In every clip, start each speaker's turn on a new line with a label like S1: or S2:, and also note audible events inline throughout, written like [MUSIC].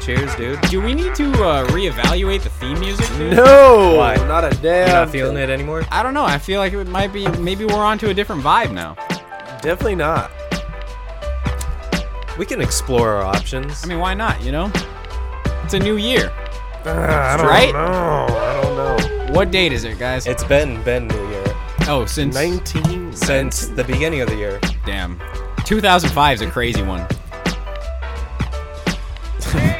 S1: Cheers, dude. Do we need to uh, reevaluate the theme music? Dude?
S2: No,
S3: Why?
S2: not a
S3: You're
S2: damn.
S3: not feeling it anymore?
S1: I don't know. I feel like it might be. Maybe we're onto a different vibe now.
S2: Definitely not.
S3: We can explore our options.
S1: I mean, why not? You know, it's a new year.
S2: Uh, I don't
S1: Right?
S2: know. I don't know.
S1: What date is it, guys?
S3: it's been been New Year
S1: oh, since
S2: Nineteen.
S3: since the beginning of the year.
S1: damn, 2005 is a crazy one.
S2: [LAUGHS]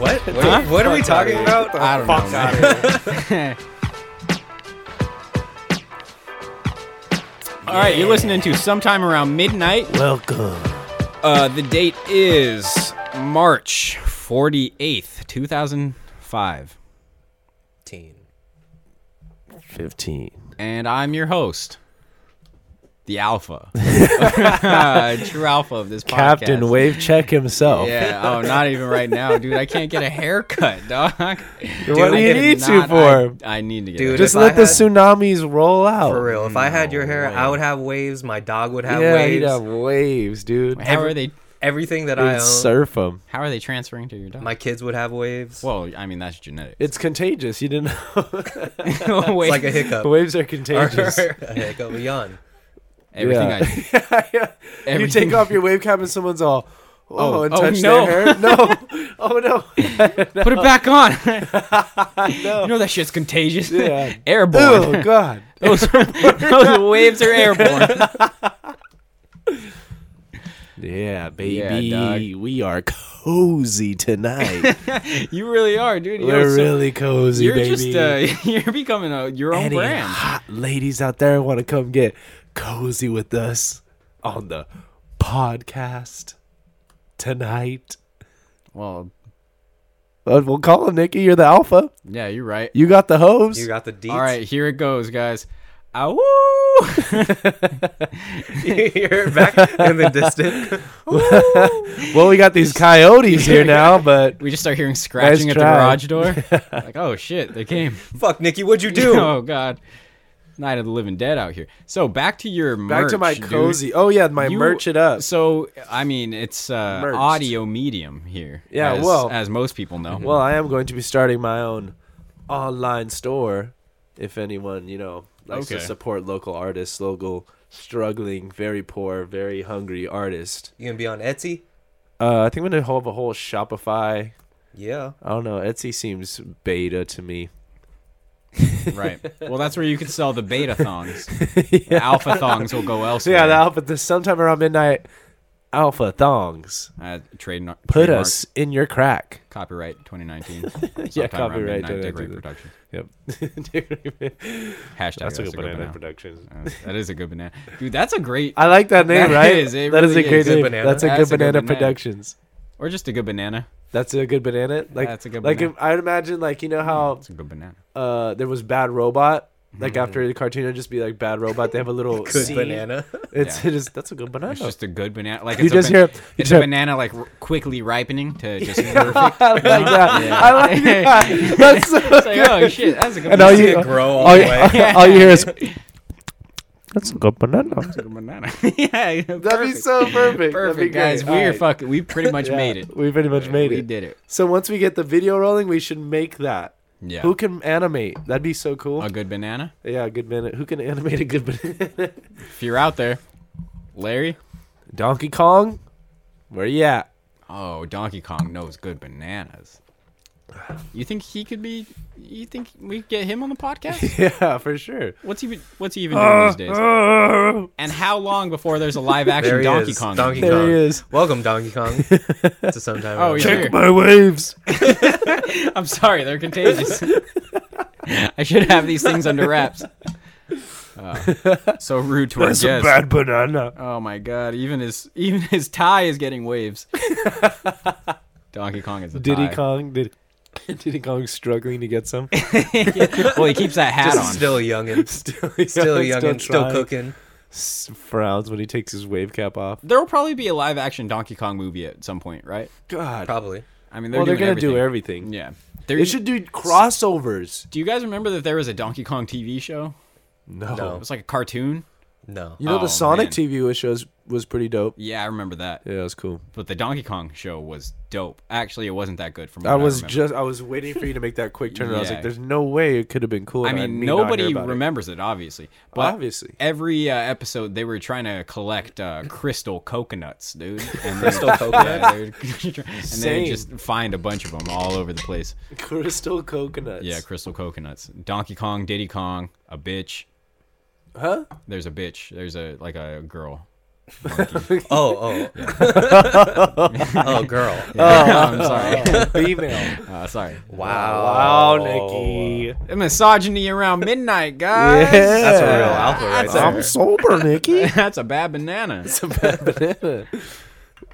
S3: What? What,
S1: Huh?
S3: what are we talking about?
S1: I don't
S2: Fuck
S1: know,
S2: out
S1: man.
S2: of here.
S1: All right, you're listening to sometime around midnight.
S2: Welcome.
S1: Uh, the date is March 48th, 2005,
S3: Teen.
S2: Fifteen.
S1: [LAUGHS] and I'm your host, the
S2: [LAUGHS]
S1: Alpha, [LAUGHS] true Alpha of this podcast.
S2: Captain Wavecheck himself.
S1: Yeah. Oh, not even right now, dude. I can't get a haircut, [LAUGHS] dog. Dude,
S2: what do
S1: I
S2: you
S1: did
S2: need to
S1: not-
S2: for him?
S1: I, I need to get.
S3: Dude,
S1: a-
S2: Just
S3: if
S2: let
S3: I
S2: the
S3: had-
S2: tsunamis roll out.
S3: For real. If I had your hair, I would have waves. My dog would have
S2: Yeah,
S3: waves.
S2: he'd have waves, dude.
S1: how are they?
S3: Everything that I
S2: He'd
S3: own,
S2: surf them.
S1: How are they transferring to your dog?
S3: my kids would have waves.
S1: well, I mean that's genetic.
S2: It's contagious. You didn't know.
S3: [LAUGHS]
S1: [LAUGHS]
S3: it's like a hiccup.
S2: [LAUGHS] waves are
S3: Or [LAUGHS]
S2: contagious.
S3: a hiccup, a yawn.
S1: everything I
S3: [LAUGHS]
S1: do.
S2: [LAUGHS] yeah. yeah. You
S1: Everything-
S2: take off your wave cap and someone's all, oh,
S1: Oh,
S2: and
S1: oh,
S2: touch
S1: no.
S2: their [LAUGHS] hair. No. oh, no.
S1: Put it back
S3: [LAUGHS]
S1: on. You know that shit's contagious.
S2: Yeah.
S1: [LAUGHS] Airborne.
S2: oh, God.
S1: those, those waves are
S3: [LAUGHS]
S1: airborne.
S2: Yeah,
S1: baby.
S2: baby. we are cozy tonight.
S1: you really are, dude. You know,
S2: [LAUGHS] We're
S1: so-
S2: really cozy,
S1: You're
S2: baby.
S1: just uh, [LAUGHS] you're becoming a, your own
S2: Any
S1: brand.
S2: hot ladies out there want to come get cozy with us on the podcast tonight?
S1: Well,
S2: Uh, We'll call him Nikki. You're the alpha.
S1: yeah, you're right.
S2: You got the hose.
S3: You got the deets.
S1: All right, here it goes, guys. Awoo!
S3: [LAUGHS] You're back in the distance.
S2: well, we got [LAUGHS] these coyotes here now,
S1: [LAUGHS]
S2: but
S1: We just start hearing scratching at the
S2: try.
S1: garage
S2: [LAUGHS]
S1: door. like, oh shit, they came. [LAUGHS]
S3: [LAUGHS] Fuck, Nikki, what'd you do?
S1: Oh god, Night of the Living Dead out here. So back to your
S2: back to
S1: merch,
S2: my
S1: dude.
S2: cozy. Oh yeah, my
S1: You-
S2: merch it up.
S1: So I mean, it's uh,
S2: Merched.
S1: audio medium here.
S2: Yeah,
S1: as,
S2: well-
S1: as most people know.
S2: [LAUGHS] Well, I am going to be starting my own online store. If anyone, you know, likes to
S1: Okay.
S2: support local artists, local struggling, very poor, very hungry artist.
S3: You gonna be on Etsy?
S2: Uh, I think I'm gonna have a whole Shopify.
S3: Yeah.
S2: I don't know. Etsy seems beta to me.
S1: [LAUGHS] right. Well, that's where you can sell the beta
S2: [LAUGHS]
S1: thongs. The alpha thongs will go
S2: So
S1: elsewhere.
S2: yeah, the alpha. The sometime around midnight, alpha thongs.
S1: uh, trademark.
S2: Put
S1: trademark,
S2: us in your [LAUGHS] crack.
S1: copyright 2019.
S2: [LAUGHS]
S1: Sometime
S2: Yeah,
S1: around
S2: copyright
S1: midnight, Dick Ray
S2: 2019.
S1: Productions.
S2: Yep.
S1: Hashtag that's, a good banana.
S2: Productions.
S1: Uh, that is a good banana, dude. That's a great
S2: I like that name,
S1: That
S2: right?
S1: is, it
S2: that is a
S1: really
S2: great
S1: is.
S3: Good
S2: name.
S3: banana.
S2: That's a
S1: That's
S2: good
S1: a good
S2: banana
S1: banana.
S2: productions.
S1: or just a good banana.
S2: That's a good banana. Like
S1: That's a good
S2: like
S1: banana. Hmm.
S2: if- I'd imagine like you know how
S1: It's a good banana.
S2: uh there was Bad Robot. Like
S1: Hmm.
S2: after the cartoon, it'd just be like Bad Robot. They have
S1: [LAUGHS]
S2: a little
S3: Good
S2: scene.
S3: banana. [LAUGHS]
S2: It's
S1: Yeah.
S2: it is that's a good banana.
S1: It's just a good banana. Like
S2: Oh. You
S1: it's
S2: just
S1: a,
S2: hear-
S1: ban-
S2: you
S1: it's
S2: just-
S1: a banana like r- quickly ripening
S2: [LAUGHS]
S1: to just perfect.
S2: I like [LAUGHS] that. I
S1: [LAUGHS]
S2: like that. That's so
S1: It's like,
S2: good.
S1: oh shit, that's a good
S2: And all
S1: banana.
S2: you,
S3: it grow all
S2: all,
S3: the
S2: you- [LAUGHS]
S3: way.
S2: all you
S1: [LAUGHS]
S2: hear is that's a good banana.
S1: That's a good banana. [LAUGHS] yeah,
S2: That'd be so perfect. That'd be
S1: perfect, guys.
S2: great.
S1: We
S2: All
S1: are
S2: right.
S1: fucking. We pretty much
S2: Yeah,
S1: made it.
S2: We pretty much made
S1: We
S2: it.
S1: did it.
S2: So once we get the video rolling, we should make that.
S1: Yeah.
S2: Who can animate? That'd be so cool.
S1: a good banana.
S2: Yeah, good minute. Who can animate a good [LAUGHS] banana?
S1: If you're out there, Larry.
S2: Donkey Kong? Where you at?
S1: Oh, Donkey Kong knows good bananas. You think he could be? You think we could get him on the podcast?
S2: [LAUGHS] Yeah, for sure.
S1: What's he? be- What's he even doing these days?
S2: [LAUGHS]
S1: And how long before there's a live
S3: Uh,
S1: action
S3: There he
S1: Donkey
S3: is.
S1: Kong?
S3: Donkey
S2: There
S3: Kong.
S2: he is.
S3: [LAUGHS] Welcome, Donkey Kong. to sometime.
S1: Oh,
S3: Around.
S1: he's here.
S2: My waves.
S1: I'm sorry, they're
S3: [LAUGHS]
S1: contagious. I should have these things under wraps. Oh, so rude to our guests.
S2: banana.
S1: Oh my god! Even his even his tie is getting
S3: [LAUGHS]
S1: waves. Donkey Kong is a
S2: Diddy [LAUGHS]
S1: tie.
S2: Kong did Diddy Kong struggling to get some.
S1: [LAUGHS] Well, he keeps that hat
S3: Just
S1: on.
S3: still youngin'.
S2: [LAUGHS] still
S3: Still youngin'. Still
S2: trying.
S3: cooking.
S2: S- Frowns when he takes his wave cap off.
S1: there will probably be a live action Donkey Kong movie at some point, right?
S2: God.
S3: Probably.
S1: I mean, they're
S2: well, they're
S1: doing
S2: gonna do
S1: everything.
S2: everything.
S1: Yeah, There-
S2: They should do crossovers.
S1: Do you guys remember that there was a Donkey Kong TV show?
S2: No.
S1: It was like a cartoon.
S3: No.
S2: You know
S1: Oh,
S2: the Sonic
S1: man.
S2: TV was shows was pretty dope.
S1: Yeah, I remember that.
S2: Yeah, it was cool.
S1: But the Donkey Kong show was dope. Actually, it wasn't that good from what
S2: I was
S1: remember.
S2: just I was waiting for you to make that quick turn. and I was
S1: Yeah.
S2: like, "There's no way it could have been cool."
S1: I
S2: and
S1: mean,
S2: need not hear
S1: nobody
S2: about it.
S1: remembers it, obviously. But [LAUGHS]
S2: Obviously.
S1: every uh, episode they were trying to collect uh, crystal coconuts,
S2: [LAUGHS]
S1: dude. And
S3: Crystal
S1: they-
S3: coconuts?
S1: they would- [LAUGHS] and they
S2: Same.
S1: would just find a bunch of them all over the place.
S2: Crystal coconuts.
S1: Yeah, crystal coconuts. Donkey Kong, Diddy Kong, a bitch.
S2: Huh?
S1: There's a bitch. There's a like a girl.
S3: Oh, oh. [LAUGHS] oh, girl.
S1: [LAUGHS] I'm sorry.
S2: [LAUGHS] Female.
S1: Uh, sorry.
S3: Wow.
S2: Nikki.
S1: Oh. Misogyny around midnight, guys.
S2: Yeah.
S3: That's a real alpha right there.
S2: I'm sober,
S1: [LAUGHS]
S2: Nikki.
S1: That's a bad banana.
S2: [LAUGHS] Banana.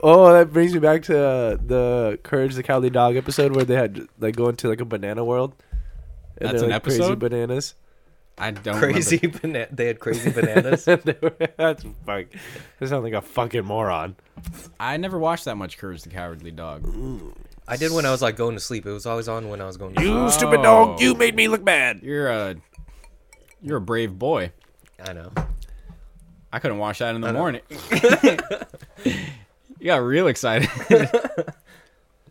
S2: Oh, that brings me back to uh, the Courage the Cowardly Dog episode where they had like go into like a banana world. And
S1: That's
S2: they're,
S1: an
S2: like, Crazy
S1: episode?
S2: bananas. [LAUGHS]
S1: I don't
S3: [LAUGHS] Crazy [LAUGHS] banana. They had crazy bananas.
S2: They were- [LAUGHS] That's fuck. They sound like a fucking moron.
S1: I never watched that much Courage the Cowardly Dog.
S3: I did when I was like going to sleep. It was always on when I was going to
S2: You
S3: sleep.
S2: stupid dog! You made me look bad.
S1: You're a you're a brave boy.
S3: I know.
S1: I couldn't watch that in the
S3: know.
S1: morning. [LAUGHS] you got real excited. [LAUGHS]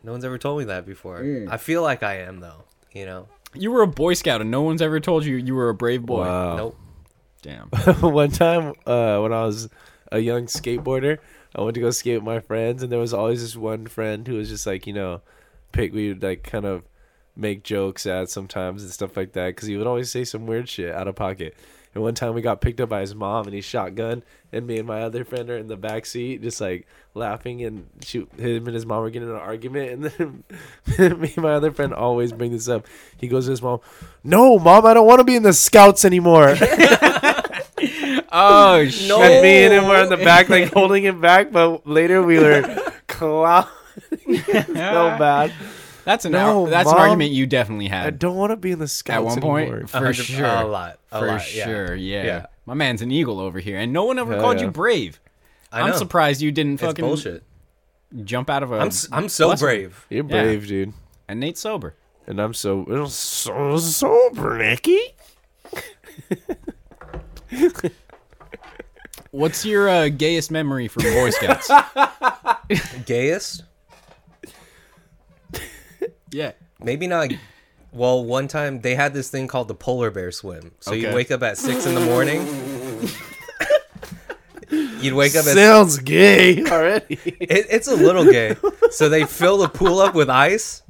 S3: No one's ever told me that before. I feel like I am though. You know.
S1: you were a Boy Scout, and no one's ever told you you were a brave boy.
S3: Nope. [LAUGHS]
S1: Damn.
S2: [LAUGHS] One time uh, when I was a young skateboarder, I went to go skate with my friends, and there was always this one friend who was just like, you know, pick. We would like kind of make jokes at sometimes and stuff like that because he would always say some weird shit out of pocket. And one time we got picked up by his mom, and he shotgun, and me and my other friend are in the back seat, just like laughing, and she, him and his mom were getting in an argument, and then [LAUGHS] me and my other friend always bring this up. He goes to his mom, "No, mom, I don't want to be in the scouts anymore." [LAUGHS]
S1: Oh shit.
S3: No.
S2: And me and him were in the
S3: [LAUGHS]
S2: back, like holding him back. But later we were clown so bad.
S1: That's an
S2: No,
S1: ar- that's
S2: Mom.
S1: an argument you definitely
S2: I
S1: had
S2: don't want to be in the scouts
S1: at one point
S2: anymore.
S1: for
S3: hundred-
S1: sure.
S3: A lot. A
S1: for
S3: lot. Yeah.
S1: sure. Yeah.
S3: Yeah.
S1: My man's an eagle over here, and no one ever
S2: Hell
S1: called
S2: yeah.
S1: you brave.
S3: I
S1: I'm
S3: know.
S1: surprised you didn't
S3: It's
S1: fucking
S3: bullshit.
S1: jump out of a.
S3: I'm s- I'm so
S1: Bless him.
S3: brave.
S2: You're brave, dude.
S1: And Nate's sober.
S2: And I'm so I'm so sober, Nicky.
S1: What's your uh, gayest memory from Boy
S3: [LAUGHS]
S1: Scouts?
S3: Gayest?
S1: yeah.
S3: Maybe not. Well, one time they had this thing called the polar bear swim. So you'd
S1: Okay.
S3: wake up at six in
S1: [LAUGHS]
S3: the morning. you'd wake up at
S2: Sounds gay already.
S3: It, it's a little gay. So they fill the pool up with ice.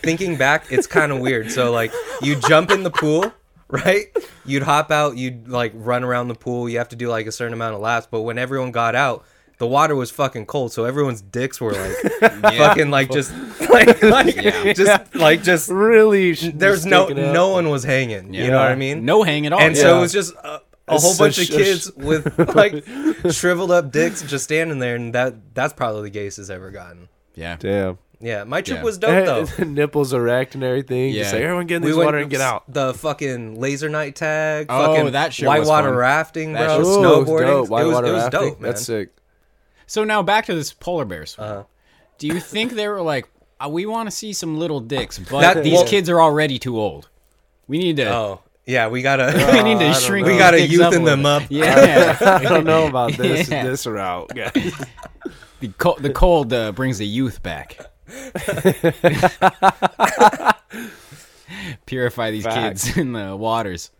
S3: Thinking back, it's kind of weird. So like, you jump in the pool, right? You'd hop out. You'd like run around the pool. You have to do like a certain amount of laps. But when everyone got out, the water was fucking cold. So everyone's dicks were
S2: [LAUGHS]
S3: like fucking like just [LAUGHS] like, like
S1: Yeah.
S3: just like just.
S2: [LAUGHS] really? sh-
S3: There's
S2: just
S3: no
S2: sticking out.
S3: no one was hanging. You know what I mean?
S1: No hang at all.
S3: And
S1: Oh, Yeah.
S3: so it was just a, a whole bunch of
S2: Such a sh-
S3: kids with like shriveled up dicks just standing there, and that that's probably the gayest it's ever gotten.
S1: yeah.
S2: Damn.
S3: Yeah, my trip
S1: Yeah.
S3: was dope
S2: [LAUGHS]
S3: though.
S2: Nipples erect and everything. Just
S1: Yeah.
S2: like everyone get Eh, in this water and get out.
S3: The fucking laser night tag.
S1: Oh,
S3: fucking
S1: that shit was
S3: whitewater
S1: fun.
S3: rafting,
S1: That
S3: bro.
S1: shit was
S2: Ooh,
S3: snowboarding.
S2: dope.
S3: it was,
S2: Whitewater
S3: it was
S2: rafting.
S3: dope, man.
S2: That's sick.
S1: So now back to this polar bear swim.
S3: Uh-huh.
S1: Do you think they were like, "Uh, we want to see some little dicks, but
S3: That-
S1: these
S3: well-
S1: kids are already too old. We need to.
S3: Oh yeah, we gotta
S1: We need
S2: I
S1: to
S2: don't
S1: shrink.
S2: know.
S1: these
S3: we gotta
S1: dicks up a
S3: youthen
S1: little
S3: them
S1: bit."
S3: up.
S1: Yeah,
S2: I don't know
S3: [LAUGHS]
S2: about this
S1: Yeah.
S2: this route. guys.
S1: the, co- the cold uh, brings the youth
S3: [LAUGHS]
S1: back. [LAUGHS] Purify these
S2: Facts.
S1: kids in the waters.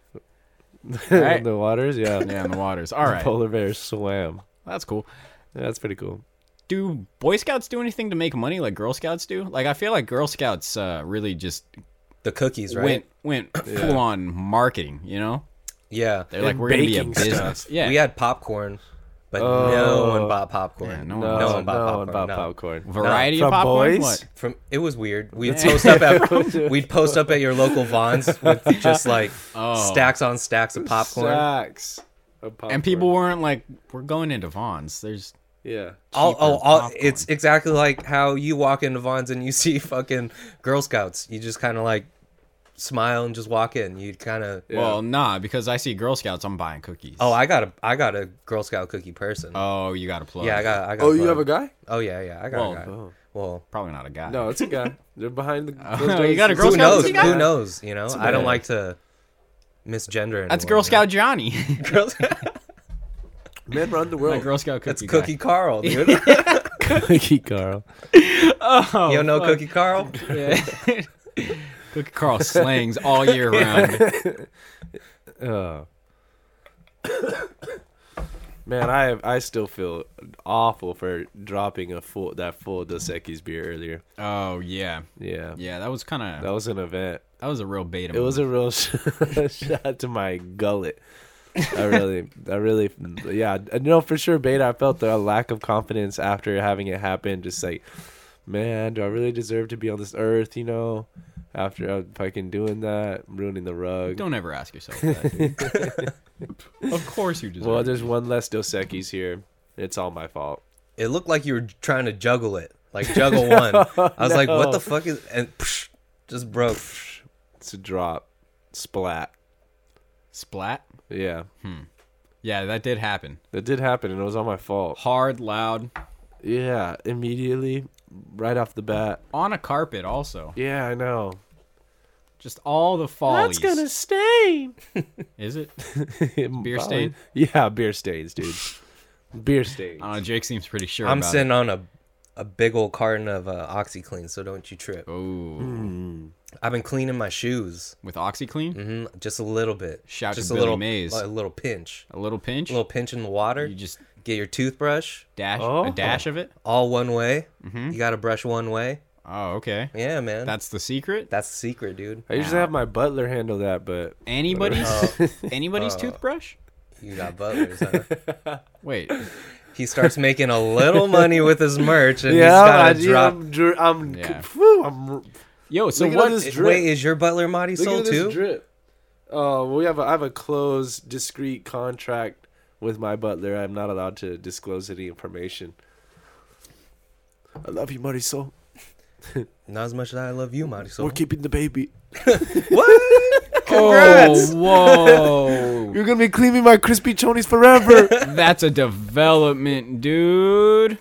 S2: In
S1: Right.
S2: [LAUGHS] the waters, yeah.
S1: Yeah, in the waters. All right,
S2: Polar bear swam.
S1: that's cool.
S2: Yeah, that's pretty cool.
S1: do Boy Scouts do anything to make money like Girl Scouts do? Like I feel like Girl Scouts uh, really just
S3: [LAUGHS] The cookies, right?
S1: went went full on marketing. You know,
S3: Yeah,
S1: they're like
S2: And
S1: we're gonna be a
S2: baking stuff.
S1: business. Yeah,
S3: we had popcorn, but
S2: Oh.
S3: no one bought popcorn.
S1: Yeah, no
S3: no,
S1: one bought-
S3: one bought popcorn. no.
S1: variety
S2: From
S1: of popcorn.
S2: boys?
S1: What?
S3: from it was
S2: [LAUGHS]
S3: weird. We'd post up at we'd post up at your local Vons
S2: [LAUGHS]
S3: with just like
S1: Oh.
S3: stacks on stacks of popcorn.
S2: Sacks of popcorn.
S1: And people weren't like, we're going into Vons. There's
S2: yeah.
S3: All,
S1: cheaper
S3: oh, all,
S1: popcorn.
S3: it's exactly like how you walk into Vons and you see [LAUGHS] fucking Girl Scouts. You just kind of like smile and just walk in. You kind of
S1: well, nah, because I see Girl Scouts, I'm buying cookies.
S3: oh, I got a I got a Girl Scout cookie person.
S1: oh, you got a plug.
S3: yeah, I got I got.
S2: Oh, you
S3: plug.
S2: have a Oh. guy?
S3: Oh yeah, yeah, I got
S1: Well,
S3: a guy. Well,
S1: probably not a guy.
S2: No, it's a guy.
S1: [LAUGHS]
S2: They're behind the.
S1: Oh, you got a Girl
S3: who
S1: Scout
S3: knows?
S1: cookie guy?
S3: Who
S2: [LAUGHS]
S3: knows? You know, I
S2: bad.
S3: don't like to misgender.
S1: that's
S3: anyone,
S1: Girl
S3: you know?
S1: Scout Johnny. [LAUGHS]
S3: Girl Scout.
S2: Men run the
S1: My
S2: world. [LAUGHS]
S1: Girl Scout cookie.
S3: [LAUGHS] That's
S1: guy.
S3: Cookie
S1: [LAUGHS]
S3: Carl, dude.
S2: Cookie Carl.
S1: Oh,
S3: you don't know
S1: fuck. [LAUGHS]
S3: Cookie Carl?
S1: Yeah. Cookie Carl slangs all year round.
S2: Oh. Man, I I still feel awful for dropping a full that full Dos Equis beer earlier.
S1: Oh yeah,
S2: Yeah.
S1: yeah. That was kind
S2: That
S1: of
S2: was an event.
S1: that was a real beta.
S2: It was a real [LAUGHS] sh- shot to my gullet. I really, I really, yeah. I know for sure, Beta, I felt the lack of confidence after having it happen. Just like, man, do I really deserve to be on this earth? You know, after I fucking doing that, ruining the rug.
S1: Don't ever ask yourself that. dude. of course you deserve.
S2: well,
S1: Well,
S2: there's one less Dos Equis here. It's all my fault.
S3: It looked like you were trying to juggle it, like
S1: [LAUGHS]
S3: juggle one. I was like, what
S2: no.
S3: the fuck is? And psh, just broke.
S2: It's a drop, splat.
S1: Splat.
S2: Yeah,
S1: Yeah, that did happen.
S2: that did happen, and it was all my fault.
S1: Hard, loud,
S2: Yeah, immediately, right off the bat.
S1: on a carpet. Also,
S2: Yeah, I know.
S1: just all the follies.
S2: stain.
S1: Is it?
S2: beer
S1: stain?
S2: Yeah, beer
S3: [LAUGHS]
S2: stains, dude. beer stains.
S1: I don't know. Jake seems pretty sure.
S3: I'm
S1: about
S3: sitting on a a big old carton of uh, OxyClean, so don't you trip.
S1: It. Ooh,
S3: I've been cleaning my shoes,
S1: with OxyClean,
S3: hmm just a little bit.
S1: Shout to
S3: just
S1: Billy
S3: little
S1: Mays.
S3: like a little pinch,
S1: a little pinch.
S3: a little pinch in the water.
S1: You just
S3: get your toothbrush
S1: dash
S2: Oh.
S1: a dash of it.
S3: all one way.
S1: Mm-hmm.
S3: You got to brush one way.
S1: Oh, okay.
S3: Yeah, man.
S1: That's
S3: That's
S1: the secret.
S3: that's the secret, dude.
S2: I usually have my butler handle that, but
S1: Anybody's anybody's toothbrush.
S3: You got butlers. Huh?
S1: Wait,
S3: he starts making a little
S1: [LAUGHS]
S3: money with his merch, and
S2: yeah,
S3: he's got to drop.
S2: I'm, dr- I'm,
S1: Yeah.
S2: whew, I'm
S1: yo. So
S2: Look at
S1: what?
S2: all this drip.
S3: Wait, is your butler Marty
S2: Look
S3: sold
S2: at this
S3: too?
S2: drip. Oh, we have a, I have a closed, discreet contract with my butler. I'm not allowed to disclose any information. I love you, Marisol.
S3: Not as much as I love you, Marty
S2: We're
S3: sold.
S2: keeping the baby.
S3: what? Congrats.
S1: Oh, whoa.
S2: [LAUGHS] You're gonna be cleaning my crispy
S3: [LAUGHS]
S2: chonies forever.
S1: That's a development, dude.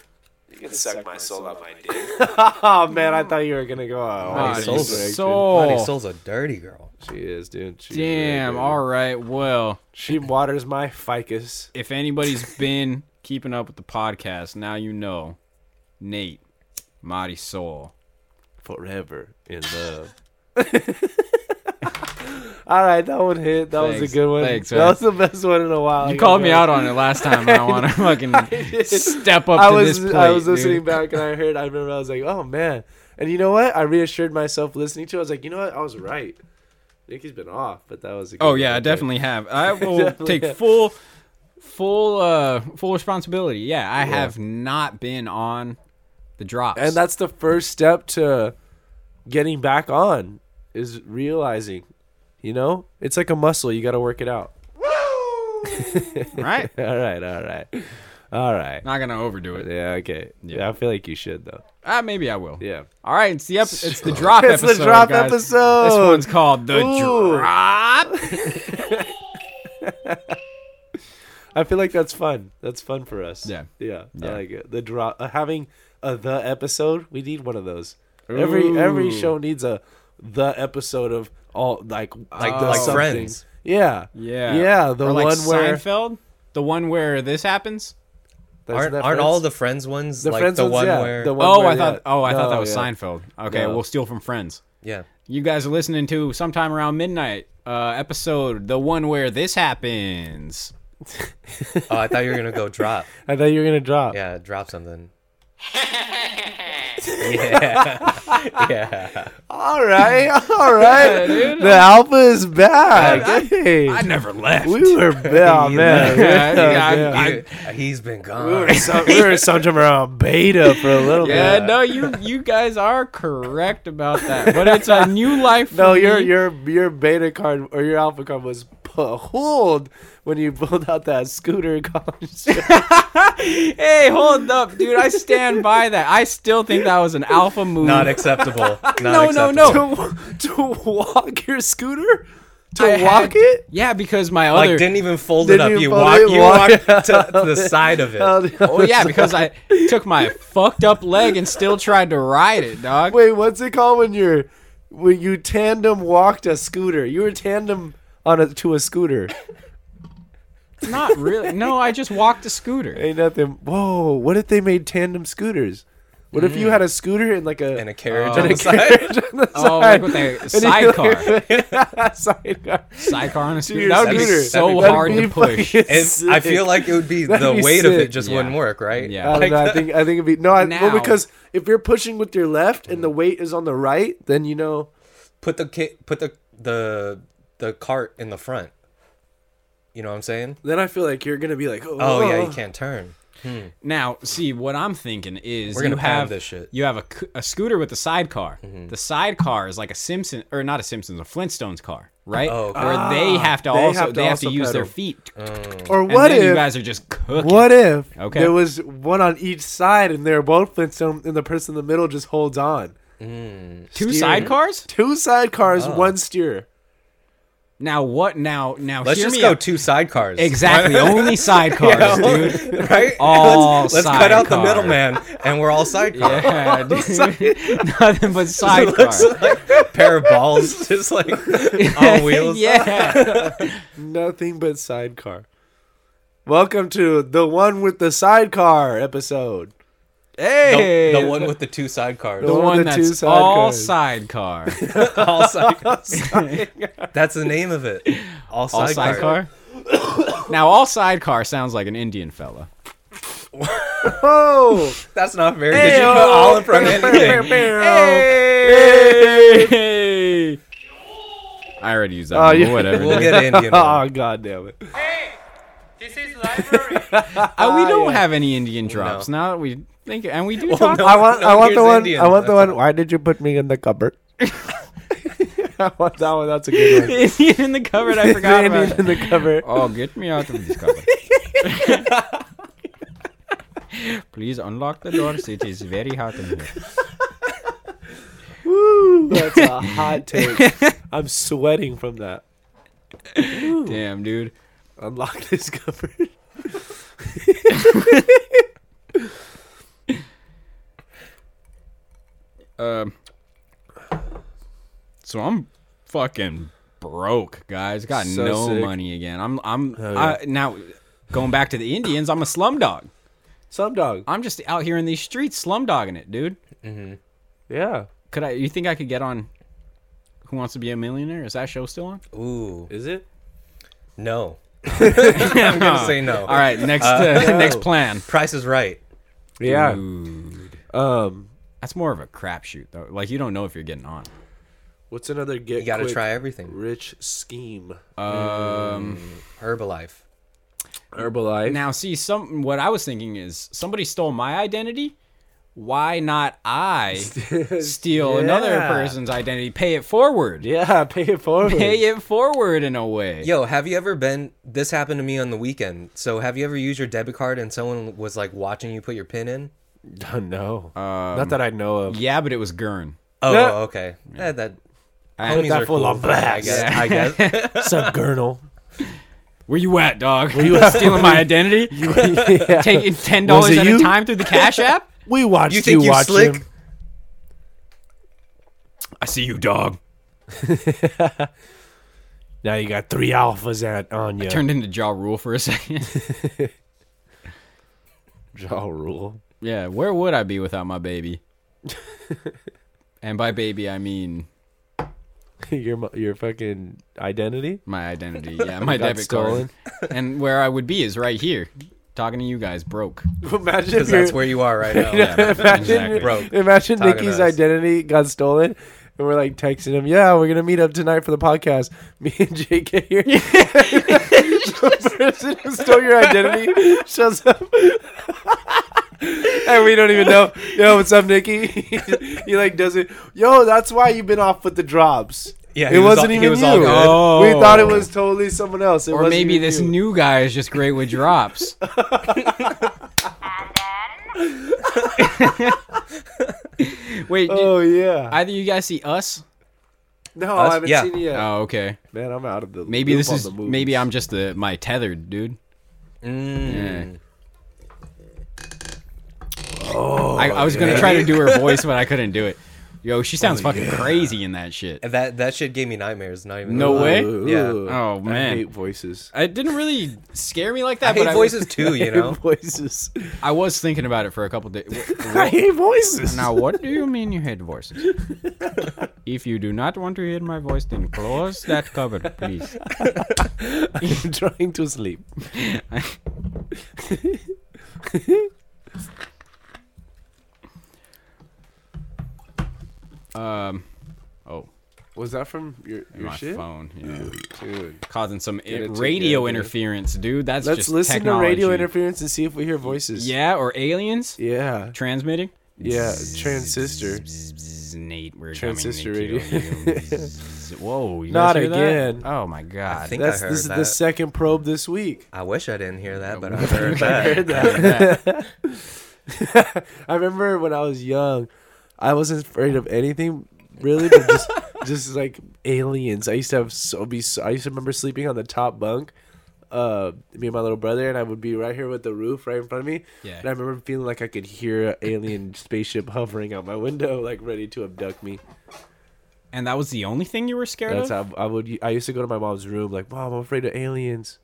S2: you can suck, my soul out my dick. [LAUGHS] oh man, I thought you were gonna go. Oh,
S1: Marty
S3: sold
S2: Soul's direction.
S1: Soul.
S3: Marty sold's a dirty girl.
S2: She is, dude. She's really
S1: Damn.
S2: good.
S1: All right. Well,
S2: She waters my ficus.
S1: if anybody's [LAUGHS] been keeping up with the podcast, now you know. Nate, Marty Soul.
S2: forever in love. [LAUGHS] All right, that one hit. That was
S1: Thanks.
S2: a good one.
S1: Thanks,
S2: that
S1: man.
S2: was the best one in a while.
S1: You called me out on it last time.
S2: [LAUGHS]
S1: and I want to fucking
S2: did.
S1: step up to
S2: I was
S1: this plate.
S2: I was listening
S1: dude.
S2: back and I heard. I remember I was like, oh man. And you know what? I reassured myself listening to. it. I was like, you know what? I was right. Nikki's been off, but that was. A good
S1: Oh
S2: one.
S1: yeah, I
S2: Okay.
S1: definitely have.
S2: [LAUGHS]
S1: I will
S2: Definitely
S1: take
S2: have.
S1: full, full, uh, full responsibility. Yeah, I have not been on the drops.
S2: And that's the first step to getting back on is realizing, you know, it's like a muscle. You got to work it out.
S1: right.
S2: [LAUGHS] All right, all right, all right.
S1: Not gonna overdo
S2: [LAUGHS]
S1: it.
S2: Yeah, okay. Yeah. I feel like you should though.
S1: Ah, maybe I will.
S2: Yeah.
S1: All right, it's the ep- it's the drop
S2: [LAUGHS] It's the
S1: episode.
S2: drop
S1: guys.
S2: episode.
S1: This one's called the
S2: Ooh.
S1: drop.
S2: I feel like that's fun. That's fun for us.
S1: Yeah.
S2: Yeah. I
S1: Yeah.
S2: like it. The drop uh, having a the episode, we need one of those. Every every
S1: Ooh.
S2: show needs a the episode of all like like,
S3: like
S2: something.
S3: Friends.
S2: Yeah.
S1: Yeah,
S2: Yeah, the
S1: or like
S2: one where
S1: Seinfeld, the one where this happens.
S2: that's-
S3: Aren't,
S2: that
S3: aren't all
S2: Friends?
S3: the Friends ones
S2: The
S3: like
S2: Friends
S3: the
S2: ones,
S3: one
S2: yeah.
S3: where?
S2: The one-
S1: Oh,
S2: where
S1: I thought.
S2: that-
S1: Oh, I
S2: no,
S1: thought that was
S2: yeah.
S1: Seinfeld. Okay,
S2: No.
S1: we'll steal from Friends.
S3: yeah,
S1: You guys are listening to sometime around midnight uh, episode, the one where this happens.
S3: Oh, I thought you were gonna go drop. [LAUGHS]
S2: I thought you were gonna drop.
S3: Yeah, drop something. yeah, yeah.
S2: All [LAUGHS] right, all right.
S1: dude.
S2: the alpha is back.
S1: I-
S2: hey,
S1: I never left.
S2: we [LAUGHS] were oh, man.
S1: Yeah, I-
S2: [LAUGHS] Yeah.
S1: I-
S3: Dude, he's been
S2: [LAUGHS] We
S3: gone.
S2: [LAUGHS] were, some, we were sometime around beta for a little
S1: Yeah,
S2: bit.
S1: no, you you guys are correct about that. But it's
S2: [LAUGHS]
S1: a new life. For
S2: No, your
S1: me.
S2: your your beta card or your alpha card was pulled when you pulled out that scooter [LAUGHS] college.
S1: Hey, hold up, dude. I stand by that. I still think that was an alpha move.
S3: Not
S2: [LAUGHS]
S3: acceptable. Not
S1: No, no, no.
S3: acceptable.
S2: to, to walk your scooter, to
S1: I had-
S2: walk [LAUGHS] it.
S1: Yeah, because my other.
S3: Like didn't even fold it
S2: Didn't
S3: up.
S2: even
S3: You
S2: fold
S3: walk.
S2: it,
S3: You
S2: walk-
S3: walk to
S2: [LAUGHS]
S3: the [LAUGHS] side of it.
S1: oh
S3: [LAUGHS]
S1: yeah, because I took my fucked up leg and still tried to ride it, dog.
S2: Wait, what's it called when you're when you tandem walked a scooter? You were tandem on a to a scooter.
S1: Not really. No, I just walked a
S2: [LAUGHS]
S1: scooter.
S2: Ain't nothing. Whoa! What if they made tandem scooters? What if
S1: Mm.
S2: you had a scooter and like a
S3: and a carriage
S2: [LAUGHS] and
S3: on
S2: Oh. a
S3: the side.
S2: carriage on the
S1: [LAUGHS] Oh, like
S2: side?
S1: with a sidecar,
S2: sidecar. [LAUGHS] sidecar.
S1: sidecar on a scooter.
S2: Dude,
S1: that would
S2: that'd
S1: be
S2: be-
S1: so
S3: that'd be
S1: hard to
S2: That'd be [LAUGHS]
S1: push.
S2: fucking
S3: And I feel
S2: sick.
S3: like it would be
S2: [LAUGHS] That'd
S3: the
S2: be
S3: weight of it
S2: sick.
S3: just
S1: Yeah.
S3: wouldn't work, right?
S1: Yeah.
S2: I don't
S3: Like
S2: know. I
S3: that-
S2: think I think it'd be no. I, well,
S1: Now-
S2: because if you're pushing with your left and the weight is on the right, then you know.
S3: put the ki- put the the the cart in the front. You know what I'm saying?
S2: Then I feel like you're gonna be like, oh,
S3: Oh yeah, you can't turn.
S1: Now, see what I'm thinking is
S3: We're gonna
S1: you
S3: pound
S1: have
S3: this shit. Mm-hmm.
S1: You have a, c- a scooter with a sidecar. The sidecar is like a Simpson or not a Simpsons, a Flintstones car, right?
S3: Oh, okay. Uh.
S1: Where they have to
S2: Ah, they
S1: also
S2: have to
S1: they have to
S2: also
S1: use their
S2: pedal.
S1: feet.
S2: Or
S1: And
S2: what
S1: then
S2: if
S1: you guys are just cooking?
S2: What if
S1: Okay.
S2: there was one on each side and they're both Flintstone and the person in the middle just holds on?
S1: Two
S2: steering?
S1: sidecars?
S2: Two sidecars,
S1: Oh.
S2: one steer.
S1: Now what? Now now
S3: Let's
S1: hear
S3: just
S1: me
S3: go
S1: out.
S3: two sidecars. [LAUGHS]
S1: exactly only sidecars, dude.
S3: right?
S1: All
S3: [LAUGHS] let's let's cut out the
S1: sidecar.
S3: middleman, and we're all sidecar.
S1: Yeah, dude. [LAUGHS] nothing but
S3: It looks
S1: sidecars.
S3: like a pair of balls, [LAUGHS]
S1: [LAUGHS]
S3: just like on wheels.
S1: yeah.
S2: Nothing but sidecar. Welcome to the one with the sidecar episode.
S1: Hey,
S3: The, the one with the two sidecars.
S1: the
S2: one
S1: one
S2: with the two
S1: that's all sidecar.
S3: [LAUGHS] all
S1: [LAUGHS]
S3: sidecars. That's the name of it. All
S1: All sidecar.
S3: sidecar.
S1: now, all sidecar sounds like an Indian fella.
S2: Oh,
S3: That's not very good. You put
S1: oh.
S3: all in front
S1: [LAUGHS]
S3: of anything.
S1: Hey! I already used that.
S2: Oh,
S1: one, but
S2: yeah.
S1: whatever.
S3: We'll
S1: dude.
S3: get
S1: [LAUGHS]
S3: an Indian. one.
S2: Oh god damn it!
S4: This is library.
S1: Uh, we don't
S2: yeah.
S1: have any Indian drops now. That we think, and we do talk.
S3: no.
S2: I want,
S3: No,
S2: I want
S3: here's
S2: the one.
S3: Indian.
S2: I want the one. Why did you put me in the cupboard? [LAUGHS] I want that one. That's a
S1: [LAUGHS]
S2: good one.
S1: Indian in the cupboard. [LAUGHS]
S2: [LAUGHS]
S1: I forgot
S2: Indian
S1: about.
S2: in
S1: it.
S2: the
S1: [LAUGHS]
S2: cupboard.
S1: Oh, get me out of this cupboard. [LAUGHS] Please unlock the doors. It is very hot in here.
S2: Woo! That's [LAUGHS] a hot take. I'm sweating from that.
S1: Damn, dude.
S2: Unlock [LAUGHS] this cupboard.
S1: Um, so I'm fucking broke, guys. Got
S2: So
S1: no
S2: sick.
S1: money again. I'm I'm
S2: yeah.
S1: I, now going back to the Indians. I'm a slumdog.
S2: Some dog.
S1: I'm just out here in these streets slumdogging it, dude.
S2: Yeah.
S1: Could I? You think I could get on? Who wants to be a millionaire? Is that show still on?
S3: Ooh,
S2: Is it?
S1: [LAUGHS]
S3: no. [LAUGHS] I'm gonna say no.
S1: All right, next uh, [LAUGHS] next plan.
S3: Price is right.
S2: Yeah. Um.
S1: That's more of a crapshoot though. Like you don't know if you're getting on.
S2: What's another get?
S3: You gotta
S2: quick,
S3: try everything.
S2: Rich scheme.
S3: Herbalife.
S2: Herbalife.
S1: Now, see, some what I was thinking is somebody stole my identity. Why not [LAUGHS] I steal another
S2: Yeah.
S1: person's identity? Pay it forward.
S2: yeah. [LAUGHS] Pay it forward.
S1: Pay it forward in a way.
S3: Yo, have you ever been? This happened to me on the weekend. So, have you ever used your debit card and someone was like watching you put your pin in?
S2: Oh, no. Not that I
S1: [LAUGHS]
S2: know of.
S1: Yeah, but it was Gurn.
S3: Oh,
S2: Yeah.
S3: okay. Yeah, that.
S1: I-
S3: homies
S2: That
S3: are
S2: fool
S3: cool.
S2: on blast.
S3: I guess. I guess.
S2: Sub Gurnal.
S1: Where you at, dog? Were you [LAUGHS] stealing my identity? Taking ten
S2: Was
S1: dollars
S2: it
S1: at
S2: you?
S1: a time through the [LAUGHS] Cash App?
S2: We watched
S3: You think you
S2: watch
S3: slick?
S2: him.
S1: I see you, dog.
S2: Now you got three alphas at on
S1: [LAUGHS]
S2: you.
S1: Turned into Jaw Rule for a second. [LAUGHS]
S2: jaw rule. [LAUGHS]
S1: yeah, where would I be without my [LAUGHS] baby? and by baby, I mean
S2: your mo- your fucking identity.
S1: my identity. Yeah, my
S2: Got
S1: debit
S2: stolen.
S1: card. [LAUGHS] And where I would be is right here, talking to you guys, broke.
S2: Imagine
S3: Because that's where you are
S1: [LAUGHS]
S3: right now.
S1: Exactly.
S3: Broke.
S2: Imagine
S3: Talking to
S2: Nikki's
S3: us.
S2: identity got stolen. And we're like texting him, yeah, we're gonna meet up tonight for the podcast. [LAUGHS] Me and Jake get
S1: [LAUGHS]
S2: here. the person who stole your identity shows up, and we don't even know. Yo, what's up, Nikki? [LAUGHS] he like does it. Yo, that's why you've been off with the drops.
S3: Yeah, he
S2: it
S3: was
S2: wasn't
S3: all- he
S2: even
S3: was
S2: you.
S3: all good.
S1: Oh.
S2: We thought it was totally someone else. It
S1: Or
S2: wasn't
S1: maybe
S2: even
S1: this
S2: you.
S1: new guy is just great with drops.
S2: [LAUGHS]
S1: Wait, do-
S2: Oh yeah.
S1: either you guys see us?
S2: no,
S3: Us?
S2: I haven't
S3: Yeah.
S2: seen it yet.
S1: Oh, okay.
S2: Man, I'm out of the.
S1: Maybe
S2: loop
S1: this
S2: on
S1: is
S2: the movies.
S1: maybe I'm just the my tethered dude.
S3: Mm.
S2: Oh,
S1: I, I was gonna try to do her voice, but I couldn't do it. Yo, she
S2: Oh,
S1: sounds fucking crazy in that shit.
S3: And that that shit gave me nightmares. Not even
S1: No
S3: gonna lie.
S1: way.
S2: Ooh,
S3: Yeah.
S2: ooh.
S1: Oh,
S2: I
S1: man.
S2: hate [LAUGHS] voices.
S1: It didn't really scare me like
S3: I
S1: that.
S3: hate
S1: but [LAUGHS]
S3: voices too.
S2: I
S3: You
S2: hate
S3: know.
S2: [LAUGHS] voices.
S1: I was, I was thinking about it for a couple days.
S2: [LAUGHS] I hate voices.
S1: now, what do you mean you hate voices? if you do not want to hear my voice, then close that cover, please.
S2: [LAUGHS] [LAUGHS] I'm trying to sleep.
S1: Um, oh,
S2: Was that from your, your
S1: my
S2: shit?
S1: phone. Yeah.
S2: Dude.
S1: Causing some
S2: it
S1: i-
S2: together,
S1: radio
S2: dude.
S1: interference, dude. That's
S2: Let's
S1: just
S2: listen
S1: technology.
S2: to radio interference and see if we hear voices.
S1: Yeah, or aliens
S2: Yeah.
S1: transmitting.
S2: Yeah. Transistor.
S1: Bzzz, Nate, we're
S2: Transistor
S1: coming to kill
S2: radio.
S1: you.
S2: [LAUGHS]
S1: Bzzz. Whoa, you
S2: Not
S1: guys hear that?
S2: again.
S1: Oh my god.
S3: I think
S2: That's
S3: I heard
S2: this is
S3: that.
S2: the second probe this week.
S3: I wish I didn't hear that, but I heard that.
S1: [LAUGHS]
S2: [LAUGHS] I remember when I was young, I wasn't afraid of anything really, but just just like aliens. I used to have so be so, I used to remember sleeping on the top bunk. Uh, me and my little brother and I would be right here with the roof right in front of me.
S1: Yeah.
S2: And I remember feeling like I could hear an alien spaceship [LAUGHS] hovering out my window, like ready to abduct me.
S1: and that was the only thing you were scared
S2: That's
S1: of?
S2: how I would. I used to go to my mom's room, like, Mom, I'm afraid of aliens.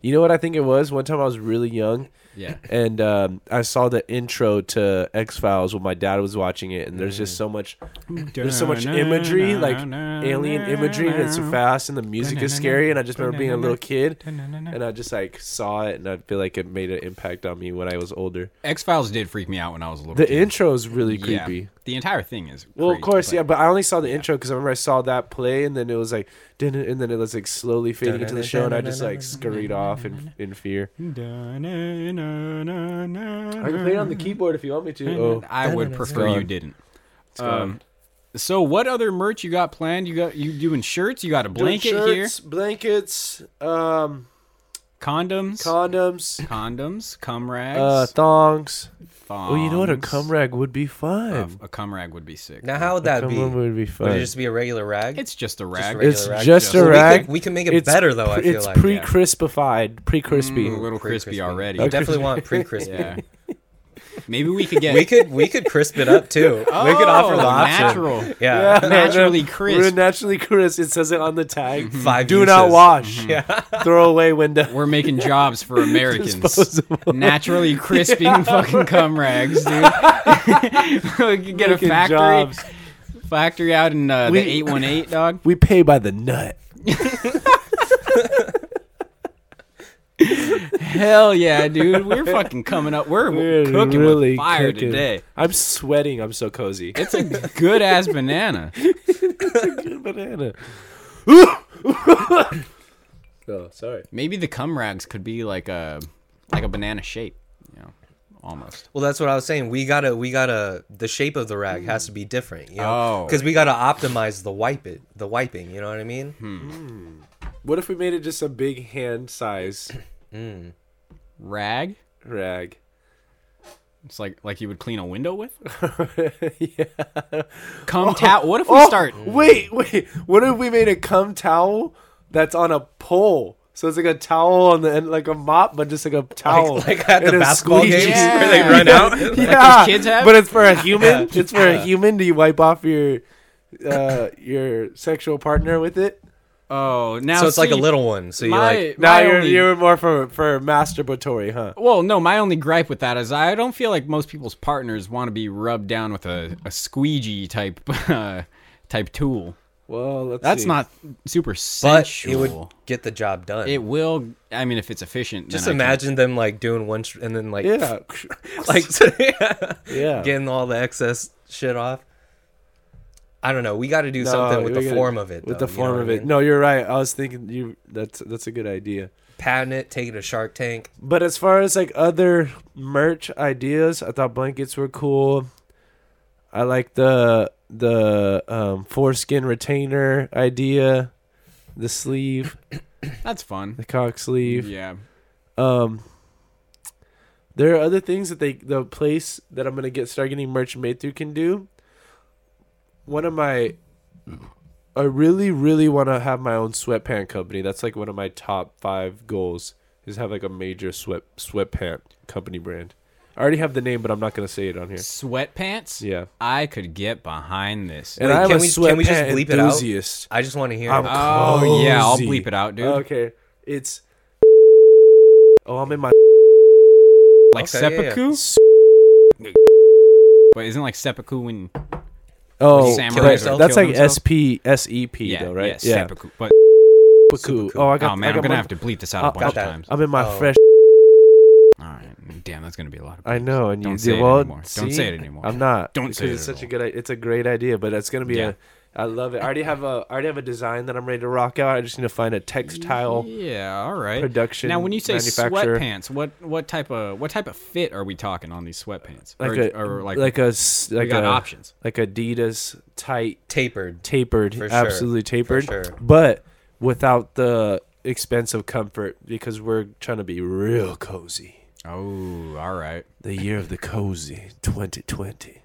S2: You know what I think it was? One time I was really young,
S1: yeah.
S2: and um, I saw the intro to X Files when my dad was watching it, and there's just so much, there's so much imagery, like alien imagery, and it's fast, and the music is scary, and I just remember being a little kid, and I just like saw it, and I feel like it made an impact on me when I was older.
S1: X Files did freak me out when I was a little
S2: The
S1: kid.
S2: intro is really
S1: Yeah.
S2: creepy.
S1: The entire thing is
S2: Well, of
S1: creepy,
S2: course,
S1: but-
S2: yeah, but I only saw the intro because I remember I saw that play, and then it was like, dun- and then it was like slowly fading into the show, and I just like scurried off in, in fear. I can play it on the keyboard if you want me to. Oh,
S1: I would prefer you
S2: gone.
S1: didn't. Um, so what other merch you got planned? You got you doing shirts, you got a blanket here,
S2: shirts, blankets, um,
S1: condoms,
S2: condoms,
S1: condoms, cum rags.
S2: uh, thongs.
S1: thongs.
S2: Oh, you know what? A cum rag would be
S1: A,
S2: fun.
S1: a cum rag would be sick.
S3: Now how would that
S2: cum
S3: be?
S2: rag
S3: Would
S2: would be
S3: it
S2: fun.
S3: just be a regular rag?
S1: It's just a rag.
S3: regular
S2: it's
S3: rag,
S2: just
S1: just-
S2: a
S1: Well,
S3: we
S2: rag.
S3: Could, we can make it
S2: It's
S3: better though. I
S2: pre-
S3: feel
S2: it's
S3: like yeah.
S2: pre-crispified, pre-crispy. [LAUGHS]
S1: Mm, a little crispy, already.
S3: We definitely
S1: [LAUGHS]
S3: want pre crispy.
S1: Yeah. Maybe we could get
S3: We could we could crisp it
S1: [LAUGHS]
S3: up too. we could offer
S1: Oh,
S3: the option.
S1: natural.
S3: Yeah.
S1: Naturally
S2: we're
S1: crisp.
S2: naturally crisp. It says it on the tag.
S3: Five
S2: Do not
S3: uses.
S2: wash. Throw away window.
S1: We're making jobs
S2: [LAUGHS]
S1: for Americans.
S2: Disposable. [LAUGHS]
S1: Naturally crisping fucking cum rags, dude. [LAUGHS] we could get a
S2: Making
S1: factory
S2: jobs.
S1: factory out in uh,
S2: We-
S1: the eight one
S2: [LAUGHS]
S1: eight dog.
S2: We pay by the nut.
S1: Hell yeah, dude. We're fucking coming up. We're,
S2: We're
S1: cooking
S2: really
S1: with fire
S2: cooking.
S1: today.
S2: I'm sweating. I'm so cozy.
S1: It's a good ass banana.
S2: banana. [LAUGHS] oh, sorry.
S1: Maybe the cum rags could be like a like a banana shape, you know, almost.
S3: Well, that's what I was saying. We gotta, we gotta. The shape of the rag has to be different, you know,
S1: Oh.
S3: because we gotta optimize the wipe it, the wiping. You know what I mean?
S1: Hmm.
S2: What if we made it just a big hand size [COUGHS]
S1: Rag.
S2: rag?
S1: It's like like you would clean a window with.
S2: [LAUGHS] yeah.
S1: Cum towel. What if we
S2: Oh,
S1: start?
S2: Wait, wait. What if we made a cum towel that's on a pole? So it's like a towel on the end, like a mop, but just like a
S3: [LAUGHS] [LAUGHS]
S2: towel.
S3: Like, like at the
S2: and a
S3: basketball
S2: squeegee.
S3: games where they
S1: Yeah. [LAUGHS]
S3: run
S2: [LAUGHS]
S3: out.
S2: yeah,
S1: those kids have?
S2: but it's for a human. It's for a human. Do you wipe off your uh, your sexual partner with it?
S1: Oh, now
S3: so it's like a
S1: see,
S3: little one. So you're
S1: My,
S3: like,
S2: Now
S1: my
S2: you're
S1: only-
S2: you're more for for masturbatory, huh?
S1: Well, no, my only gripe with that is I don't feel like most people's partners want to be rubbed down with a, a squeegee type [LAUGHS] uh, type tool.
S2: Well, let's
S1: That's
S2: see.
S1: not super
S3: but
S1: sensual.
S3: it would get the job done.
S1: It will. I mean, if it's efficient,
S3: Just
S1: then I can-
S3: imagine them like doing one sh- and then like,
S2: Yeah,
S3: [LAUGHS]
S2: [LAUGHS]
S3: like
S2: yeah.
S3: getting all the excess shit off. I don't know. We got to do
S2: No,
S3: something with
S2: we
S3: the
S2: gotta-
S3: form of it.
S2: With
S3: though,
S2: the
S3: you know
S2: form
S3: what
S2: of
S3: I
S2: it.
S3: mean?
S2: No, you're right. I was thinking you. That's that's a good idea.
S3: patent it, take it to Shark Tank.
S2: But as far as like other merch ideas, I thought blankets were cool. I like the the um, foreskin retainer idea, the sleeve,
S1: That's fun.
S2: [LAUGHS] the cock sleeve.
S1: Yeah.
S2: Um, there are other things that they the place that I'm gonna get start getting merch made through can do. One of my, I really really want to have my own sweatpant company. That's like one of my top five goals is have like a major sweat sweatpant company brand. I already have the name, but I'm not gonna say it on here.
S1: Sweatpants?
S2: Yeah.
S1: I could get behind this.
S2: And
S3: Wait,
S2: I'm
S3: can
S2: a
S3: we-
S2: sweatpant
S3: can we just bleep it out?
S2: enthusiast.
S3: I just want to hear.
S2: I'm
S3: it.
S1: Oh,
S2: cozy.
S1: yeah, I'll bleep it out, dude.
S2: Okay, it's. Oh, I'm in my.
S1: like
S3: okay, yeah, yeah.
S1: seppuku? But isn't like seppuku when
S2: Oh,
S1: Samurai
S2: but
S1: yourself,
S2: that's
S3: kill
S2: like
S3: himself?
S2: S P S E P
S1: yeah,
S2: though, right?
S1: Yeah, seppuku. But
S2: Seppuku. Oh, I got.
S1: oh man,
S2: I
S1: I'm
S2: got
S1: gonna
S2: my-
S1: have to bleep this out a
S2: I-
S1: bunch of
S3: got that.
S1: times.
S2: I'm in my
S3: Oh.
S2: fresh.
S1: All right, damn, that's gonna be a lot of.
S2: I
S1: bleeps.
S2: know, and you
S1: Don't say it
S2: well,
S1: anymore. Don't
S2: see?
S1: say it anymore.
S2: I'm not.
S1: Don't
S2: because
S1: say it
S2: It's
S1: at
S2: such a
S1: all.
S2: good. i- It's a great idea, but it's gonna be
S1: Yeah.
S2: a. I love it. I already have a. I already have a design that I'm ready to rock out. I just need to find a textile.
S1: Yeah, all right.
S2: Production,
S1: Now, when you say
S2: manufacturer.
S1: sweatpants, what what type of what type of fit are we talking on these sweatpants?
S2: Like
S1: or,
S2: a,
S1: or like,
S2: like, a, s- like
S1: got
S2: a,
S1: options.
S2: like Adidas tight [LAUGHS]
S3: Tapered.
S2: tapered,
S3: For sure.
S2: absolutely tapered,
S3: sure.
S2: but without the expense of comfort because we're trying to be real cozy.
S1: oh, all right.
S2: The year of the cozy, 2020.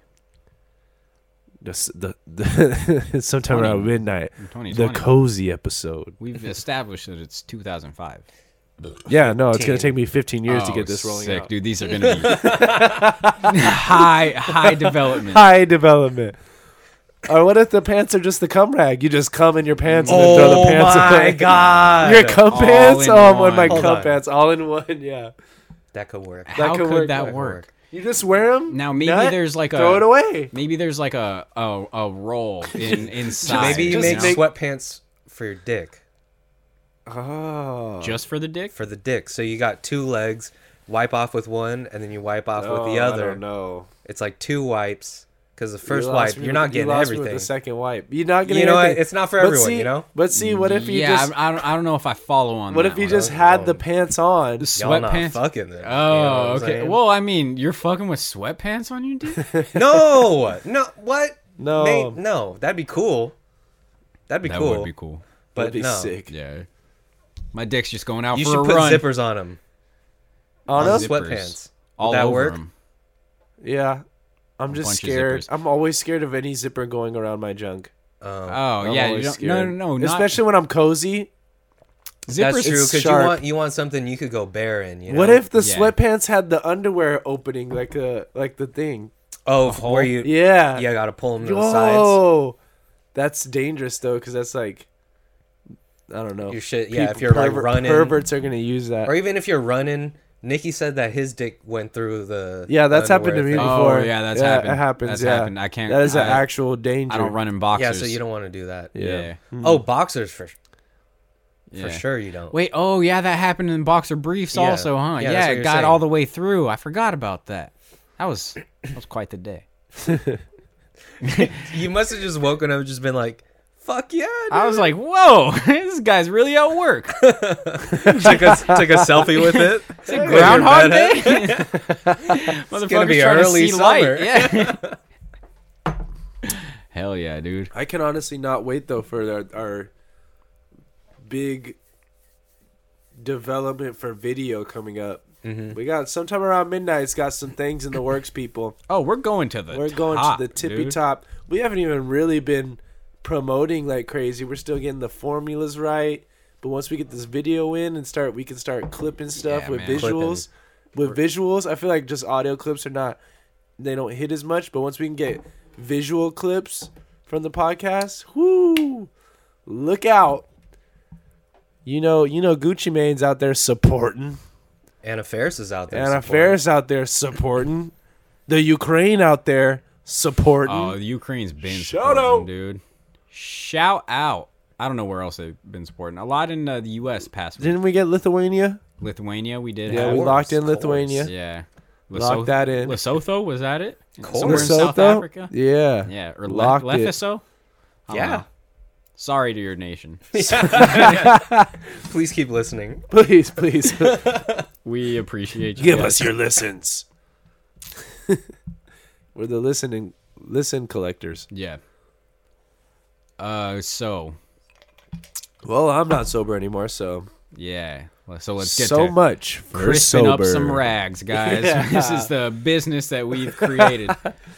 S2: The s- the, the [LAUGHS] sometime around midnight, the
S1: 2020.
S2: cozy episode. [LAUGHS]
S1: We've established that it's 2005.
S2: Yeah, no, it's gonna take me 15 years to
S1: Oh,
S2: get this rolling
S1: sick,
S2: out.
S1: dude. These are gonna be
S2: [LAUGHS]
S1: high high development.
S2: High development. Or what if the pants are just the cum rag? You just cum in your pants and then throw the pants
S1: [LAUGHS]
S2: away.
S3: Oh [LAUGHS] god!
S2: [LAUGHS] Your cum
S1: Oh All
S2: pants?
S1: in
S2: Oh, my
S1: one.
S2: cum
S3: Hold on.
S2: pants, all in one. Yeah.
S3: that could work.
S1: How
S2: could
S1: could,
S2: work, that
S1: that
S2: could
S1: work?
S2: You just wear them.
S1: Now, maybe there's like
S2: throw
S1: a-
S2: it away.
S1: Maybe there's like a a, a roll
S2: [LAUGHS]
S1: in inside.
S3: Maybe you
S1: just,
S3: make
S1: know?
S2: make-
S3: sweatpants for your dick,
S2: Oh,
S1: just for the dick.
S3: for the dick. So you got two legs. Wipe off with one, and then you wipe off
S1: Oh,
S3: with the
S2: I
S3: other.
S2: don't know.
S3: It's like two wipes because the first
S2: You lost
S3: wipe
S2: me
S3: you're
S2: with-
S3: not
S2: you
S3: getting
S2: lost me
S3: everything.
S2: With the second wipe, you're not getting.
S3: You know what?
S2: everything.
S3: It's not for
S2: But
S3: everyone,
S2: see-
S3: you know?
S2: But see, what if you
S1: yeah,
S2: just?
S1: I, I don't I don't know if I follow on.
S2: What
S1: that
S2: if you
S1: one.
S2: just
S3: That was
S2: had
S3: wrong.
S2: the pants on?
S3: Y'all not
S1: sweatpants?
S3: fucking then. You know
S1: Oh,
S3: what I'm
S1: okay.
S3: saying?
S1: Well, I mean, you're fucking with sweatpants on you,
S3: [LAUGHS]
S1: dude.
S3: no, no, what?
S2: No.
S3: Nate, no, that'd be cool. That'd be
S1: that
S3: cool.
S1: would be cool.
S3: But
S2: That'd be
S3: no,
S2: sick.
S1: Yeah, my dick's just going out
S3: you
S1: for
S3: should
S1: a
S3: put
S1: run.
S3: zippers on them.
S2: On
S1: Zippers
S2: us?
S3: Zip- sweatpants.
S1: all
S3: Would that
S1: over
S3: work?
S1: 'em.
S2: Yeah. I'm just
S1: bunch of
S2: scared.
S1: zippers.
S2: I'm always scared of any zipper going around my junk.
S3: Um,
S1: Oh
S2: I'm
S1: yeah, you
S2: always
S1: don't,
S2: scared.
S1: no, no, no, not,
S2: Especially when I'm cozy.
S1: zippers.
S3: That's true
S2: It's
S3: because you
S2: sharp.
S3: want you want something you could go bare in. You know?
S2: What if the
S1: Yeah.
S2: sweatpants had the underwear opening, like a like the thing?
S3: oh where you yeah,
S2: Yeah.
S3: you gotta pull them to the sides.
S2: Yo, that's dangerous though, because that's like, I don't know.
S3: Your shit- yeah,
S2: Peop-
S3: if you're, like, running-
S2: perverts are gonna use that.
S3: Or even if you're running, Nikki said that his dick went through the
S2: yeah, that's happened to me
S3: underwear thing.
S1: Oh,
S2: before.
S1: yeah, that's happened.
S2: It happens.
S1: That's
S2: yeah,
S1: happened. I can't-
S2: That is an
S1: I-
S2: actual danger.
S1: I don't run in Oh, boxers.
S3: Yeah, so you don't want to do that.
S1: Yeah, Hmm.
S3: Oh, boxers for
S1: yeah.
S3: for sure you don't.
S1: Wait, oh yeah, that happened in boxer briefs
S3: Yeah.
S1: also, huh?
S3: Yeah,
S1: Yeah,
S3: that's what
S1: it
S3: you're
S1: got
S3: saying.
S1: all the way through. I forgot about that. That was that was quite the day.
S3: You must have just woken up and just been like, "Fuck yeah!"
S1: I was like, whoa, [LAUGHS] this guy's really at work.
S3: dude." [LAUGHS] took a took a selfie with it. It's a
S1: Groundhog Day.
S2: [LAUGHS]
S1: Motherfucker's
S3: be
S1: trying to
S3: early
S1: see
S3: summer.
S1: light. Yeah. [LAUGHS] Hell yeah, dude.
S2: I can honestly not wait though for our, our big development for video coming up.
S1: Mm-hmm.
S2: We got sometime around midnight. It's got some things in the works, people.
S1: Oh, we're going to the
S2: We're
S1: [LAUGHS]
S2: going
S1: top,
S2: to the tippy
S1: dude.
S2: top. We haven't even really been promoting like crazy. We're still getting the formulas right. But once we get this video in and start, we can start clipping stuff
S1: Yeah,
S2: with
S1: man.
S2: visuals. With visuals, I feel like just audio clips are not, they don't hit as much. But once we can get visual clips from the podcast, whoo, look out. You know, you know, Gucci Mane's out there supporting.
S3: Anna Faris is out there.
S2: Anna
S3: supporting.
S2: Faris out there supporting. The Ukraine out there supporting.
S1: Oh, the Ukraine's been
S2: Shout
S1: supporting,
S2: out.
S1: dude. Shout out. I don't know where else they've been supporting. A lot in uh, the U.S. past week.
S2: Didn't we get Lithuania?
S1: Lithuania, we did.
S2: Yeah,
S1: have.
S2: we
S3: course,
S2: locked in
S3: of
S2: Lithuania.
S1: Yeah.
S2: Lock that in.
S1: Lesotho was that it?
S3: course.
S1: Somewhere in South
S2: Lesotho?
S1: Africa.
S2: Yeah.
S1: Yeah, or
S2: Locked
S1: Le-
S2: it.
S1: Lefiso. I don't
S3: Yeah.
S1: know. Sorry to your nation.
S3: Please keep listening.
S2: Please,
S1: [LAUGHS]
S2: please [LAUGHS]
S1: We appreciate you.
S2: give
S1: guys.
S2: us your listens. [LAUGHS] We're the listening listen collectors.
S1: Yeah. Uh, so
S2: Well, I'm not sober anymore, so
S1: yeah. So let's get
S2: so
S1: to
S2: much for
S1: crisping
S2: sober.
S1: up some
S2: [LAUGHS]
S1: rags, guys.
S2: Yeah.
S1: [LAUGHS] This is the business that we've
S2: [LAUGHS]
S1: created.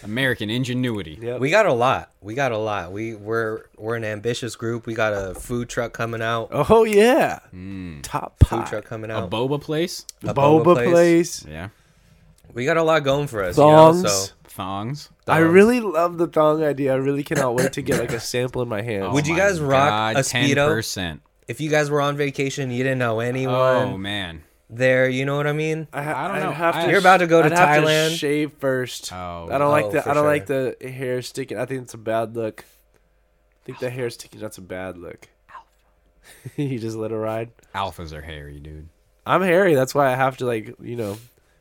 S1: American ingenuity.
S2: Yep.
S3: We got a lot. We got a lot. We we're we're an ambitious group. We got a food truck coming out.
S2: oh yeah, top
S1: Hmm.
S3: Food
S2: pie,
S3: truck coming
S1: A
S3: out.
S1: boba place.
S2: boba,
S3: boba
S2: place.
S1: Yeah.
S3: We got a lot going for us. You know,
S2: Thongs.
S3: so
S1: Thongs.
S2: I
S3: Thongs.
S2: really love the thong idea. I really cannot wait to get like a sample
S1: [COUGHS]
S2: in my hand.
S1: Oh
S3: Would you guys rock a Speedo?
S1: percent.
S3: if you guys were on vacation, you didn't know anyone
S1: Oh man.
S3: there. You know what I mean?
S1: I don't
S2: I'd
S1: know.
S2: have
S1: I-
S2: to-
S1: You're
S3: about to go to
S2: I'd have
S3: Thailand.
S2: shave first.
S1: Oh.
S2: I don't
S3: Oh,
S2: like the.
S3: for
S2: I don't like the hair sticking. I think it's a bad look. I think the hair sticking. That's a bad look. [LAUGHS] you just let it ride.
S1: Alphas are hairy, dude.
S2: I'm hairy. That's why I have to like you know,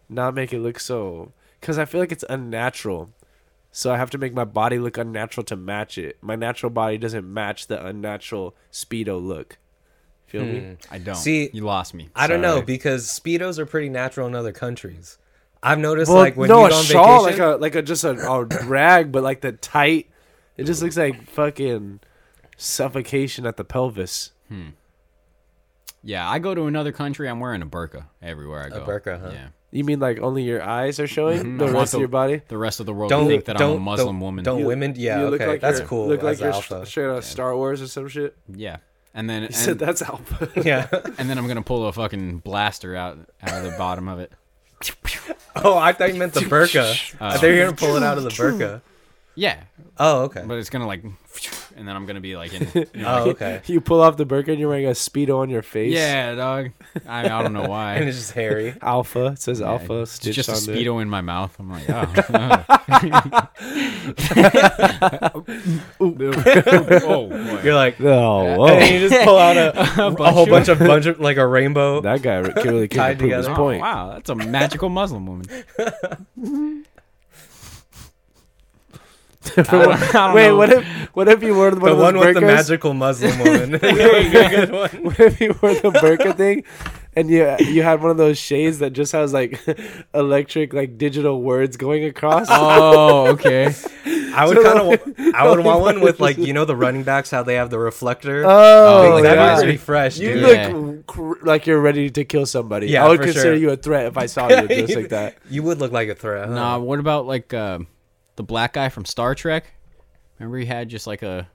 S2: not make it look so. Because I feel like it's unnatural. So I have to make my body look unnatural to match it. My natural body doesn't match the unnatural speedo look. Feel me?
S1: I don't.
S3: See,
S1: you lost me.
S3: I don't know
S1: Sorry.
S3: because speedos are pretty natural in other countries. I've noticed
S2: Well,
S3: like when
S2: no,
S3: you
S2: a
S3: go on
S2: shawl,
S3: vacation,
S2: like a like a just a, a rag, but like the tight. It just looks like fucking suffocation at the pelvis.
S1: Yeah, I go to another country. I'm wearing a burqa everywhere I go.
S3: burqa, huh?
S1: Yeah.
S2: You mean like only your eyes are showing
S3: Mm-hmm.
S1: Mhm. I
S2: the
S1: want
S2: rest
S1: to-
S2: of your body?
S1: The rest of the world
S3: Don't-
S1: think that I'm a
S3: don't-
S1: Muslim
S3: don't-
S1: women.
S3: don't- women- yeah, okay, that's
S2: you're-
S3: cool
S2: Look like
S3: as
S2: you're
S3: alpha.
S2: sh- straight out of Star Wars or some shit.
S1: Yeah. And then
S2: [LAUGHS] You said
S1: and,
S2: that's alpha.
S3: [LAUGHS]
S2: [LAUGHS]
S3: yeah.
S1: and then I'm gonna pull a fucking blaster out out of the bottom of it.
S3: oh, I thought you meant the [LAUGHS] burqa. I thought you were gonna pull it out of the burqa.
S1: Yeah,
S3: Oh, okay.
S1: [LAUGHS] but it's gonna like, and then I'm gonna be like,
S2: [LAUGHS]
S1: in,
S3: Oh, okay.
S2: you pull off the burqa and you're wearing a speedo on your face.
S1: yeah, dog. I, I don't know
S2: [LAUGHS]
S1: why.
S3: And it's just hairy.
S2: Alpha. It says
S1: Yeah,
S2: alpha.
S1: it's
S2: stitched
S1: just a
S2: on there.
S1: speedo in my mouth. I'm like,
S2: [LAUGHS]
S1: oh, [LAUGHS] oh boy.
S3: [LAUGHS] You're like, [LAUGHS]
S2: Oh,
S3: and
S2: whoa.
S3: you just pull out [LAUGHS] a, a, whole bunch of bunch of like a rainbow.
S2: that guy re-
S3: [LAUGHS]
S2: really
S3: Tied
S2: can prove his
S3: together.
S1: Oh,
S2: point. [LAUGHS]
S1: wow, that's a magical Muslim woman. I don't- I don't
S2: Wait,
S1: know.
S2: what if what if you wore one
S3: the
S2: of those
S3: one with the
S2: burqas?
S3: magical
S2: [LAUGHS]
S3: Muslim woman. [LAUGHS] Good one.
S2: What if you wore the burqa thing and you you had one of those shades that just has like [LAUGHS] electric like digital words going across?
S1: Oh, okay.
S3: I would kind of, [LAUGHS] I would want one with [LAUGHS] like you know the running backs how they have the reflector.
S2: Oh,
S3: Like, that'd
S2: yeah.
S3: be pretty fresh,
S2: You
S3: dude.
S2: look cr- like you're ready to kill somebody.
S3: Yeah,
S2: I would
S3: for
S2: consider
S3: sure.
S2: you a threat if I saw you just like that.
S3: You would look like a threat. Huh?
S1: Nah, what about like uh, the black guy from Star Trek? Remember he had just like a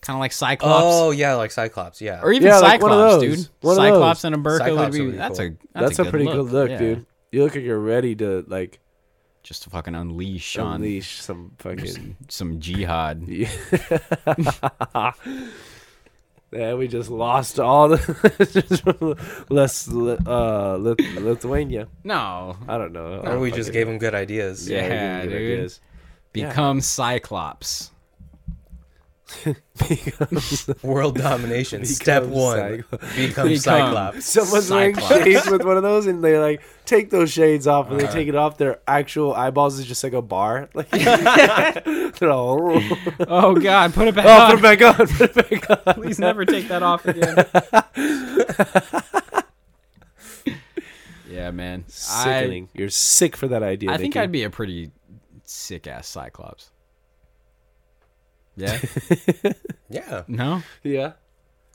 S1: kind of like Cyclops,
S3: Oh yeah, like Cyclops. Yeah.
S1: or even
S2: Yeah, like
S1: Cyclops,
S2: one of those.
S1: dude.
S2: One of
S1: Cyclops
S2: those.
S1: and a burqa
S3: Cyclops
S1: would be.
S3: would be
S1: that's a that's,
S2: That's,
S1: a,
S2: a,
S1: good
S2: pretty good look,
S1: Yeah.
S2: dude. You look like you're ready to like
S1: Just to fucking unleash on
S2: unleash some fucking.
S1: some jihad.
S2: [LAUGHS] Yeah, we just lost all [LAUGHS] the [LAUGHS] Let's uh, Lith- Lithuania.
S1: No,
S2: I don't know.
S3: Or we just gave him good ideas.
S1: Yeah. dude.
S2: [LAUGHS]
S1: become Cyclops.
S3: World [LAUGHS] domination. Step
S2: Become
S3: one. Become,
S1: Become.
S3: Cyclops.
S2: Someone's
S1: Cyclops.
S2: wearing shades with one of those, and they like take those shades off, and they take it off. Their actual eyeballs is just like a bar. [LAUGHS] Like they're all. Oh,
S1: Oh God, put it
S2: [LAUGHS]
S1: back
S2: put
S1: on.
S2: it back on. Put it back on.
S1: Please never take that off
S2: [LAUGHS]
S1: again. yeah, man.
S2: Sickening. You're sick for that idea.
S1: I, I think
S2: Nikki.
S1: I'd be a pretty sick ass Cyclops.
S2: [LAUGHS]
S1: Yeah.
S3: Yeah,
S1: no.
S2: Yeah.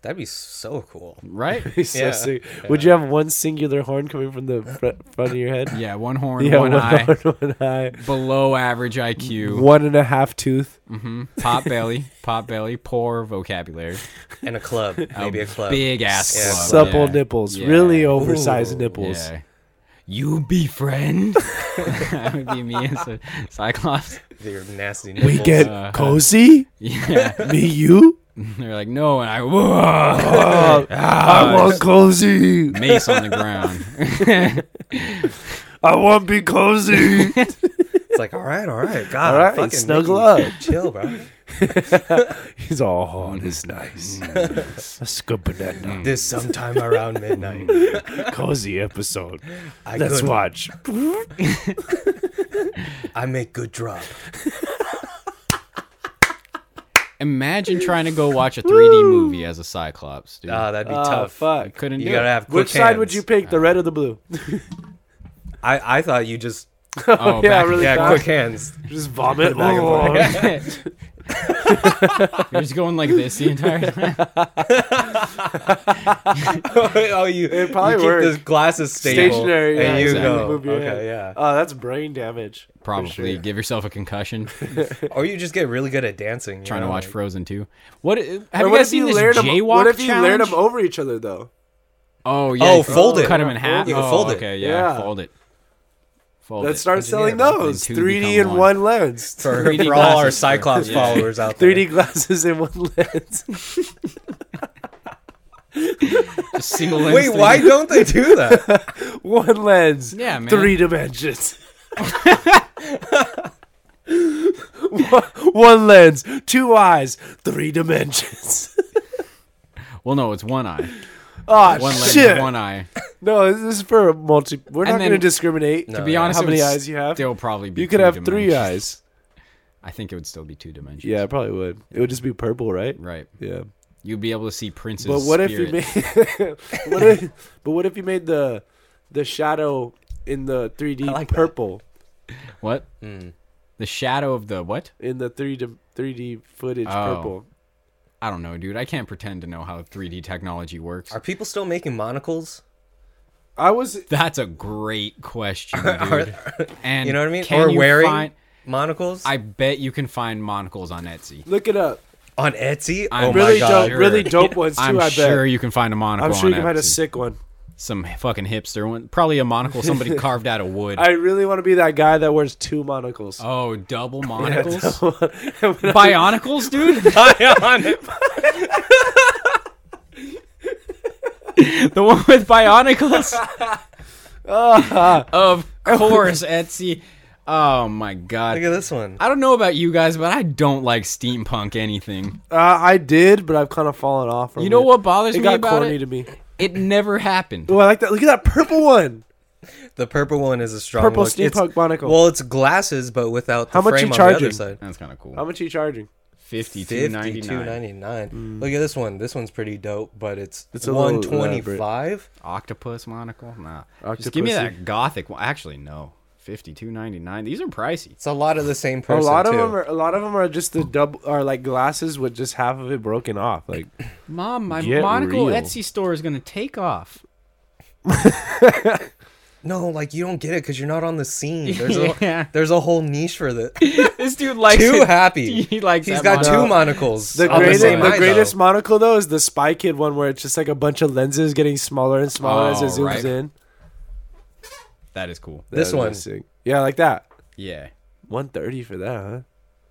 S3: that'd be so
S2: [LAUGHS]
S3: cool.
S1: Right.
S2: He's so
S3: Yeah.
S2: sick. Would you have one singular horn coming from the fr- front of your head?
S1: Yeah. One horn,
S2: [LAUGHS] Yeah,
S1: one, eye,
S2: horn, one eye,
S1: below average IQ,
S2: one and a half tooth.
S1: hmm pot belly, pot belly, poor
S2: [LAUGHS]
S1: vocabulary,
S3: And a club. Maybe a club.
S1: big ass,
S3: Yeah.
S1: club.
S2: supple
S1: yeah.
S2: nipples,
S1: Yeah.
S2: really oversized
S3: Ooh.
S2: nipples.
S1: Yeah. You befriend. [LAUGHS] that would be me as a Cyclops.
S3: Your nasty
S2: We
S3: nipples.
S2: get
S1: Uh,
S2: cozy,
S1: Yeah.
S2: me, you.
S1: They're like, no, and I whoa,
S2: Oh, I want cozy.
S1: mace on the ground. [LAUGHS]
S2: I want be [LAUGHS] cozy.
S3: It's like, all right, all
S2: [LAUGHS]
S3: right, God,
S2: All right,
S3: fucking
S2: snuggle
S3: Mickey,
S2: up.
S3: chill,
S2: [LAUGHS]
S3: bro.
S2: He's all horn is nice. A scoop banana.
S3: This sometime around midnight.
S2: Cozy episode.
S3: I
S2: Let's
S3: could-
S2: watch.
S3: I make good
S2: [LAUGHS]
S3: drop.
S1: Imagine trying to go watch a 3D movie as a Cyclops, dude.
S3: Ah, that'd be
S2: Oh,
S3: tough.
S1: I
S2: fuck.
S1: couldn't
S3: You
S1: do
S3: gotta
S1: it.
S3: have quick
S2: Which side would
S3: hands.
S2: you pick, the red or the [LAUGHS] blue?
S3: I I thought you just
S1: oh,
S2: yeah,
S1: back-
S2: really
S3: yeah,
S2: fast.
S3: quick hands.
S2: Just vomit.
S3: back and
S2: Oh.
S1: [LAUGHS] You're just going like this the entire time.
S3: [LAUGHS] oh, you it
S2: probably
S3: you keep
S2: work.
S3: the glasses stable,
S2: Stationary,
S3: and
S2: yeah,
S3: you
S1: exactly.
S3: go.
S2: Move your
S3: okay,
S2: hand.
S3: yeah.
S2: Oh, that's brain damage. for
S1: Probably
S2: sure.
S1: give yourself a concussion
S3: Or you just get really good at dancing. you
S1: trying
S3: know,
S1: to watch
S3: like-
S1: Frozen 2. What have
S2: Or
S1: you
S2: what
S1: guys
S2: if
S1: seen
S2: you
S1: this
S2: layered 'em-
S1: jaywalk
S2: What if you layered
S1: challenge?
S2: them over each other though?
S1: Oh yeah.
S3: Oh,
S1: you
S3: fold it.
S1: Cut him in half.
S3: You can
S1: oh,
S3: fold it.
S1: okay, yeah,
S2: Yeah.
S1: fold it. Fold
S2: Let's
S1: it,
S2: start
S1: engineer
S2: selling
S1: that thing,
S2: those.
S1: two
S2: 3D
S1: become
S2: in one lens.
S1: [LAUGHS]
S3: for,
S1: 3D
S3: for all our
S1: glasses for- [LAUGHS]
S3: Cyclops followers out there.
S2: 3D glasses in one [LAUGHS] lens.
S1: A single lens
S3: Wait,
S1: thing.
S3: why don't they do
S2: [LAUGHS]
S3: that?
S2: one lens.
S1: Yeah, man.
S2: Three
S1: [LAUGHS]
S2: dimensions. [LAUGHS] one, one lens, two eyes, three dimensions. [LAUGHS]
S1: Well, no, it's one eye.
S2: Oh
S1: One lens,
S2: shit!
S1: one eye.
S2: No, this is for multi. We're
S1: And
S2: not
S1: then-
S2: going to discriminate.
S3: No.
S1: To be
S3: yeah.
S1: honest,
S2: How
S1: it
S2: many
S1: would
S2: eyes you have?
S1: Still probably be.
S2: You could
S1: two
S2: have three
S1: dimensions.
S2: eyes.
S1: I think it would still be two dimensions.
S2: Yeah, I probably would. It would just be purple, right?
S1: Right.
S2: Yeah.
S1: You'd be able to see Prince's.
S2: But what if you
S1: spirit.
S2: made? [LAUGHS] what if, but what if you made the the shadow in the 3D
S3: I like that.
S2: purple
S1: what?
S3: Hmm.
S1: The shadow of the what?
S2: in the 3D 3D footage
S1: Oh.
S2: purple?
S1: I don't know, dude. I can't pretend to know how 3D technology works.
S3: Are people still making monocles?
S2: I was
S1: That's a great
S3: [LAUGHS]
S1: question, dude. [LAUGHS] And
S3: You know what I mean?
S1: Can
S3: or
S1: you
S3: wearing
S1: find-
S3: monocles
S1: I bet you can find monocles on Etsy.
S2: look it up.
S3: on Etsy?
S1: I'm
S3: oh my
S2: really
S3: god! [LAUGHS]
S2: dope, really dope ones too.
S1: I'm
S2: I
S1: sure
S2: bet.
S1: you can find a monocle.
S2: I'm sure you
S1: on
S2: can find a
S1: Etsy.
S2: sick one.
S1: Some fucking hipster one. Probably a monocle
S2: [LAUGHS]
S1: somebody carved out of wood.
S2: I really want to be that guy that wears two monocles.
S1: Oh,
S2: [LAUGHS]
S1: double monocles?
S2: And when I-
S1: Bionicles,
S2: [LAUGHS]
S1: dude? the one with
S2: [LAUGHS]
S1: bionicles? of course, Etsy. Oh my
S3: Look
S1: god.
S3: at this one.
S1: I don't know about you guys, but I don't like steampunk anything.
S2: uh, I did, but I've kind of fallen off. From
S1: You know
S2: it.
S1: what bothers
S2: It
S1: me
S2: got
S1: about
S2: corny
S1: it?
S2: to me.
S1: It never
S2: [LAUGHS]
S1: happened.
S2: Oh, I like that. Look at that purple one.
S3: The purple one is a strong
S2: Purple
S3: look. It's-
S2: steampunk monocle.
S3: Well, it's glasses, but without the
S2: How much
S3: frame
S2: you
S3: on the other
S2: charging?
S3: side.
S1: That's kind of cool.
S2: How much are you charging?
S1: Fifty-two
S3: Fifty-two
S1: ninety-nine.
S3: ninety-nine. Look at this one. This one's pretty dope, but it's
S2: Mm. It's
S3: it's
S2: a little
S3: one twenty-five.
S1: Octopus monocle? Nah. Just give me
S2: Octopussy.
S1: that gothic one. Actually, no. Fifty-two ninety-nine. These are pricey.
S3: It's a lot of the same
S2: A
S3: person.
S2: lot of
S3: too.
S2: them are. A lot of them are just the double. Are like glasses with just half of it broken off. Like
S1: Mom, my
S2: Get
S1: monocle
S2: real.
S1: Etsy store is gonna take off.
S2: [LAUGHS]
S3: No, like you don't get it because you're not on the scene. There's
S2: [LAUGHS]
S1: Yeah.
S3: a there's a whole niche for that.
S1: this dude likes
S3: Too
S1: it.
S2: [LAUGHS]
S3: happy.
S1: He likes
S3: He's
S1: that
S3: got
S1: monocle.
S3: two monocles.
S2: the
S3: on
S2: greatest.
S3: the,
S2: The,
S3: same eye,
S2: greatest
S3: though.
S2: monocle though is the Spy Kid one, where it's just like a bunch of lenses getting smaller and smaller as
S1: Oh,
S2: it zooms
S1: right.
S2: in.
S1: That is cool.
S3: This
S2: That would be
S3: one.
S2: sick. Yeah, like that.
S1: Yeah.
S2: One thirty for that, huh?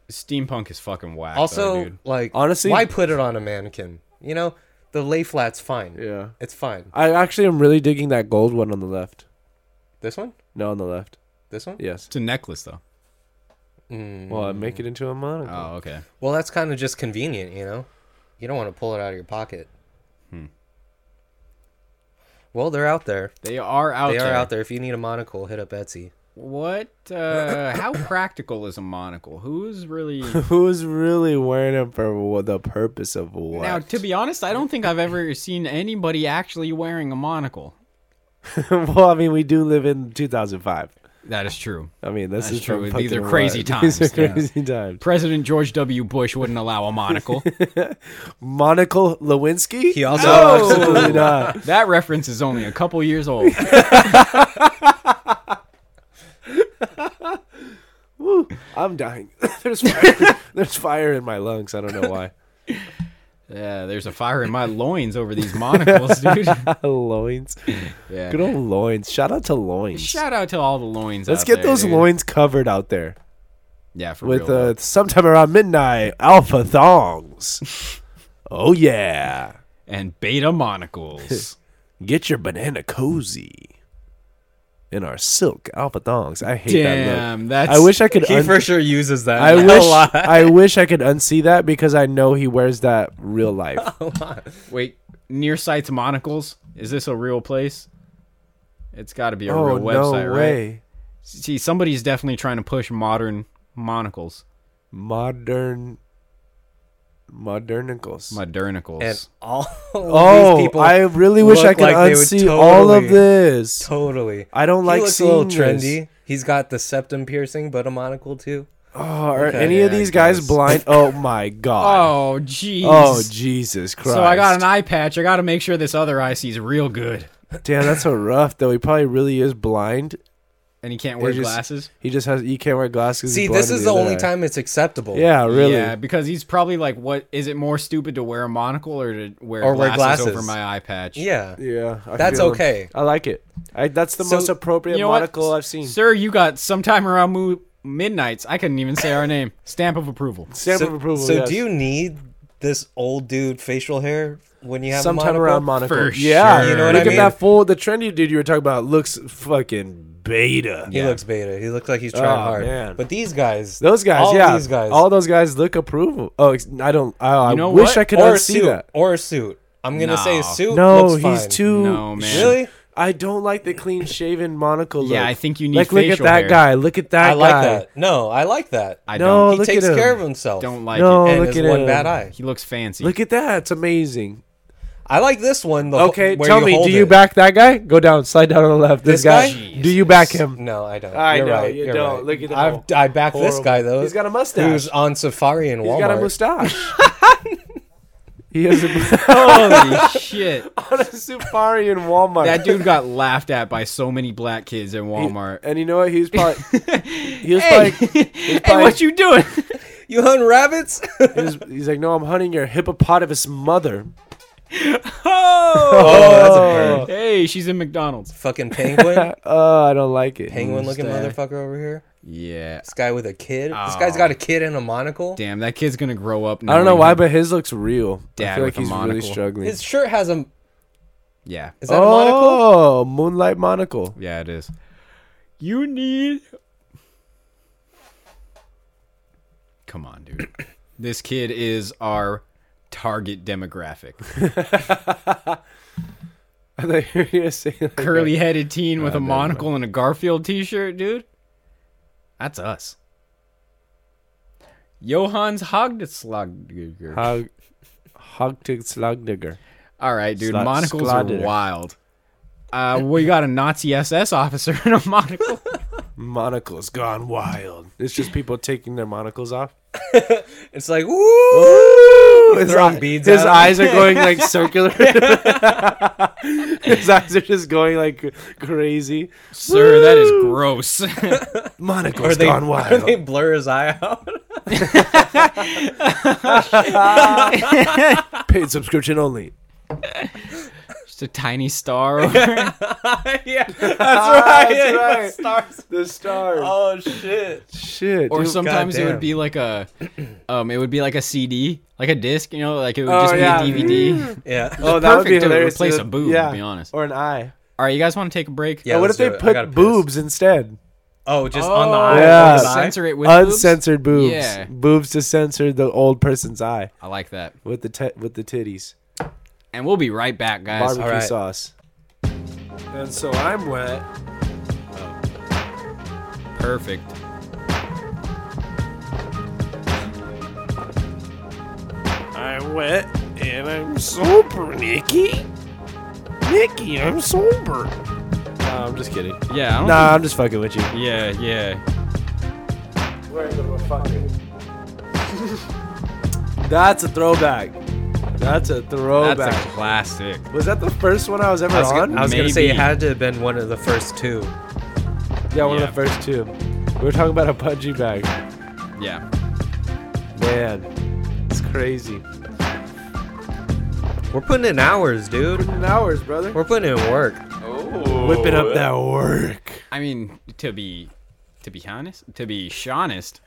S1: Steampunk is fucking whack. though,
S3: Also,
S1: dude.
S3: like
S2: Honestly-
S3: why put it on a mannequin? You know, the lay flat's fine.
S2: Yeah.
S3: it's fine.
S2: I actually am really digging that gold one on the left.
S3: This one,
S2: No, on the left.
S3: this one. Hmm.
S2: Yes.
S1: it's a necklace though.
S2: Well, I make it into a monocle.
S1: Oh, okay.
S3: Well, that's kind of just convenient. You know, you don't want to pull it out of your pocket.
S2: Hmm.
S3: Well, they're out there.
S1: They are out
S3: They
S1: there.
S3: are out there. If you need a monocle, hit up Etsy.
S1: What? Uh, how practical is a monocle? Who's really?
S2: [LAUGHS] Who's really wearing it for wha- the purpose of what?
S1: Now, to be honest, I don't think I've ever seen anybody actually wearing a monocle.
S2: [LAUGHS] well, I mean, we do live in 2005.
S1: That is true.
S2: I mean, this
S1: That's
S2: is
S1: true.
S2: from
S1: These are
S2: fucking
S1: crazy
S2: [LAUGHS] wild.
S1: times,
S2: These are
S1: yeah.
S2: crazy times.
S1: President George W. Bush wouldn't allow a monocle.
S2: Monocle Lewinsky?
S3: He also
S2: [LAUGHS]
S1: [LAUGHS]
S2: Absolutely not.
S1: that reference is only a couple years old.
S2: I'm dying. [LAUGHS] There's fire. [LAUGHS] There's fire in my lungs. I don't
S1: [LAUGHS]
S2: know why. [LAUGHS]
S1: Yeah, there's a fire in my loins over these monocles, dude.
S2: loins.
S1: Yeah.
S2: Good old loins. Shout out to loins.
S1: Shout out to all the loins.
S2: Let's
S1: out
S2: get
S1: there,
S2: those
S1: dude.
S2: loins covered out there
S1: Yeah, for
S2: with
S1: real.
S2: uh, sometime around midnight alpha thongs. [LAUGHS] oh yeah.
S1: and beta monocles.
S2: Get your banana cozy in our silk alpha thongs. I hate that look.
S1: Damn, that's.
S2: I wish I could.
S3: [LAUGHS] he
S2: un-
S3: for sure uses that.
S2: I
S3: [LAUGHS] a
S2: wish.
S3: lot.
S2: I wish I could unsee that because I know he wears that
S3: [LAUGHS]
S2: real life.
S1: Wait, near sights monocles. Is this a real place? It's got to be a
S2: oh
S1: real website,
S2: no
S1: right?
S2: way!
S1: See, somebody's definitely trying to push modern monocles,
S2: Modern. Modernicals.
S1: modernicals.
S3: And all [LAUGHS]
S2: oh,
S3: of these people
S2: I really wish I
S3: look
S2: could
S3: like they would
S2: unsee all of
S3: totally-
S2: this.
S3: Totally.
S2: I don't
S3: He
S2: like
S3: looks a little
S2: seeing this.
S3: trendy. He's got the septum piercing, but a monocle too.
S2: Oh, are
S3: Okay,
S2: any of
S3: yeah, I
S2: these guys
S3: guess.
S2: blind? Oh
S3: [LAUGHS]
S2: my god!
S1: oh, jeez.
S2: Oh, Jesus Christ!
S1: so I got an eye patch. I got to make sure this other eye sees real good.
S2: Damn, that's so rough though. He probably really is blind,
S1: and he can't wear
S2: just-
S1: glasses.
S2: He just has. You can't wear glasses.
S3: See, this is the only time it's acceptable.
S2: Yeah, Oh, really.
S1: Yeah, because he's probably like, what is it more stupid to wear a monocle or to wear,
S3: Or wear
S1: glasses, over
S3: glasses.
S1: my eye patch?
S3: Yeah.
S2: Yeah, I
S3: That's
S2: feel him.
S3: okay.
S2: I like it. I, that's the
S3: So-
S2: most appropriate
S1: You know what?
S2: monocle I've seen.
S1: Sir, you got sometime around mo- midnights. I couldn't even say our name. Stamp of approval. [LAUGHS]
S2: Stamp
S3: So,
S2: of approval.
S3: so
S2: yes.
S3: do you need this old dude facial hair when you have
S2: sometime
S3: a monocle?
S2: around monocle?
S1: For
S2: yeah,
S1: sure. You
S3: know what I
S2: look
S3: mean?
S2: at that fool. The trendy dude you were talking about looks fucking beta.
S3: He looks beta. He looks like he's trying
S2: Oh,
S3: hard.
S2: man.
S3: But these guys,
S2: Those guys,
S3: all
S2: yeah,
S3: these guys,
S2: all those guys look approval. Oh, ex- I don't. I,
S1: You know
S2: I wish
S1: what?
S2: I could
S3: or a
S2: unsee
S3: suit,
S2: that.
S3: or a suit. I'm gonna say a
S1: No.
S3: suit.
S2: No,
S3: looks
S2: he's
S3: fine.
S2: too.
S1: No, man.
S3: Really?
S2: I don't like the clean shaven monocle look.
S1: Yeah, I think you need
S2: Like, look at
S1: facial
S2: that
S1: hair.
S2: guy. Look at that
S3: I like
S2: guy.
S3: that. No, I like that.
S1: I
S2: No,
S1: don't.
S3: he
S2: look
S3: takes
S2: at him.
S3: care of himself.
S1: Don't like
S2: No,
S1: it.
S2: look
S3: and his
S2: at
S3: one
S2: him.
S3: bad eye.
S1: He looks fancy.
S2: Look at that. It's amazing.
S3: I like this one. The
S2: Okay,
S3: wh- where
S2: tell
S3: you
S2: me,
S3: hold
S2: do you
S3: it.
S2: back that guy? Go down, slide down on the left. This,
S3: This
S2: guy,
S3: guy?
S2: do you back him?
S3: No, I don't.
S2: I
S3: You're
S2: know,
S3: right.
S2: you
S3: You're
S2: don't.
S3: right.
S2: Look at the
S3: I've,
S2: whole-
S3: I back this
S2: horrible-
S3: guy though.
S2: He's got a mustache.
S3: Who's on safari in Walmart?
S2: He's got a mustache.
S3: [LAUGHS]
S2: he has a, [LAUGHS]
S1: Holy shit.
S2: on a safari in Walmart.
S1: That dude got laughed at by so many black kids in Walmart.
S2: And you know what? He
S1: [LAUGHS]
S2: was probably he was
S1: Hey, [LAUGHS]
S2: probably
S1: hey,
S2: probably-
S1: what you doing? [LAUGHS]
S3: You hunt
S2: [LAUGHS]
S3: rabbits?
S2: he was- he's like, no, I'm hunting your hippopotamus mother.
S1: oh,
S3: oh, that's a bird.
S1: hey, she's in McDonald's.
S3: Fucking
S2: [LAUGHS]
S3: penguin. [LAUGHS]
S2: Oh, I don't like it.
S3: Penguin looking
S1: Mustache.
S3: motherfucker over here.
S1: Yeah,
S3: This guy with a kid. This
S1: Oh.
S3: guy's got a kid and a monocle.
S1: damn, that kid's gonna grow up.
S2: I don't know
S1: knowing
S2: why,
S1: him.
S2: but his looks real. I
S1: Dad
S2: feel like
S1: with a
S2: he's really
S1: monocle.
S2: struggling.
S3: His shirt has a.
S1: yeah,
S3: Is that a monocle?
S2: oh, moonlight monocle. [LAUGHS]
S1: yeah, it is. You need. Come on, dude. [COUGHS] This kid is our target [LAUGHS] demographic.
S2: I thought you were gonna say like,
S1: Curly-headed teen with a monocle and a Garfield T-shirt, dude. That's us. Johannes Hogdeslagdiger.
S2: Hog, hog to Slugdigger.
S1: All right, dude.
S2: Slut-
S1: monocles
S2: sklodder.
S1: are wild. [LAUGHS] Uh, we got a Nazi SS officer in a [LAUGHS] monocle.
S2: Monocles gone wild. It's just people taking their monocles off.
S3: It's like woo.
S2: His,
S3: Throwing
S2: eye-
S3: beads
S2: his
S3: at him.
S2: eyes are going like circular. [LAUGHS] his eyes are just going like crazy.
S1: Sir, that is gross. [LAUGHS]
S2: Monocles
S3: Or they,
S2: gone
S3: or
S2: wild.
S3: they blur his eye out. [LAUGHS]
S2: Paid subscription only.
S1: Just a tiny star. [LAUGHS] Over.
S3: yeah, that's right. yeah, he
S2: right.
S3: put Stars.
S2: The stars.
S3: Oh shit.
S2: Shit.
S1: Or
S2: dude.
S1: sometimes it
S3: goddamn.
S1: would be like a,
S3: [CLEARS THROAT]
S1: um, it would be like a CD, like a disc. You know, like it would
S2: Oh,
S1: just
S2: yeah.
S1: be a DVD.
S3: Yeah.
S2: Oh, that would
S1: perfect
S2: be
S1: to
S2: hilarious.
S1: replace
S2: do
S1: a
S2: that.
S1: boob, to
S2: Yeah.
S1: be honest.
S2: Or an eye.
S1: All right, you guys want to take a break?
S3: Yeah,
S2: what
S3: let's
S2: if they
S3: do it. I gotta
S2: put
S3: piss.
S2: boobs instead?
S3: Oh, just on the eye.
S2: Yeah.
S3: on the eye?
S1: Censor it with boobs?
S2: Uncensored boobs.
S1: Yeah.
S2: Boobs to censor the old person's eye
S1: I like that.
S2: with the te- with the titties.
S1: And we'll be right back, guys.
S2: Barbecue
S3: All right.
S2: sauce. And so I'm wet.
S1: Perfect.
S2: I'm wet and I'm sober, Nikki. Nikki, I'm sober. No, I'm just kidding.
S1: Yeah. I don't
S2: Nah, I'm just fucking with you.
S1: think- Yeah. Yeah.
S2: That's a throwback. That's a
S1: That's
S2: throwback.
S1: a classic.
S2: was that the first one I was ever
S3: I was,
S2: on?
S3: gonna, I was gonna say it
S1: Maybe.
S3: had to have been one of the first two.
S2: yeah, one
S1: yeah.
S2: of the first two. We were talking about a pudgy bag.
S1: Yeah.
S2: Man, it's crazy.
S3: We're putting in hours, dude.
S2: Putting in hours, brother.
S3: We're putting in work.
S2: whipping up that work.
S1: I mean, to be, to be honest, to be honest,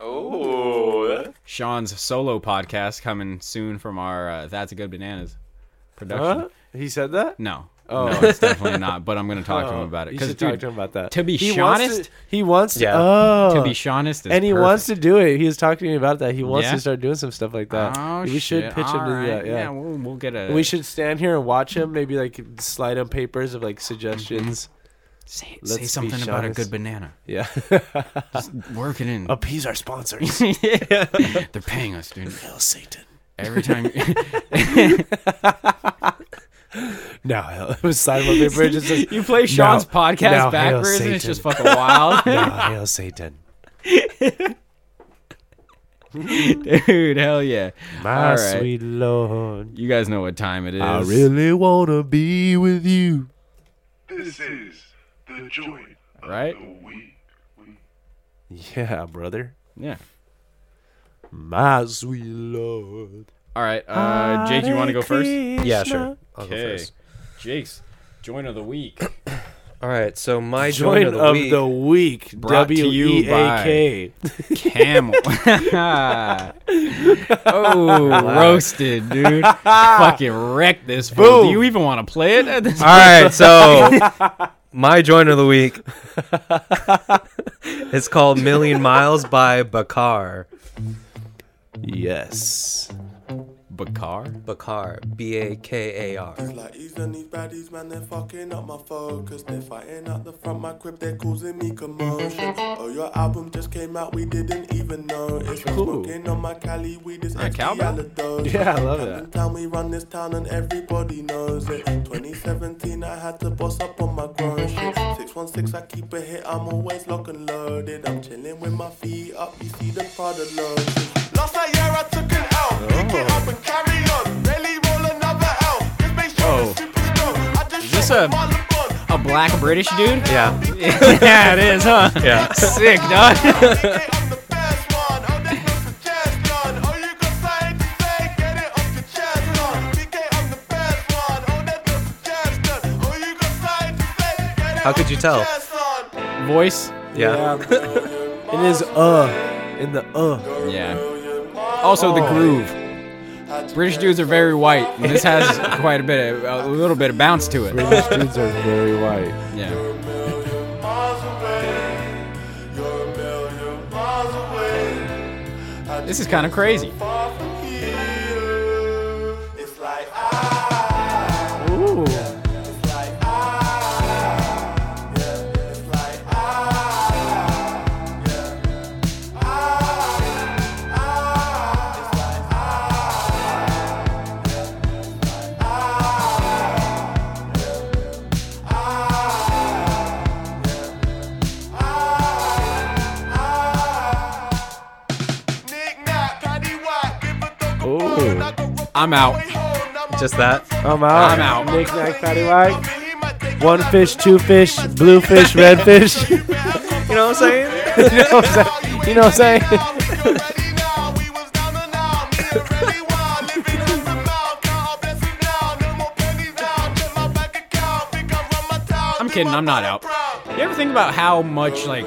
S4: Oh.
S1: Sean's solo podcast coming soon from our uh, That's a Good Bananas production.
S2: Huh? He said that?
S1: No,
S2: Oh.
S1: no, it's
S2: [LAUGHS]
S1: definitely not. But I'm gonna talk to
S2: Oh,
S1: him about it
S2: You
S1: because
S2: should talk to him about that.
S1: to be
S2: he wants
S1: honest-
S2: to, he wants to.
S3: Yeah.
S2: Oh.
S1: to be honest, is
S2: and he
S1: perfect.
S2: wants to do it. He was talking to me about that. He wants
S1: Yeah?
S2: to start doing some stuff like that.
S1: Oh,
S2: we should
S1: shit.
S2: pitch him to do
S1: Alright.
S2: that. Yeah.
S1: we'll, we'll get a.
S2: we should stand here and watch him. Maybe like slide him papers of like suggestions.
S1: say,
S2: let's
S1: say
S2: be
S1: something about a
S2: honest.
S1: good banana.
S2: Yeah.
S1: [LAUGHS] Work it [LAUGHS]
S2: [LAUGHS]
S1: in.
S2: Appease our sponsors,
S1: They're paying us, dude.
S2: Hail Satan.
S1: Every
S2: [LAUGHS]
S1: time. [LAUGHS]
S2: No, hell, [LAUGHS] it was slide him a paper. It Just says,
S1: [LAUGHS] you play
S2: Sean's
S1: Sean's
S2: No. podcast
S1: podcast
S2: No, hail
S1: backwards and it's
S2: Satan.
S1: just
S2: just
S1: fucking wild. [LAUGHS]
S2: [LAUGHS] no, hail Satan.
S1: Dude, hell yeah.
S2: My
S1: All right.
S2: sweet Lord,
S1: You guys know what time it is.
S2: I really wanna be with you.
S5: This is the joint
S1: right?
S2: Yeah, brother.
S1: Yeah.
S2: My sweet lord.
S1: All right. Uh, Jake, you want to go first?
S3: Yeah, sure. I'll go
S1: Okay.
S3: first.
S1: Jake's joint of the week.
S3: All right, so my joint,
S2: Joint
S3: of the
S2: of
S3: week.
S2: the week.
S1: Brought to
S2: W
S1: you
S2: E A K. [LAUGHS]
S1: Camel. [LAUGHS] oh, [LAUGHS] roasted,
S3: [LAUGHS]
S1: dude. Fucking wreck this. Fool. Do
S2: Boom.
S1: you even want to play it? [LAUGHS] At this
S3: All right, so my joint of the week. [LAUGHS] it's called Million Miles by Bakar.
S2: Yes.
S3: [LAUGHS]
S1: Bakar.
S3: Bakar, B A K A R.
S5: It's like ease on these baddies, man, they're fucking up my focus. They're fighting out the front, my crib, they're causing me commotion. Oh, your album just came out, we didn't even notice. I'm
S2: Cool.
S5: Smoking on my Cali weed, this
S1: That
S5: XD
S1: cowbell?
S2: [LAUGHS]
S5: Aladose.
S2: Yeah, I love
S5: Camden
S2: that.
S5: Town, we run this town and everybody knows it. 2017, I had to boss up on my grown shit. 616, I keep a hit, I'm always lock and loaded. I'm chilling with my feet up, you see the Prada logo. Last year I took an L, pick it up and carry on. Really roll another L, just make sure
S1: Oh.
S5: it's super strong. I just
S1: Is this
S5: shot
S1: a-
S5: Marlon
S1: A black British dude?
S3: Yeah.
S1: [LAUGHS] yeah, it is, huh?
S3: Yeah.
S1: Sick, dog.
S5: Bond. Pick it, I'm the best one. Oh, there's no suggestion. Oh, you got something to say, get it off your chest, son. Pick it, I'm the best one. Oh, there's no suggestion. Oh, you got something to say, get it
S3: How could
S5: off
S3: you
S5: your
S3: tell?
S5: chest, son.
S1: Voice.
S3: Yeah.
S2: It is uh in the uh.
S1: Yeah.
S3: Oh.
S1: Also, the groove. British dudes are very white. and This
S3: [LAUGHS]
S1: has quite a bit, of, a little bit of bounce to it.
S2: British dudes are very white.
S1: Yeah.
S5: Miles away, you're a million miles away.
S1: This is kind of crazy.
S5: Far from here, it's like ah,
S2: Ooh.
S5: it's like ah, yeah, it's like ah, yeah, ah, ah, it's like ah, yeah, it's like ah, yeah, ah, yeah, ah, ah.
S2: Ooh.
S1: I'm out.
S3: Just that?
S2: I'm out.
S1: I'm out.
S2: Knick knack patty whack. One fish, two fish, blue fish, [LAUGHS] red fish. you
S3: You know what I'm saying?
S2: [LAUGHS] know what I'm saying? You know what I'm saying?
S1: I'm kidding. I'm not out. You ever think about how much like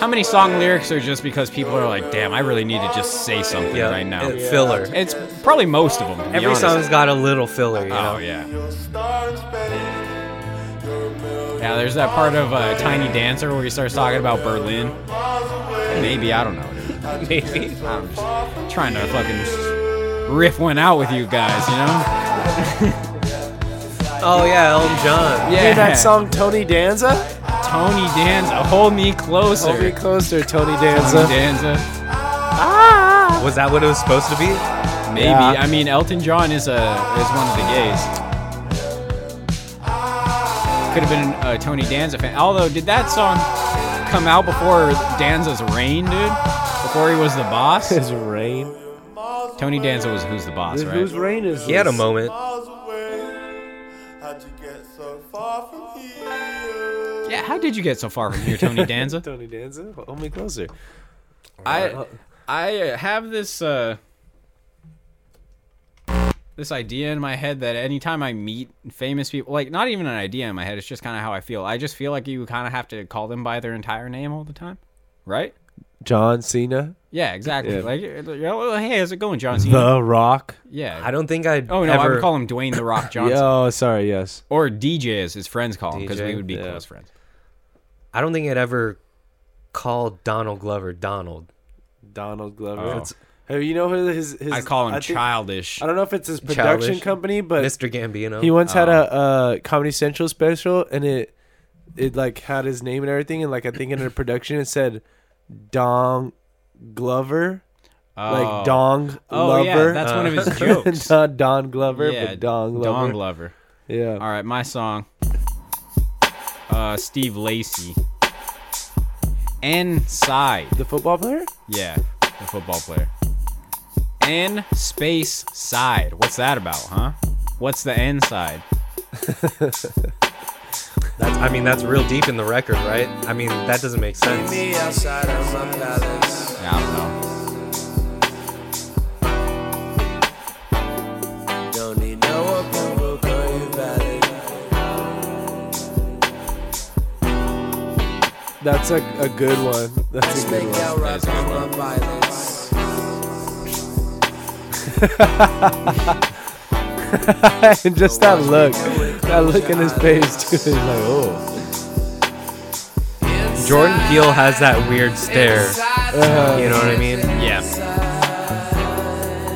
S1: how many song lyrics are just because people are like, damn, I really need to just say something
S3: Yeah.
S1: right now.
S3: uh, Filler.
S1: It's probably most of them. To be
S3: Every
S1: honest.
S3: song's got a little filler, you know?
S1: Oh yeah. Yeah, there's that part of uh, Tiny Dancer where he starts talking about Berlin. Maybe I don't know. dude. [LAUGHS]
S3: Maybe.
S1: I'm just trying to fucking riff one out with you guys, you know?
S3: Oh, yeah, Elton John.
S1: Yeah.
S2: Hear that song, Tony Danza?
S1: Tony Danza, hold me closer.
S2: Hold me closer, Tony
S1: Tony
S2: Danza.
S1: Danza.
S3: Was that what it was supposed to be?
S1: Maybe.
S2: Yeah.
S1: I mean, Elton John is a is one of the gays. Could have been a Tony Danza fan. Although, did that song come out before Danza's reign, dude? Before he was the
S2: [LAUGHS]
S1: boss?
S2: [LAUGHS] His rain.
S1: Tony Danza was who's the boss, right?
S2: Whose rain is
S3: He had a
S2: this?
S3: moment.
S1: Yeah, how did you get so far from here, Tony
S2: [LAUGHS]
S1: Danza?
S2: Tony Danza, hold me closer.
S1: I I uh, have this uh this idea in my head that anytime I meet famous people, like not even an idea in my head, it's just kind of how I feel. I just feel like you kind of have to call them by their entire name all the time, right?
S2: John Cena,
S1: Yeah, exactly.
S2: Yeah.
S1: Like, you're like, oh, hey, how's it going, John Cena?
S2: The Rock.
S1: yeah.
S3: I don't think I'd
S1: oh no, I
S3: ever.
S1: would call him Dwayne the
S2: [LAUGHS]
S1: Rock Johnson
S2: Oh, sorry, yes.
S1: or DJ as his friends call him because
S3: DJ,
S1: we would be
S2: yeah.
S1: close friends.
S3: I don't think I'd ever call Donald Glover Donald.
S2: Donald Glover.
S1: Oh.
S2: That's- Hey, you know who his his?
S1: I call him
S2: think-
S1: childish. Oh.
S2: I don't know if it's his production
S3: Childish.
S2: company, but
S3: Mr. Gambino.
S2: he once had a uh, Comedy Central special, and it it like had his name and everything, and like I think in the production it said Dong Glover,
S1: Oh.
S2: like Dong
S1: Oh
S2: Lover. Uh,
S1: yeah, that's one of
S2: [LAUGHS]
S1: his jokes.
S2: Not Don Glover,
S1: yeah,
S2: but Dong Glover.
S1: Dong Lover.
S2: Yeah.
S1: All right, my song. Uh, Steve Lacey. Inside.
S2: The football player?
S1: Yeah, the football player. N space side. What's that about, huh? What's the N side?
S2: That's
S3: I mean, that's real deep in the record, right? I mean, that doesn't make sense.
S6: me outside of my palace.
S1: Yeah, I don't know.
S6: Don't need no approval, call you valid.
S2: That's a, a good one. That's a
S6: Just make
S2: good one.
S6: out right by my violence.
S2: [LAUGHS] and just that look, that look in his face too. He's like, oh,
S3: Jordan Peele has that weird stare.
S2: Uh,
S3: You know what I mean?
S1: Yeah.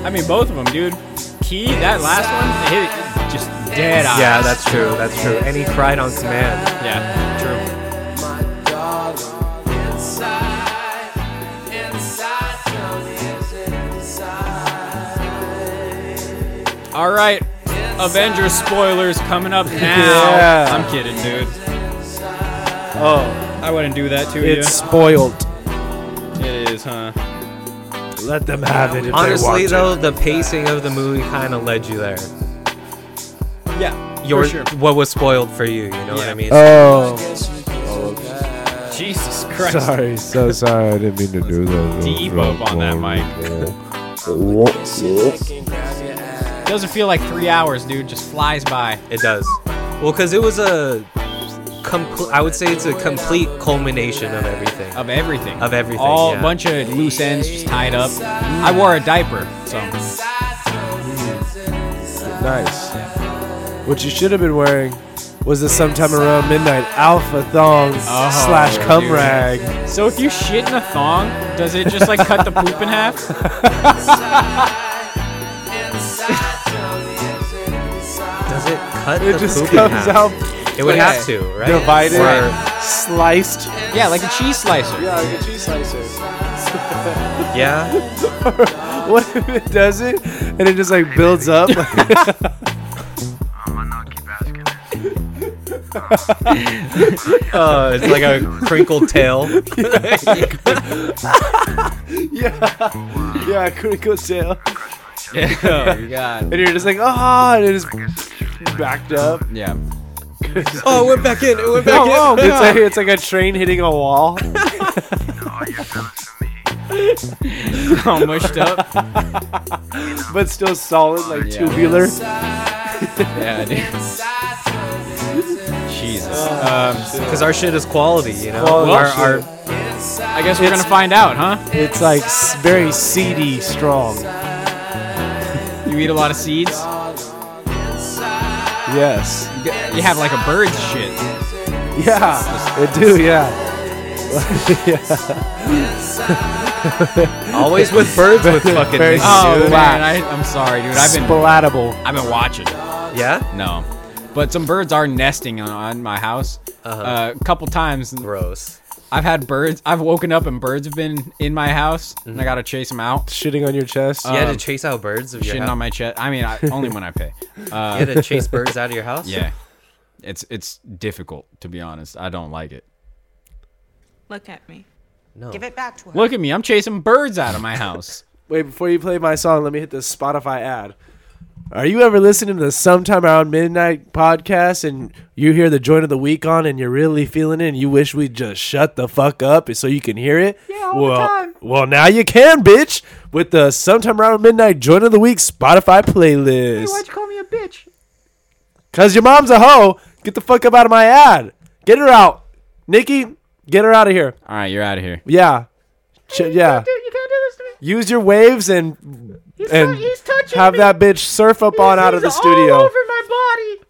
S1: I mean, both of them, dude. Key, that last one, hit it just dead on.
S3: Yeah, that's true. That's true. And he cried on command.
S1: Yeah, true.
S6: My darling, inside, inside, tell me is it inside?
S1: All right. Avengers spoilers coming
S2: [LAUGHS]
S1: up now.
S2: Yeah.
S1: I'm kidding, dude.
S2: oh,
S1: I wouldn't do that to
S2: it's spoiled.
S1: you. It is, huh?
S2: Let them have it. If
S3: Honestly,
S2: they
S3: though,
S2: want
S3: the pacing of the movie kind of led you there.
S1: Yeah,
S3: Your
S1: for sure.
S3: what was spoiled for you. You know what I
S1: Yeah.
S3: mean?
S2: it. Oh,
S6: Guess you
S1: Jesus Christ.
S2: sorry, so sorry. I didn't mean to do that.
S1: Deep up on that
S2: [LAUGHS]
S1: mic.
S6: can take and grab your ass.
S1: Doesn't feel like three hours, dude. Just flies by.
S3: It does. Well, because it was a complete. I would say it's a complete culmination of everything.
S1: Of everything.
S3: Of everything,
S1: All
S3: yeah.
S1: bunch of loose ends just tied up. I wore a diaper, so.
S2: Nice. What you should have been wearing was the sometime around midnight alpha thong slash
S1: Oh, dude.
S2: cum rag.
S1: So if you shit in a thong, does it just like cut the poop in half?
S6: Inside, tell me is it inside?
S3: Does it cut
S2: It
S3: the
S2: just
S3: poop in
S2: comes
S3: half?
S2: out
S3: It would
S1: Yeah.
S3: have to, right?
S2: divided,
S3: Or-
S2: sliced.
S1: [LAUGHS] Yeah, like a cheese slicer.
S2: Yeah, like a cheese slicer.
S3: yeah.
S2: What if it does it and it just like builds
S3: [LAUGHS]
S2: up?
S3: Uh, it's like a crinkled tail.
S2: yeah, [LAUGHS] yeah, critical tail.
S1: [LAUGHS] oh my god.
S2: And you're just like, ah, and it is backed up.
S1: Yeah.
S3: oh, we're back in. We're [LAUGHS] back
S2: Oh, it's like it's like a train hitting a wall.
S1: [LAUGHS]
S2: [LAUGHS]
S1: All mushed up.
S2: but still solid, like
S1: Yeah.
S2: tubular.
S1: Yeah, dude. Jesus. Um,
S3: Because oh. our shit is quality, you know.
S2: Quality
S3: our,
S2: shit.
S3: our-
S1: I guess we're gonna find out, huh?
S2: It's like s- very seedy, strong.
S1: You eat a lot of seeds.
S2: Yes.
S1: You have like a bird's shit.
S2: Yeah. It do. Yeah.
S3: always with birds
S2: [LAUGHS]
S3: with fucking.
S2: Very
S3: things.
S2: Oh,
S1: Oh
S2: Dude.
S1: man,
S2: man,
S1: I, I'm sorry, dude. I've been
S2: Splatable.
S1: I've been watching.
S3: yeah.
S1: No, but some birds are nesting on, on my house. uh a couple times
S3: Gross.
S1: I've had birds. I've woken up and birds have been in my house, and
S2: Mm-hmm.
S1: I gotta chase them out.
S2: Shitting on your chest.
S3: You had
S1: Um,
S3: to chase out birds of your
S1: Shitting
S3: house.
S1: on my chest. I mean, I, only when I
S2: [LAUGHS]
S1: pay.
S3: you had to chase birds out of your house.
S1: Yeah, it's it's difficult to be honest. I don't like it.
S7: Look at me.
S3: No.
S7: Give it back to her.
S1: Look at me. I'm chasing birds out of my
S2: [LAUGHS]
S1: house.
S2: Wait, before you play my song, let me hit this Spotify ad. Are you ever listening to the Sometime Around Midnight podcast and you hear the joint of the week on and you're really feeling it and you wish we'd just shut the fuck up so you can hear it? Yeah, all well, the time. Well, now you can, bitch, with the Sometime Around Midnight joint of the week Spotify playlist. why'd you call me a bitch? Because your mom's a hoe. Get the fuck up out of my ad. Get her out. Nikki, get her out of here.
S1: All right, you're out of here.
S2: Yeah. Ch- yeah. Use your waves and and have that bitch surf up on out of the studio.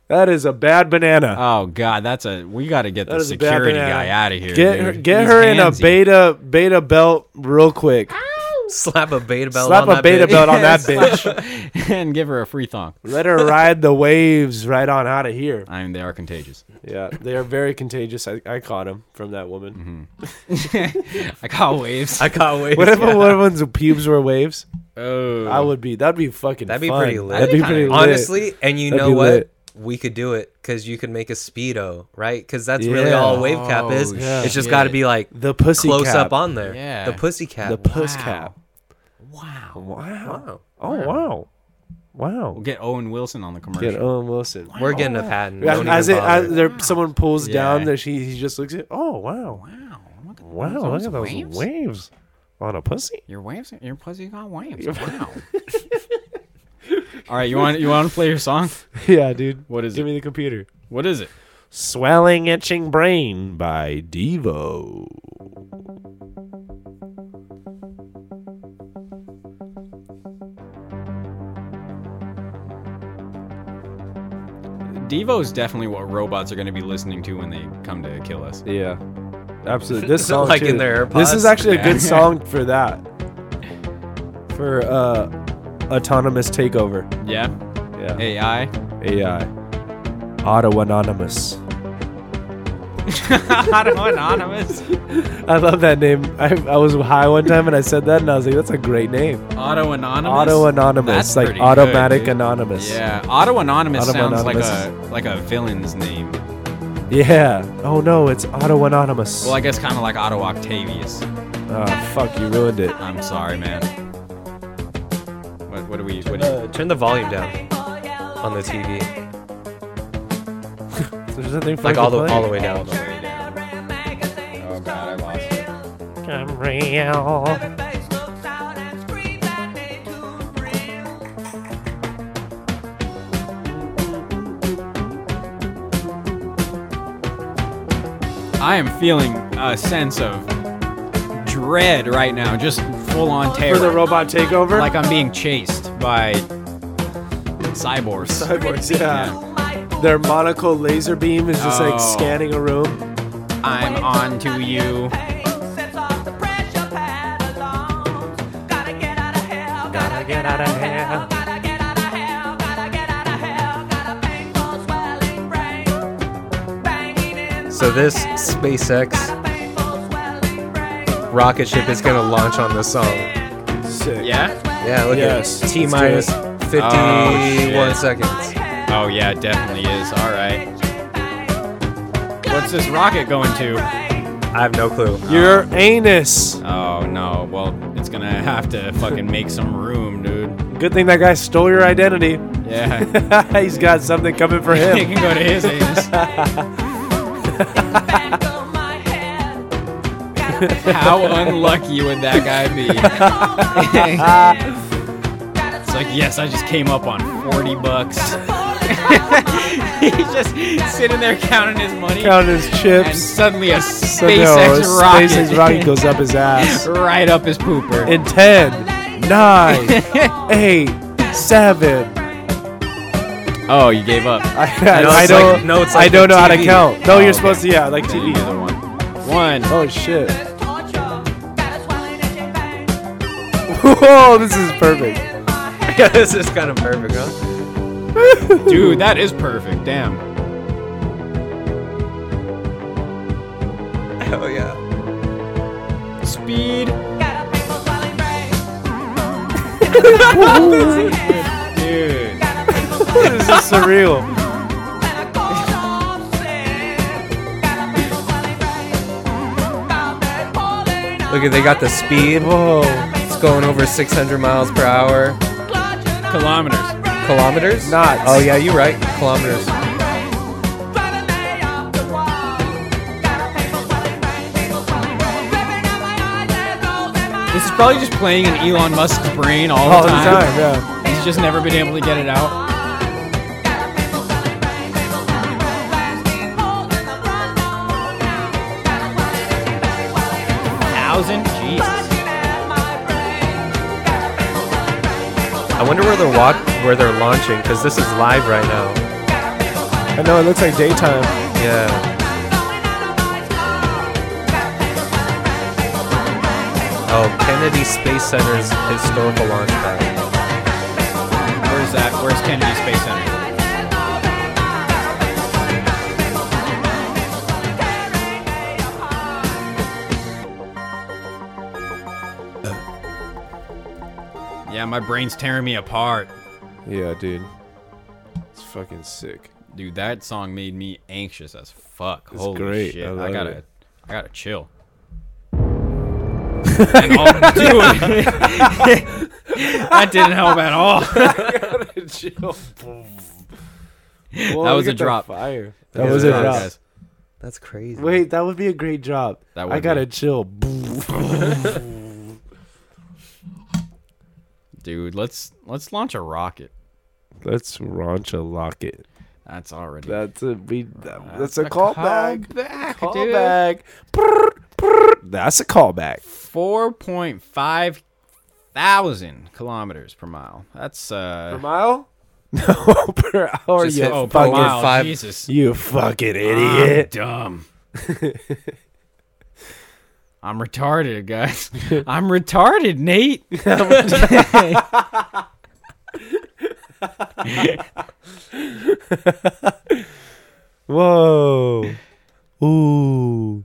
S2: That is a bad banana.
S1: Oh God, that's a. We gotta get the
S2: is a bad
S1: security
S2: banana.
S1: guy out of here.
S2: get her,
S1: dude.
S2: get
S1: He's
S2: her in a
S1: handsy.
S2: beta beta belt real quick.
S3: [LAUGHS] Slap a beta belt.
S2: Slap
S3: on
S2: a
S3: that
S2: beta
S3: bitch.
S2: belt on that bitch.
S1: [LAUGHS] and give her a free thong.
S2: Let her ride the waves right on out of here.
S1: I mean, they are contagious.
S2: Yeah, they are very contagious. I, I caught him from that woman.
S3: Mm-hmm.
S1: I got waves.
S3: [LAUGHS] I can't wait.
S2: What if one of one's pubes were waves?
S1: oh,
S2: I would be. That'd be fucking.
S3: That'd be
S2: fun.
S3: pretty lit.
S2: That'd be pretty lit.
S3: Honestly, and you
S2: That'd
S3: know
S2: be
S3: what?
S2: lit.
S3: We could do it because you can make a speedo, right? Because that's really
S2: Yeah.
S3: all wave cap is.
S1: Oh, yeah.
S3: It's just got to
S1: shit.
S3: be like
S2: the pussy
S3: close
S2: cap.
S3: up on there.
S1: Yeah.
S3: The pussy cap.
S2: the puss cap.
S1: wow.
S2: Wow.
S3: wow.
S2: Oh wow. Wow.
S1: We'll get Owen Wilson on the commercial.
S2: Get Owen Wilson.
S3: We're getting a patent.
S2: As,
S3: Don't
S2: as
S3: even
S2: it, as
S3: bother.
S2: there, someone pulls
S1: Yeah.
S2: down, that she he just looks at. Oh wow,
S1: Wow. Look at
S2: wow!
S1: those-
S2: look
S1: those
S2: at those waves? on a pussy.
S1: Your waves, your pussy got waves.
S2: [LAUGHS]
S1: Wow. All right, you want you want to play your song?
S2: [LAUGHS] yeah, dude.
S1: What is
S2: Give
S1: it?
S2: me the computer.
S1: What is it?
S2: Swelling Itching Brain by Devo.
S1: Devo's definitely what robots are going to be listening to when they come to kill us.
S2: Yeah. Absolutely. [LAUGHS] This song
S3: Like
S2: too.
S3: in their
S2: This is
S3: AirPods?
S2: actually
S1: Yeah.
S2: a good [LAUGHS] song for that. For uh autonomous takeover.
S1: Yeah.
S2: Yeah.
S1: [LAUGHS] AI.
S2: AI. Auto anonymous.
S1: Auto anonymous.
S2: I love that name. I, I was high one time and I said that and I was like, that's a great name.
S1: Auto anonymous.
S2: Auto anonymous.
S1: That's
S2: Like
S1: pretty good,
S2: automatic
S1: dude.
S2: anonymous.
S1: Yeah. Auto anonymous
S2: Auto
S1: sounds
S2: anonymous.
S1: like a like a villain's name.
S2: Yeah. Oh no, it's auto anonymous.
S1: Well, I guess kind of like Otto Octavius. Ah,
S2: oh fuck, you ruined it.
S1: I'm sorry, man. What what do we what do you,
S3: Uh, turn the volume down on the TV,
S2: There's nothing for
S3: like
S2: it to
S3: all the
S2: play.
S3: all the way down.
S1: Oh god, I lost. it.
S2: I'm real.
S1: I am feeling a sense of dread right now, just full on terror.
S2: For the robot takeover?
S1: like I'm being chased by
S2: [LAUGHS]
S1: cyborgs.
S2: cyborgs, yeah. Their monocle laser beam is just
S1: Oh.
S2: like scanning a room.
S1: I'm on to you.
S3: So this SpaceX rocket ship is gonna launch on this song.
S2: Sick.
S1: Yeah?
S3: Yeah, look
S2: Yes,
S3: at
S2: let's
S3: T
S2: do
S3: minus
S2: it.
S3: 51
S1: Oh, shit.
S3: seconds.
S1: Oh, yeah, it definitely is. All right. What's this rocket going to?
S3: I have no clue.
S2: Your anus.
S1: Oh, no. Well, it's gonna have to fucking make some room, dude.
S2: Good thing that guy stole your identity. [LAUGHS]
S1: Yeah.
S2: He's got something coming for
S1: [LAUGHS] it
S2: him.
S1: can go to his anus. How unlucky would that guy be?
S2: Ah,
S1: It's like, yes, I just came up on 40
S2: [LAUGHS]
S1: bucks. He's just sitting there counting his money.
S2: Count his
S1: and
S2: chips.
S1: suddenly a
S2: So
S1: SpaceX
S2: no,
S1: rocket,
S2: SpaceX rocket goes up
S1: [LAUGHS]
S2: his ass.
S1: right up his pooper.
S2: In 10, 9,
S1: [LAUGHS]
S2: 8, 7.
S1: oh, you gave up.
S2: [LAUGHS] [LAUGHS] I,
S3: No,
S2: I
S3: it's
S2: don't,
S3: like- no, it's
S2: I
S3: like
S2: don't
S3: the
S2: know how to
S3: TV.
S2: count. No,
S1: Oh,
S2: you're
S1: okay.
S2: supposed to, yeah, like
S1: Okay, you do
S2: TV.
S1: the one. One.
S2: Oh, shit. [LAUGHS] Whoa, this is
S1: [LAUGHS]
S2: perfect.
S3: [LAUGHS] Yeah, this is kind of perfect, huh?
S1: Dude, that is perfect. Damn.
S3: Hell yeah.
S1: Speed. Dude.
S2: This is surreal.
S3: Look at they got the speed.
S2: Whoa.
S3: It's going over 600 miles per hour.
S1: Kilometers.
S3: Kilometers?
S2: Knots.
S3: Oh yeah, you're right. Kilometers.
S1: This is probably just playing in Elon Musk's brain all,
S2: all the time. Yeah.
S1: He's just never been able to get it out. Thousand? Jesus.
S3: I wonder where they're wa- where they're launching because this is live right now.
S2: I know it looks like daytime.
S3: Yeah. Oh, Kennedy Space Center's historical launch pad.
S1: Where's that? Where's Kennedy Space Center? Yeah, my brain's tearing me apart.
S2: Yeah, dude. It's fucking sick.
S1: Dude, that song made me anxious as fuck.
S2: It's
S1: Holy
S2: great.
S1: shit.
S2: I
S1: I,
S2: love
S1: gotta
S2: it.
S1: I gotta
S2: [LAUGHS]
S1: chill. [LAUGHS] and all, dude, that didn't help at all.
S2: [LAUGHS] Chill.
S1: That was a drop.
S2: Fire.
S1: That
S2: was
S1: a
S2: a
S1: drop,
S2: drop.
S1: guys.
S3: That's crazy.
S2: Wait, that would be a great drop.
S1: That
S2: I
S1: would
S2: gotta
S1: be.
S2: chill.
S1: Dude, let's let's launch a rocket.
S2: Let's launch a locket.
S1: That's already
S2: That's a we. that- That's a
S1: callback,
S2: callback.
S1: dude.
S2: Callback. Brrr, brrr. That's a callback.
S1: Four point five thousand kilometers per mile. That's uh.
S2: mile? [LAUGHS] No, [LAUGHS] per hour.
S3: Just
S2: You
S3: hit
S1: oh, per
S2: fucking,
S1: mile.
S3: five-
S1: Jesus.
S2: you
S1: I'm
S2: fucking [LAUGHS] idiot.
S1: dumb. I'm retarded, guys. I'm retarded, Nate.
S2: Whoa. Ooh.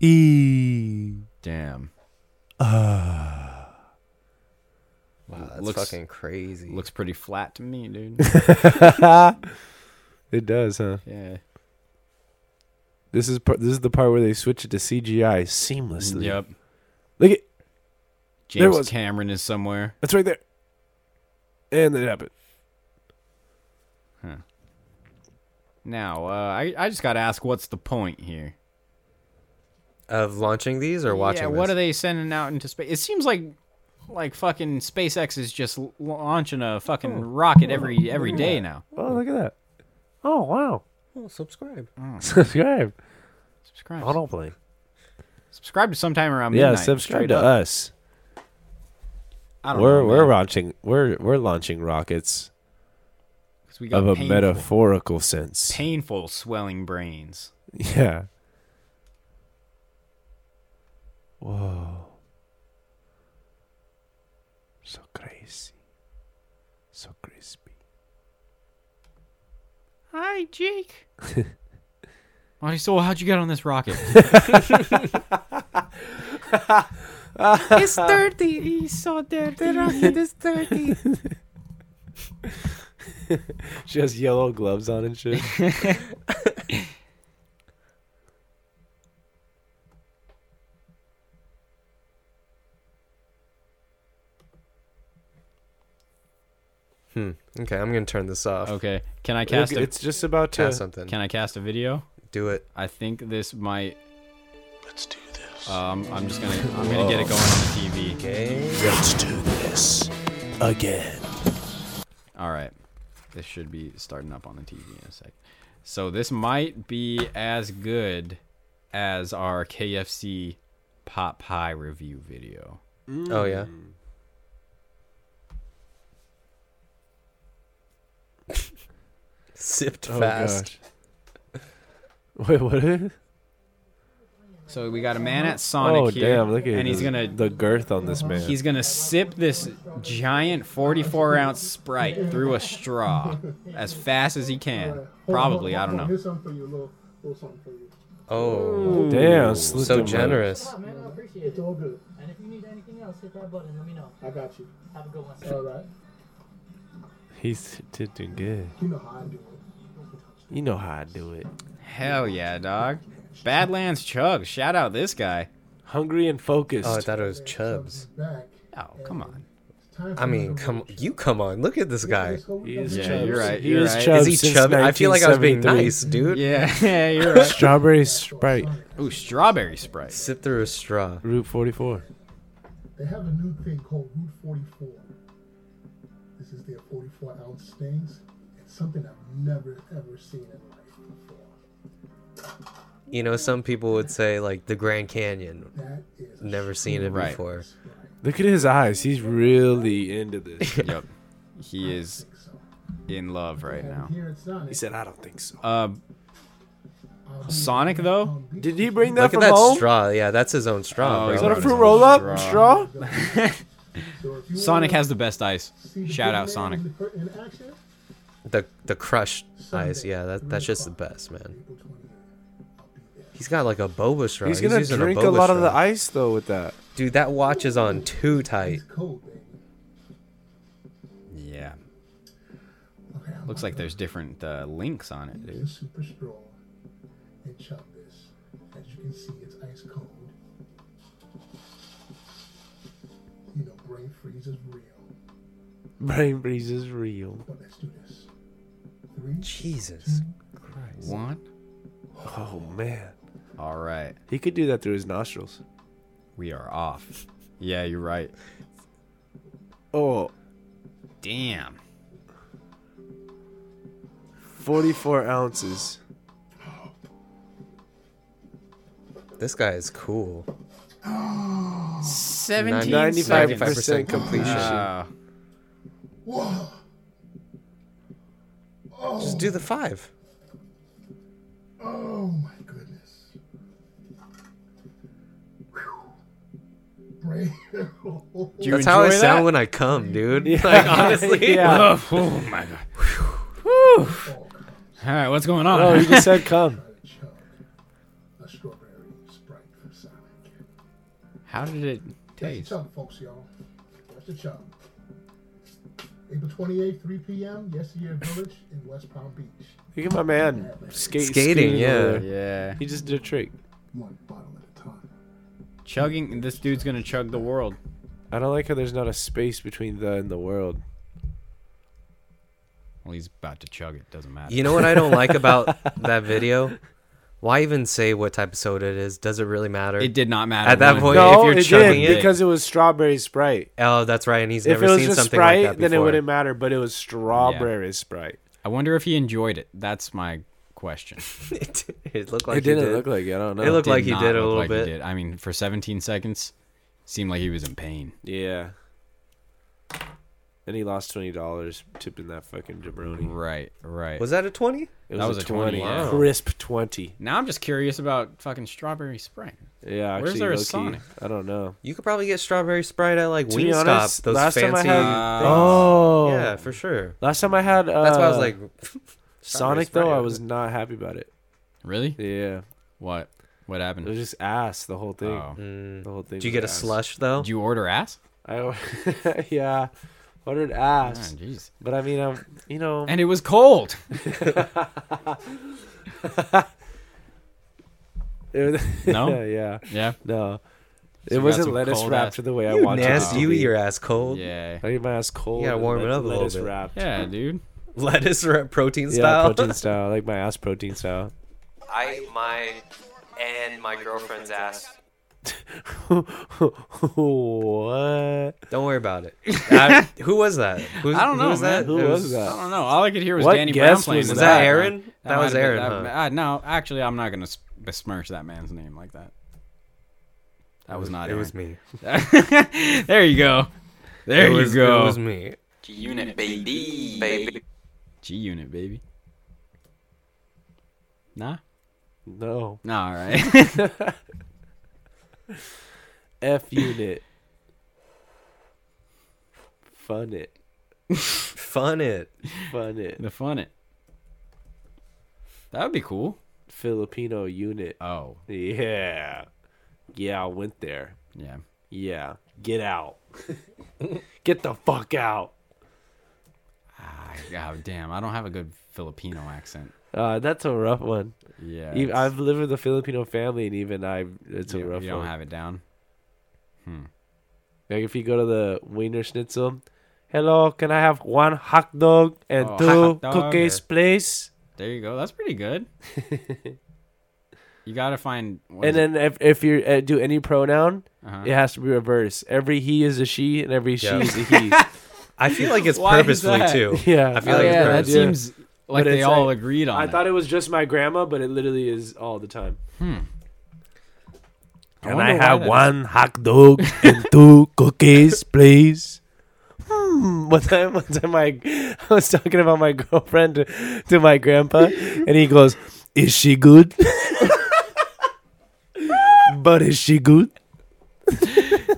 S2: E.
S1: Damn.
S3: Wow, that's
S1: Looks-
S3: fucking crazy.
S1: Looks pretty flat to me,
S2: [LAUGHS]
S1: dude.
S2: It does, huh?
S1: Yeah.
S2: This is par- this is the part where they switch it to CGI seamlessly.
S1: Yep.
S2: Look at There
S1: James
S2: was-
S1: Cameron is somewhere.
S2: That's right there. And it happened.
S1: Now, uh, I I just gotta ask, what's the point here?
S3: of launching these or watching
S1: yeah, what
S3: this?
S1: are they sending out into space? It seems like like fucking SpaceX is just l- launching a fucking rocket every every day now.
S2: Oh, look at that. Oh wow.
S3: Oh, subscribe.
S1: Mm.
S2: [LAUGHS] subscribe.
S1: Subscribe.
S2: Autoplay.
S1: Subscribe to sometime around
S2: Yeah,
S1: midnight.
S2: subscribe
S1: Straight
S2: to
S1: up.
S2: us.
S1: I don't
S2: We're
S1: know,
S2: we're
S1: man,
S2: launching we're we're launching rockets
S1: 'cause we got
S2: of a
S1: painful,
S2: metaphorical sense.
S1: painful swelling brains.
S2: Yeah. Whoa. So crazy. So [LAUGHS] crispy.
S1: Hi, Jake. Marty, so how'd you get on this
S2: [LAUGHS]
S1: rocket? it's dirty. He's so [LAUGHS] dirty. The rocket is dirty.
S2: She has yellow gloves on and shit.
S3: Okay, I'm gonna turn this off.
S1: Okay, can I [LAUGHS] cast a
S2: it's just about to.
S3: Cast something.
S1: can I cast a video?
S3: Do it.
S1: I think this might.
S5: Let's do this.
S1: Um, I'm just gonna I'm gonna get it going on the TV.
S3: Okay.
S2: Let's do this again.
S1: All right, this should be starting up on the TV in a sec. So this might be as good as our KFC pot pie review video.
S3: Oh yeah. [LAUGHS] Sipped
S2: Oh
S3: fast.
S2: gosh. [LAUGHS] Wait, what? [LAUGHS] Is
S1: So we got a man at Sonic
S2: oh
S1: here,
S2: damn! Look at
S1: and he's
S2: the-
S1: gonna
S2: the girth on this man.
S1: he's gonna sip this giant 44 ounce Sprite through a straw as fast as he can. Probably, I don't know.
S8: Here's something for you, a little, little something for you.
S3: Oh,
S2: damn,
S3: so generous.
S9: Man, I appreciate
S8: It's
S9: it.
S8: all good.
S9: And if you need anything else, hit that button. Let me know.
S8: I got you.
S9: Have a good one.
S8: All right.
S2: He's did do good.
S8: You know how I do
S2: You know how I do it.
S1: Hell yeah, dog. Badlands Chug, shout out this guy.
S2: Hungry and focused.
S3: Oh, I thought it was Chubbs.
S8: it. Back.
S1: Oh, come on.
S8: It's time
S3: I mean, come you come on. Look at this guy.
S8: Let's go with
S2: He is
S8: that.
S1: Yeah,
S2: Chubbs.
S1: you're right,
S2: He
S1: you're
S2: is
S1: right. Is
S2: Chubbs
S3: Is he
S2: Oh, since
S3: Chubbs? I feel like I was being
S2: 1973.
S3: nice, dude.
S1: Yeah, yeah, [LAUGHS] you're right.
S2: Strawberry Sprite.
S1: Ooh, strawberry Sprite.
S3: Sip through a straw.
S2: Route 44.
S8: They have a new thing called Route 44. This is their 44 ounce stings. It's something I've never ever seen in life before.
S3: You know, some people would say like the Grand Canyon.
S8: That is a
S3: Never seen it
S1: Right.
S3: before.
S2: Look at his eyes. He's really
S3: [LAUGHS]
S2: into this.
S1: Yep. [LAUGHS] He is
S8: so.
S1: in love right now.
S8: Here at Sonic,
S2: he said, I don't think so.
S1: Uh,
S8: I'll be
S1: Sonic, though?
S8: on beat
S2: Did he bring that
S3: Look at
S2: from
S3: that
S2: home?
S3: straw. Yeah, that's his own straw.
S1: Oh,
S3: bro.
S1: he's
S2: Is that a
S1: Right,
S2: fruit
S1: it's a
S2: roll up?
S1: straw.
S2: Straw?
S8: So if you
S1: Sonic
S8: wanna
S1: has the best ice.
S8: see the
S1: Shout
S8: big
S1: out
S8: man
S1: Sonic.
S8: in the- in action,
S3: the the crushed
S8: Sunday,
S3: ice. Yeah, that, that's just the best, man.
S8: April 28th, I'll be there.
S3: He's got like a boba straw.
S2: He's gonna
S3: using
S2: drink a,
S3: boba
S2: lot of
S3: straw.
S2: the ice though with that.
S3: Dude, that watch is on too tight.
S8: It's cold, baby.
S1: Yeah.
S8: Okay, I'm
S1: Looks like there's different uh, links on it,
S8: Use the
S1: dude.
S8: super straw and chug this. As you can see, it's ice cold. You know, brain freeze is real.
S2: Brain Breeze is real.
S8: But let's do this. Three,
S3: Jesus.
S1: One.
S2: Oh man,
S1: All right.
S2: he could do that through his nostrils.
S1: We are off. Yeah, you're right.
S2: Oh,
S1: Damn.
S2: 44 ounces.
S3: This guy is cool.
S1: 17
S2: 95
S1: seconds.
S2: percent completion.
S1: Ah,
S8: whoa,
S3: Just do the five.
S8: oh my goodness. Whew. Brain. [LAUGHS]
S1: do you
S3: That's how I
S1: enjoy
S3: sound
S1: that?
S3: when I come, dude.
S2: [LAUGHS]
S3: Like honestly.
S2: yeah.
S1: Oh, oh my god. Whew. All right, what's going on?
S2: Oh, he just said come.
S8: a chug, a strawberry sprite for Sonic.
S1: [LAUGHS] How did it
S8: That's
S1: taste?
S8: the chug, folks, y'all. That's the chug. April 28th, 3 p.m., Yesteryear Village in West Palm Beach.
S2: Look at my man skate,
S3: Skating,
S2: over
S3: yeah.
S2: there.
S1: Yeah.
S2: He just did a trick.
S8: One bottle at a time.
S1: Chugging. This dude's going to chug the world.
S2: I don't like how there's not a space between the and the world.
S1: Well, he's about to chug it. Doesn't matter.
S3: You know what I don't like
S2: [LAUGHS]
S3: about that video? Why even say what type of soda it is? Does it really matter?
S1: It did not matter.
S3: At that
S1: one
S3: point-
S1: bit.
S3: if
S2: No,
S3: you're
S2: it
S3: chugging
S2: did
S3: it-
S2: because it was strawberry Sprite.
S3: oh, that's right. And he's
S2: If
S3: never
S2: it was
S3: seen
S2: just
S3: something
S2: Sprite,
S3: like that
S2: then it
S3: before. [LAUGHS]
S2: wouldn't matter. But it was strawberry Sprite.
S1: I wonder if he enjoyed it. That's my question.
S3: it, looked like
S2: it didn't look like it. I don't know.
S3: It looked
S1: Did
S3: like he
S1: not
S3: did a
S1: look
S3: little
S1: like he
S3: bit.
S1: did. I mean, for 17 seconds, seemed like he was in pain.
S2: yeah. And he lost twenty dollars tipping that fucking jabroni.
S1: Right, right.
S3: Mm-hmm. Was that a twenty?
S2: It was,
S1: That
S2: a
S1: was a 20, yeah.
S2: crisp twenty.
S1: now I'm just curious about fucking strawberry Sprite.
S2: Yeah,
S1: Where's
S2: actually,
S1: there a
S2: low-key,
S1: Sonic?
S2: I don't know.
S3: You could probably get strawberry Sprite at like
S2: To be
S3: Wingstop.
S2: honest,
S3: those
S2: last time I
S3: fancy.
S2: had-
S3: things.
S2: Oh,
S3: Yeah, for sure.
S2: Last time I had uh,
S3: That's why I was like, "Mm,
S2: Sonic
S3: Sprite.
S2: though. I was not happy about it.
S1: Really?
S2: Yeah,
S1: What? What
S2: it was
S1: happened?
S2: just ass the whole thing.
S1: Oh.
S2: The whole thing.
S3: did you
S2: was
S3: get a
S2: ass.
S3: slush though?
S1: Did you order ass?
S2: I [LAUGHS] yeah, ordered
S1: Ah,
S2: ass.
S1: Jeez.
S2: But I mean, um, you know,
S1: and it was
S3: [LAUGHS]
S1: cold.
S2: it was- [LAUGHS]
S1: No?
S2: yeah,
S1: Yeah. So
S2: no, it
S1: you got
S2: wasn't
S1: some
S2: lettuce
S1: cold
S2: wrapped
S1: ass-
S2: to the way I
S3: you
S2: wanted
S3: nasty.
S2: it to
S3: You
S2: be.
S3: eat your ass cold.
S1: Yeah.
S2: I eat my ass cold.
S3: You gotta
S2: and
S3: warm it
S2: let-
S3: up a little
S2: lettuce
S3: bit.
S2: Wrapped.
S1: Yeah, dude.
S3: [LAUGHS] Lettuce wrap protein
S2: Yeah,
S3: style.
S2: protein
S3: [LAUGHS]
S2: style. I like my ass protein style. [LAUGHS]
S3: I my and my girlfriend's ass.
S2: what?
S3: Don't worry
S1: [LAUGHS]
S3: about it. I- who was that? Who's,
S1: I don't know,
S3: Who was
S1: man.
S3: that?
S2: Who
S3: It
S2: was that?
S1: I don't know. All I could hear was
S2: What
S1: Danny Brown
S2: guest
S1: playing.
S2: was
S1: in the
S2: that?
S1: background.
S3: Aaron? That was
S1: might have been-
S3: Aaron,
S1: that-
S3: huh?
S1: uh, no, actually, I'm not gonna s- besmirch that man's name like that. That was not
S3: It
S1: Aaron.
S3: was me.
S1: [LAUGHS] there you go. There
S3: it
S1: you
S3: was,
S1: go.
S3: It was me.
S6: G-Unit, baby. Baby.
S1: G Unit, baby. Nah.
S2: No.
S1: Nah. All right. [LAUGHS]
S2: F unit. Fun it.
S3: Fun it.
S2: Fun it.
S1: the fun it. That would be cool.
S2: Filipino unit.
S1: Oh
S2: Yeah. Yeah, I went there.
S1: yeah.
S2: Yeah. Get out. [LAUGHS] Get the fuck out.
S1: Ah, God damn. I don't have a good Filipino accent.
S2: Uh, that's a rough one.
S1: Yeah.
S2: Ev-
S1: it's-
S2: I've lived with a Filipino family, and even I, it's a
S1: you,
S2: rough
S1: you don't
S2: one.
S1: have it down.
S2: like if you go to the Wiener Schnitzel, hello, can I have one hot dog and
S1: Oh,
S2: two
S1: hot dog.
S2: cookies, please?
S1: There you go. That's pretty good. you gotta find. what is
S2: And
S1: it?
S2: then if if you uh, do any pronoun,
S1: Uh-huh.
S2: it has to be reverse. Every he is a she, and every she
S3: Yeah.
S2: is a
S1: [LAUGHS]
S2: he.
S3: I feel like it's
S1: Why is
S3: purposefully
S1: that?
S3: too.
S2: yeah,
S3: I feel like
S1: Oh,
S3: it's
S1: yeah, that
S3: Brad, yeah.
S1: seems like
S2: But
S1: they
S2: it's
S1: all
S2: like-
S1: agreed on.
S2: I
S1: it.
S2: thought it was just my grandma, but it literally is all the time.
S1: I wonder why that is.
S2: hot dog [LAUGHS] and two cookies, please? Hmm. One time, one time, my [LAUGHS] I was talking about my girlfriend to, to my grandpa, and he goes, "Is she good? [LAUGHS] but is she good?"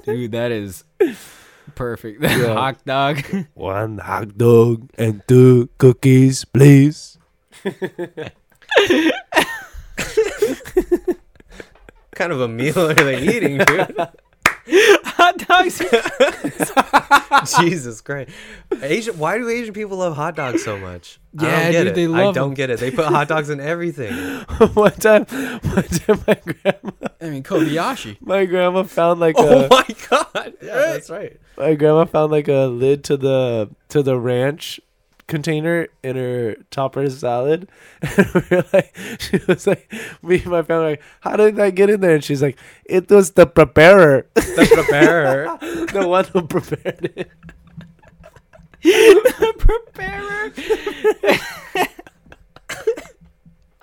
S1: Dude, that is
S2: [LAUGHS]
S1: perfect. [LAUGHS] That hot dog.
S2: One hot dog and two cookies, please. [LAUGHS]
S3: kind of a meal are they eating, dude?
S1: [LAUGHS] hot dogs.
S3: [LAUGHS]
S1: [LAUGHS]
S3: Jesus Christ. Asian why do Asian people love hot dogs so much? I
S1: Yeah,
S3: don't get
S1: dude,
S3: it.
S1: they
S3: I
S1: love
S3: don't
S1: 'em. [LAUGHS]
S3: get it. They put hot dogs in everything.
S2: one time, one time, my grandma
S1: I mean, Kobayashi.
S2: My grandma found like
S3: Oh
S2: a
S3: my god!
S1: yeah,
S3: that's right.
S2: my grandma found like a lid to the to the ranch container in her topper salad. [LAUGHS] And we were like, [LAUGHS] she was like, me and my family were like, how did that get in there? And she's like, it was the preparer, [LAUGHS]
S3: The
S1: [LAUGHS]
S3: preparer.
S2: the one who prepared it.
S1: Preparer.
S2: [LAUGHS]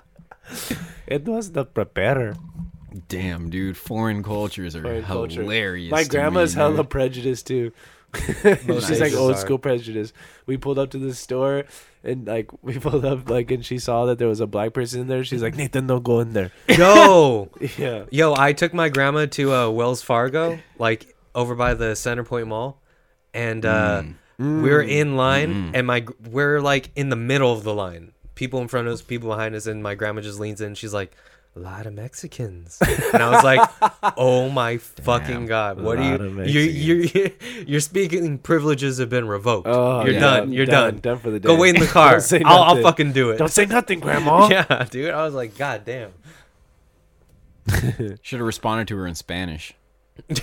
S2: It was the preparer.
S1: Damn, dude, foreign cultures are
S2: Foreign culture.
S1: hilarious.
S2: My
S1: to
S2: grandma's
S1: me, [LAUGHS]
S2: hella
S1: dude.
S2: prejudiced too. [LAUGHS]
S3: Most
S2: She's like
S3: places
S2: old
S3: are.
S2: school prejudice. We pulled up to the store and like [LAUGHS] we pulled up like and she saw that there was a black person in there. She's like, Nathan, don't go in there.
S3: Yo,
S2: Yeah.
S3: yo! I took my grandma to uh, Wells Fargo, like over by the Centerpoint Mall, and uh,
S2: Mm.
S3: we were in line,
S2: Mm-hmm.
S3: and my gr- we're like in the middle of the line. People in front of us, people behind us, and my grandma just leans in. She's like, "A lot of Mexicans," and I was
S2: [LAUGHS]
S3: like, "Oh my fucking god! What
S2: lot
S3: are you?
S2: of
S3: You you you're speaking privileges have been revoked.
S2: Oh,
S3: you're
S2: yeah.
S3: done. You're
S2: Done.
S3: done.
S2: Done for the
S3: Go
S2: day.
S3: wait in
S2: [LAUGHS]
S3: the car.
S2: Don't say
S3: I'll, I'll
S2: nothing.
S3: fucking do it.
S2: Don't say nothing, grandma.
S3: [LAUGHS] yeah, dude. I was like, God damn.
S1: should have responded to her in Spanish.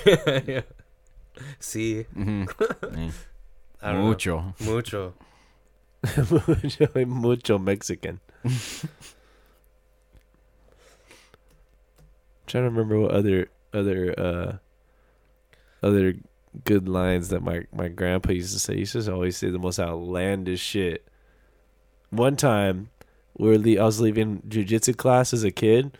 S3: yeah. See,
S2: Mm-hmm.
S3: I don't
S1: Mucho.
S3: know. Mucho.
S2: [LAUGHS] mucho, mucho Mexican. trying to remember what other other uh other good lines that my my grandpa used to say. He used to always say the most outlandish shit. One time, we're le- I was leaving jujitsu class as a kid,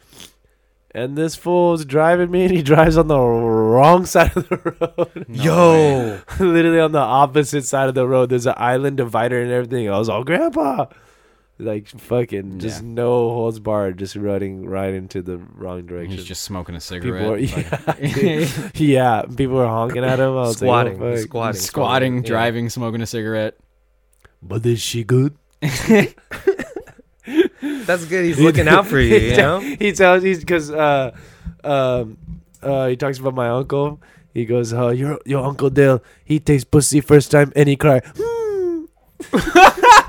S2: and this fool's driving me, and he drives on the wrong side of the [LAUGHS] road
S3: Yo,
S2: [LAUGHS] literally on the opposite side of the road. There's an island divider and everything. I was all grandpa, like fucking just
S1: Yeah.
S2: no holds barred, just running right into the wrong direction.
S1: He's just smoking a cigarette.
S2: people were,
S1: like,
S2: yeah, dude. [LAUGHS] yeah, people were honking at him. I was
S3: squatting,
S2: like, oh, fuck.
S1: [LAUGHS]
S3: squatting,
S1: squatting,
S3: yeah.
S1: driving, smoking a
S2: [LAUGHS]
S1: cigarette.
S2: but is she good?
S3: That's good. He's looking out for you.
S2: [LAUGHS]
S3: You know.
S2: [LAUGHS] he tells he's because uh, um, uh, he talks about my uncle. He goes, "Oh, your your uncle Dale. He takes pussy first time, and he cry." [LAUGHS] "Hmm."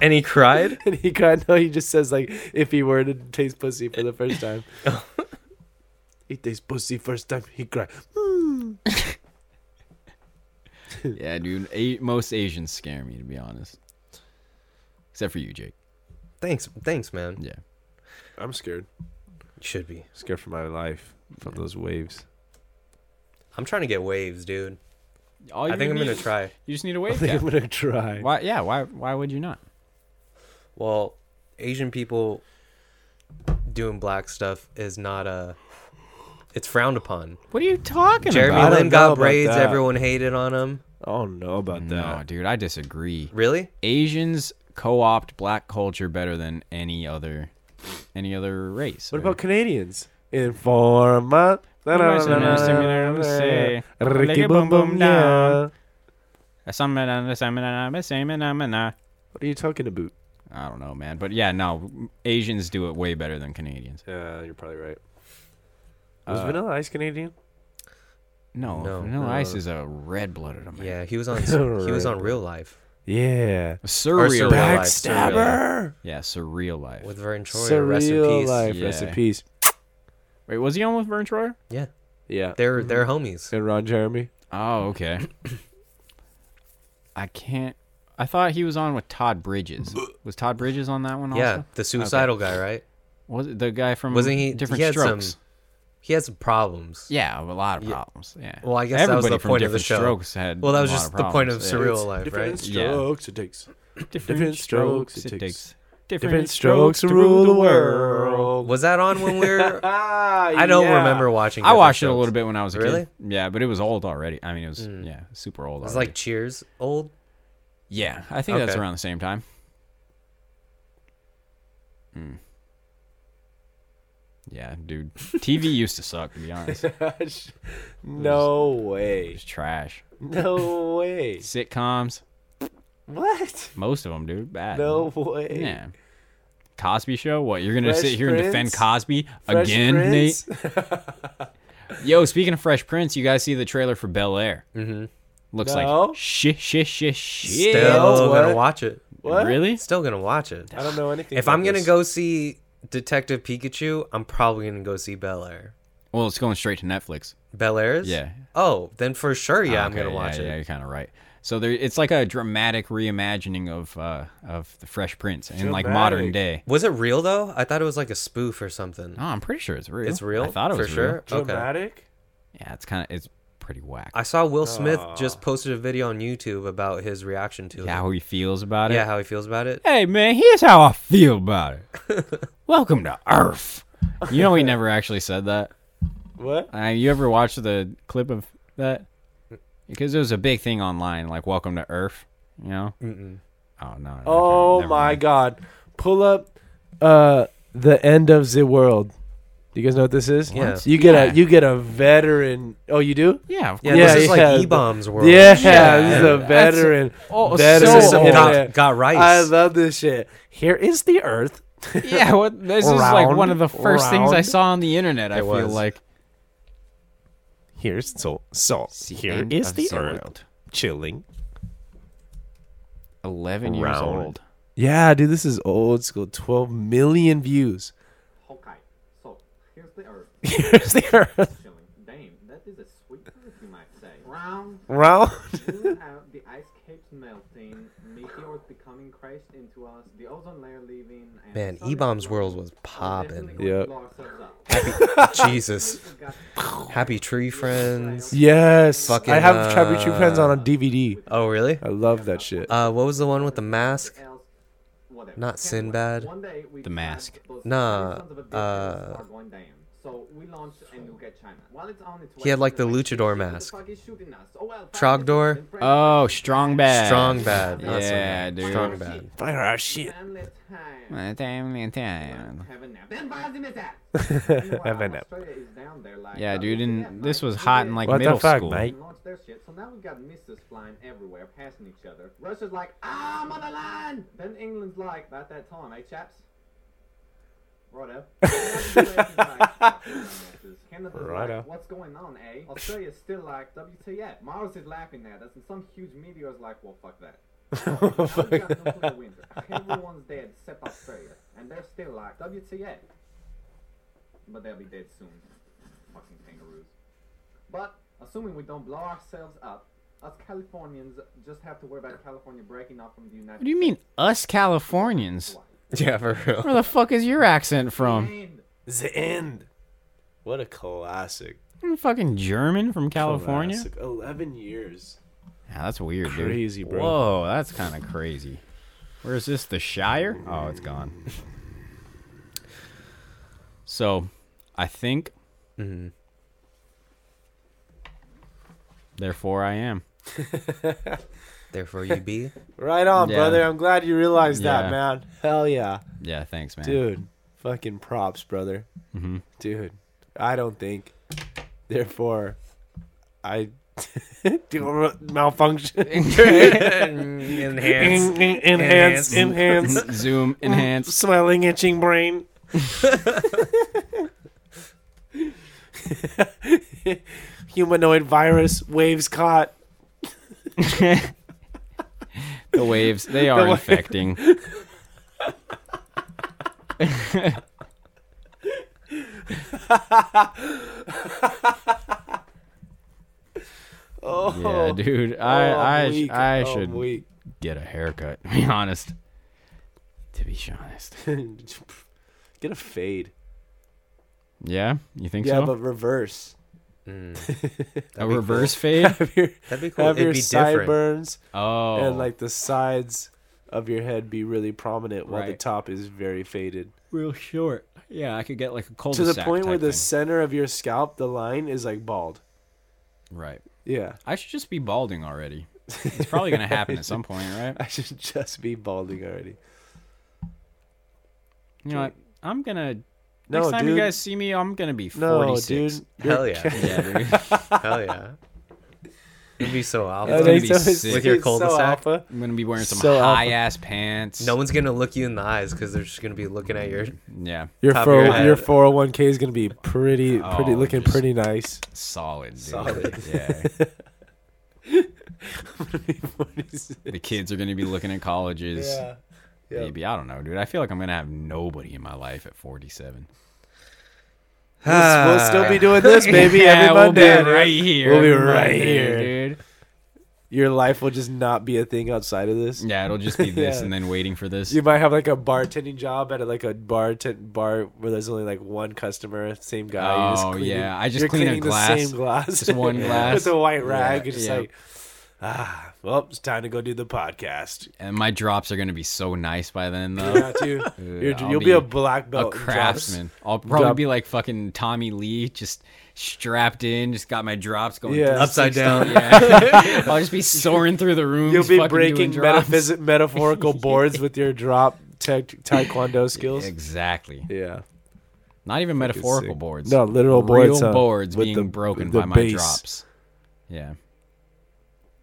S3: And he cried.
S2: and he kind of he just says like if he were to taste pussy for the first time he tastes pussy first time he cry [LAUGHS]
S1: Yeah, dude. A- most Asians scare me, to be honest. Except for you, Jake.
S3: Thanks, thanks, man.
S1: Yeah.
S2: i'm scared
S3: Should be.
S2: scared for my life from those waves
S3: I'm trying to get waves, dude.
S1: All
S3: I think I'm
S1: need-
S3: gonna try.
S1: You [LAUGHS] just need a
S2: i
S1: wave
S2: think
S1: cap.
S2: i'm gonna try
S1: Why? Yeah. Why? Why would you not?
S3: Well, Asian people doing black stuff is not a. It's frowned upon.
S1: What are you talking
S3: Jeremy
S2: I
S1: about?
S2: don't
S3: Lin
S2: know
S3: got
S2: about
S3: braids.
S2: that.
S3: Everyone hated on him.
S2: i don't know about
S1: No,
S2: that
S1: dude. I disagree.
S3: Really?
S1: Asians co-opt black culture better than any other, any other race. Uh,
S2: what
S1: [LAUGHS]
S2: about canadians informa Ricky boom boom yeah.
S1: I
S2: What are you talking about?
S1: don't know, man. But yeah, no, Asians do it way better than Canadians.
S2: Yeah,
S3: Uh,
S2: you're probably right. Was Vanilla Ice Canadian?
S1: No,
S3: No,
S1: Vanilla
S3: no.
S1: Ice is a red-blooded
S2: Oh,
S1: American.
S3: Yeah, he was
S2: [LAUGHS]
S3: on. he was on Real Life
S2: Yeah.
S1: Surreal.
S3: Surreal Life.
S1: life.
S2: Backstabber.
S1: Yeah, surreal life.
S3: with Vern Troyer. Rest in
S2: Surreal
S3: peace.
S2: life. Rest in
S1: Yeah.
S2: peace.
S1: Wait, was he on with Vern Troyer?
S3: Yeah,
S2: Yeah.
S3: they're they're
S2: Mm-hmm.
S3: homies.
S2: And Ron Jeremy.
S1: Oh, okay. I can't. I thought he was on with Todd Bridges. Was Todd Bridges on that one?
S3: Yeah,
S1: Also?
S3: the suicidal guy, right?
S1: Was it the guy from?
S3: Wasn't he-
S1: different
S3: he had some-
S1: strokes?
S3: He had some problems.
S1: Yeah, a lot of problems. Yeah.
S3: Well, I guess
S1: Everybody
S3: that was the
S1: from
S3: point of the
S1: Different
S3: show.
S1: Strokes had
S3: Well, that was
S1: a lot
S3: just the point of
S1: problems,
S3: surreal life,
S2: Different
S3: right?
S1: Yeah.
S2: strokes it takes.
S1: Different strokes, it takes. Different
S2: strokes to rule the world.
S3: Was that on when we
S2: [LAUGHS]
S3: were?
S2: Ah,
S3: I don't
S2: [LAUGHS]
S3: remember watching.
S1: I
S3: Different
S1: watched it a
S3: Strokes.
S1: little bit when I was a
S3: Really?
S1: kid. Yeah, but it was old already. I mean, it was yeah, super old.
S3: It was
S1: already.
S3: like Cheers, old.
S1: yeah, I think that's
S3: Okay.
S1: around the same time. Hmm. Yeah, dude.
S2: [LAUGHS]
S1: TV used to suck. To be honest, it
S2: no way.
S1: was trash.
S2: No way.
S1: Sitcoms,
S2: What?
S1: most of them, dude, bad.
S2: No way.
S1: Yeah. Cosby Show? What? You're gonna
S2: Fresh
S1: sit here and defend
S2: Prince?
S1: Cosby
S2: Fresh
S1: again,
S2: Prince?
S1: Nate? Yo, speaking of Fresh Prince, you guys see the trailer for Bel Air?
S3: Mhm.
S1: Looks
S2: Mm-hmm. No.
S1: like shit, shit, shit, shit.
S3: Still
S2: What?
S3: gonna watch it.
S2: [LAUGHS] What?
S1: Really?
S3: Still gonna watch it.
S2: I don't know anything.
S3: If
S2: about
S3: I'm gonna
S2: this.
S3: go see Detective Pikachu, I'm probably gonna go see Bel Air.
S1: Well, it's going straight to Netflix.
S3: Bel Air's?
S1: Yeah.
S3: Oh, then for sure, yeah,
S1: Ah,
S3: I'm
S1: okay,
S3: gonna watch
S1: yeah, Yeah,
S3: it.
S1: you're kind of right. So there, it's like a dramatic reimagining of uh, of the Fresh Prince in like modern
S2: Dramatic.
S1: day.
S3: Was it real though? I thought it was like a spoof or something.
S1: Oh, I'm pretty sure it's real.
S3: It's real
S1: I thought it
S3: for
S1: was real.
S3: sure. Okay.
S2: Dramatic.
S1: Yeah, it's kind of it's pretty whack.
S3: I saw Will Smith just posted a video on YouTube about his reaction to
S1: yeah,
S3: it.
S1: how he feels about it.
S3: Yeah, how he feels about it.
S1: Hey man, here's how I feel about it.
S3: [LAUGHS]
S1: Welcome to Earth. You know he never actually said that.
S2: What?
S1: Uh, you ever watched the clip of that? Because it was a big thing online, like "Welcome to Earth." You know? Mm-mm. Oh no! okay,
S2: Oh
S1: never
S2: my
S1: mind.
S2: god. Pull up uh the end of the world. Do you guys know what this is?
S3: Yeah.
S2: You get
S1: Yeah.
S2: a you get veteran. Oh, you do?
S1: Yeah, of
S3: Yeah,
S1: course.
S2: Yeah,
S3: this is
S2: yeah,
S3: like
S2: the-
S3: E bombs world.
S2: Yeah,
S1: Yeah.
S2: this is a
S1: That's-
S2: veteran.
S1: oh,
S2: veteran
S1: so
S3: This is some
S1: old.
S2: internet.
S3: got, got rice.
S2: I love this shit. Here is the Earth.
S1: [LAUGHS] Yeah, what, this is like
S2: Round,
S1: one of the first things I
S2: round.
S1: saw on the internet. I
S3: It
S1: feel
S3: was.
S1: like
S2: Here's so so. Here
S1: end
S2: is
S1: of
S2: the
S1: the
S2: Earth
S1: world.
S2: chilling.
S1: eleven years
S2: Round.
S1: old.
S2: Yeah, dude, this is old school. Twelve million views. [LAUGHS]
S10: Okay, so here's the earth
S2: Here's the Earth
S10: chilling. Damn, that is a sweet earth, you might say. Round,
S2: round.
S10: you have the ice caps melting, meteors becoming crashed into us, the ozone layer leaving, and
S3: Man,
S10: solid
S3: E bombs
S10: rock
S3: world was
S10: definitely
S3: popping.
S10: going to
S2: Yep.
S10: blow ourselves up.
S3: Jesus.
S10: We got
S3: Happy Tree Friends.
S2: Yes,
S3: Fucking,
S2: I have Chubby Tree Friends on a
S3: uh,
S2: DVD.
S3: Oh really?
S2: I love that shit.
S3: Uh, what was the one with the mask?
S10: else, whatever.
S3: Not
S10: Can't wait.
S3: Sinbad.
S10: One day we
S1: The Mask.
S10: those
S3: Nah,
S10: sons of a bitch
S3: uh,
S10: are going down. So we launched a nuke at China. While it's on its way,
S3: He had, like, the
S10: we're
S3: luchador
S10: "Who the
S3: mask.
S10: fuck is shooting us? Oh, well,
S3: Trogdor?
S10: fuck it, then
S1: Oh, strong bad.
S3: Strong bad. not so
S1: Yeah,
S3: bad.
S1: dude.
S3: Strong bad.
S2: Fire our shit.
S10: Then let's have-
S1: Yeah,
S10: have a nap. Then buy them a nap.
S2: [LAUGHS] [LAUGHS] Have a
S3: [LAUGHS]
S2: nap.
S10: Australia is down there like, uh,
S1: dude,
S10: yeah,
S1: and this
S10: mate,
S1: was
S10: we
S1: hot
S10: did
S1: in
S10: it.
S1: like
S2: What the
S1: middle
S2: fuck,
S1: school.
S2: mate?
S10: Launched their shit. So now we got missiles flying everywhere, passing each other. Russia's like, "Ah, I'm on the line. Then England's like, about that time, eh, chaps? Righto. Righto.
S2: Righto.
S10: Like, What's going on, eh? Australia's still like, WTF. Mars is laughing at us, and some huge meteor's like, well, fuck that. Now we got nuclear winter. Everyone's dead except Australia, and they're still like, WTF. But they'll be dead soon. Fucking kangaroos. But assuming we don't blow ourselves up, us Californians just have to worry about California breaking off from the United
S1: What do you mean, us Californians?
S3: Yeah, for real.
S1: Where the fuck is your accent from?
S10: And
S2: The end. What a classic.
S1: You're fucking German from California?
S2: Classic. Eleven years.
S1: Yeah, that's weird, dude.
S2: Crazy, bro.
S1: Whoa, that's kind of crazy. Where is this? The Shire? Oh, it's gone. So, I think.
S2: Mm-hmm.
S1: Therefore, I am.
S3: Therefore, you be.
S1: [LAUGHS]
S2: Right on,
S1: Yeah.
S2: brother. I'm glad you realized
S1: Yeah.
S2: that, man. Hell yeah,
S1: Yeah, thanks, man. [LAUGHS]
S2: dude. Fucking props, brother.
S3: Mm-hmm.
S1: Mhm.
S2: Dude, I don't think. Therefore, I [LAUGHS] do malfunction.
S3: Enhance.
S2: [LAUGHS] enhance,
S3: Enhance.
S2: enhance, [LAUGHS]
S1: Zoom, enhance. [LAUGHS]
S2: swelling, itching brain. Humanoid virus waves caught.
S1: The waves, they are
S2: wa- [LAUGHS]
S1: infecting.
S2: Oh,
S1: Yeah, dude.
S2: oh,
S1: I, I,
S2: I'm
S1: sh-
S2: weak.
S1: I
S2: Oh, I'm
S1: should
S2: weak. [LAUGHS]
S1: get a haircut, to be honest. To be honest.
S2: Get a fade.
S1: Yeah? You think
S2: Yeah,
S1: so?
S2: but reverse.
S1: a reverse
S2: [LAUGHS]
S1: fade?
S2: Have your,
S3: That'd be cool.
S2: have
S3: It'd
S2: your
S3: be different.
S2: sideburns
S1: Oh.
S2: and like the sides of your head be really prominent while the
S1: Right.
S2: top is very faded.
S1: real short. Yeah, I could get like a cold
S2: to the point where the center of your scalp, the line is like bald.
S1: right.
S2: Yeah. [LAUGHS]
S1: I should just be balding already. It's probably gonna happen at some point,
S2: [LAUGHS]
S1: right?
S2: I should just be balding already.
S1: You know, what? I'm gonna.
S2: No,
S1: next time
S2: dude.
S1: you guys see me, I'm gonna be
S2: No,
S1: 46.
S2: dude.
S1: [LAUGHS]
S3: Hell yeah.
S1: Yeah, dude.
S3: Hell yeah. It'd be so alpha.
S1: It's gonna be sick.
S3: With your
S2: cold
S3: cul-de-sac?
S1: I'm gonna be wearing some
S2: So uh, alpha.
S1: high ass pants.
S3: No one's gonna look you in the eyes because they're just gonna be looking
S1: [LAUGHS]
S3: at your
S1: Yeah,
S2: Your
S3: Top of
S2: four,
S3: your head.
S2: your 401k is going to be pretty pretty
S1: Oh,
S2: looking
S1: just-
S2: pretty nice.
S1: solid, dude.
S3: Solid.
S2: [LAUGHS]
S1: Yeah. The kids are gonna be looking at colleges.
S2: yeah.
S1: Maybe I don't know, dude. I feel like I'm gonna have nobody in my life at 47.
S2: [LAUGHS] We'll, we'll still be
S1: [LAUGHS]
S2: doing this, baby, every
S1: we'll be
S2: Monday.
S1: right here.
S2: We'll be
S1: every
S2: right
S1: Monday,
S2: here.
S1: dude.
S2: Your life will just not be a thing outside of this.
S1: Yeah, it'll just be this
S2: [LAUGHS] Yeah.
S1: and then waiting for this.
S2: You might have like a bartending job at like a bar bar where there's only like one customer, same guy. You're
S1: Oh,
S2: cleaning-
S1: yeah. I just
S2: you're
S1: clean a
S2: cleaning
S1: glass.
S2: the same glass,
S1: Just one glass.
S2: [LAUGHS] with a white
S1: Yeah,
S2: rag. It's just
S1: yeah.
S2: like, ah, well, it's time to go do
S1: [LAUGHS]
S2: the podcast.
S1: And my drops are gonna be so nice by then, though.
S2: Yeah, too.
S1: Uh,
S2: [LAUGHS] You're-
S1: I'll
S2: you'll be a black belt
S1: a
S2: in
S1: craftsman.
S2: drops.
S1: I'll probably
S2: Drop-
S1: be like fucking Tommy Lee, just strapped in, just got my drops going
S2: Yeah.
S1: 360.
S3: Upside down.
S1: Yeah. I'll just be soaring through the room.
S2: You'll be breaking [LAUGHS] metaphys- metaphorical boards with your drop tech taekwondo skills.
S1: Exactly.
S2: Yeah,
S1: Not even metaphorical
S2: sick.
S1: boards.
S2: No, literal
S1: Real
S2: boards, huh?
S1: boards
S2: With
S1: being
S2: the-
S1: broken
S2: the
S1: by my
S2: base.
S1: drops. Yeah,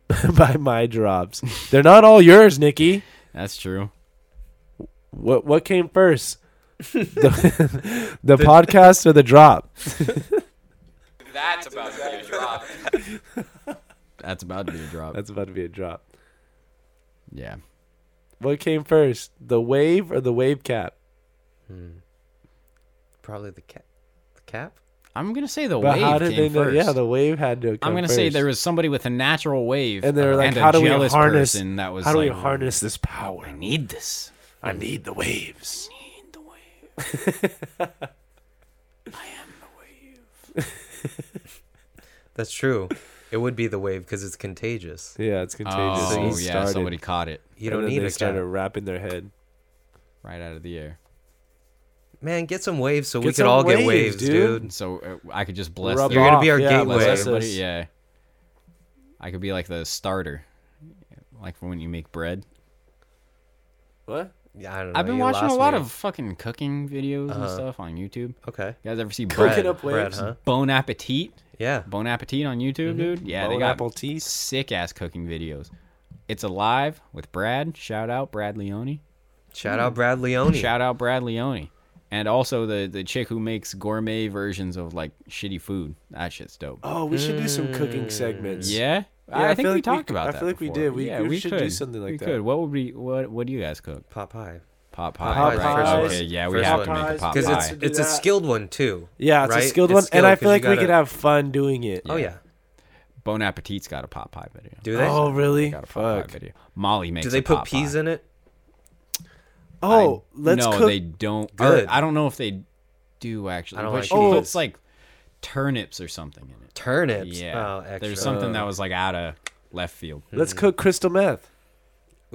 S2: [LAUGHS] by my drops. They're not all yours, Nikki.
S1: that's true.
S2: What what came first? [LAUGHS] the, [LAUGHS] the podcast or the drop?
S1: That's about to be a drop. That's about to be a drop.
S2: That's about to be a drop.
S1: yeah.
S2: What came first? The wave or the wave cap?
S3: [LAUGHS] Probably the cap. The cap.
S1: I'm gonna say the
S2: But
S1: wave
S2: how did
S1: came
S2: they know?
S1: first.
S2: Yeah, the wave had to. Come
S1: I'm gonna say
S2: first.
S1: there was somebody with a natural wave, uh,
S2: And they were like,
S1: a
S2: "How do we
S1: jealous
S2: harness?
S1: person That was
S2: how do
S1: like,
S2: we harness this power?
S1: I need this.
S2: I need the waves.
S3: That's true. It would be the wave because it's contagious.
S2: Yeah, it's contagious.
S1: Oh
S2: He
S1: yeah,
S2: started,
S1: somebody caught it
S3: You
S2: and
S3: don't
S2: then
S3: need
S2: they
S3: a cap.
S2: started wrapping their head.
S1: right out of the air.
S3: Man, get some waves so we
S2: Get
S3: could
S2: some
S3: all get
S2: waves,
S3: waves,
S2: dude.
S3: dude.
S1: And so uh, I could just bless.
S2: Rub
S1: their-
S3: You're gonna be
S2: off.
S3: our
S2: yeah,
S3: gateway.
S2: bless
S1: bless
S2: us.
S1: everybody. Yeah, I could be like the starter, like when you make bread.
S2: What?
S3: Yeah, I don't know.
S1: I've been
S3: you
S1: watching a
S3: lost
S1: lot
S3: me.
S1: of fucking cooking videos and stuff on YouTube.
S3: Okay.
S1: You guys ever see
S2: Uh-huh. Cooking
S1: bread?
S2: up
S3: Bread,
S2: waves.
S3: huh?
S1: Bon Appetit.
S3: Yeah.
S1: Bon Appetit on YouTube, dude. Yeah, they
S2: Mm-hmm. Bon
S1: got
S2: Appetit.
S1: sick ass cooking videos. It's alive with Brad. Shout out Brad Leone.
S3: Shout out Brad
S2: Oh,
S3: Leone.
S1: Hmm. Shout out Brad Leone. And also the the chick who makes gourmet versions of like shitty food. That shit's dope.
S2: Oh, we should do some
S3: Mm.
S2: cooking segments.
S1: Yeah.
S2: Yeah,
S1: I,
S2: I
S1: think
S2: feel
S1: we
S2: like we
S1: talked
S2: c-
S1: about
S2: I
S1: that.
S2: feel like we
S1: before.
S2: did. We-
S1: yeah,
S2: we
S1: we
S2: should do
S1: could.
S2: something like
S1: we
S2: that.
S1: Could. What would be what what do you guys cook?
S3: Pop pie.
S1: Pot pie.
S2: Pot
S1: right? Oh,
S2: pies.
S1: Okay, yeah, we
S3: First
S1: have
S3: one.
S1: to make a pot
S3: Because
S1: pie.
S3: it's
S2: Do
S3: it's a
S2: that.
S3: skilled one too.
S2: Yeah, it's
S3: right?
S2: a skilled one, and
S3: skilled
S2: I feel
S3: 'cause you
S2: like we
S3: gotta-
S2: could have fun doing it.
S3: Oh yeah.
S1: Bon Appetit's got a pot pie video.
S3: Do they?
S2: Oh, really?
S1: got a pot
S2: Fuck.
S1: pie video. Molly makes
S3: Do they
S1: a
S3: put
S1: pot
S3: peas
S1: pie.
S3: in it?
S2: Oh, let's
S1: no,
S2: cook.
S1: they don't.
S3: Good.
S1: Or, I don't know if they do actually.
S3: I don't
S1: but
S3: like
S1: she
S2: peas.
S1: puts like turnips or something in it.
S3: Turnips.
S1: Yeah,
S3: Oh, extra.
S1: there's something that was like out of left field.
S2: Let's cook
S1: [LAUGHS]
S2: crystal meth.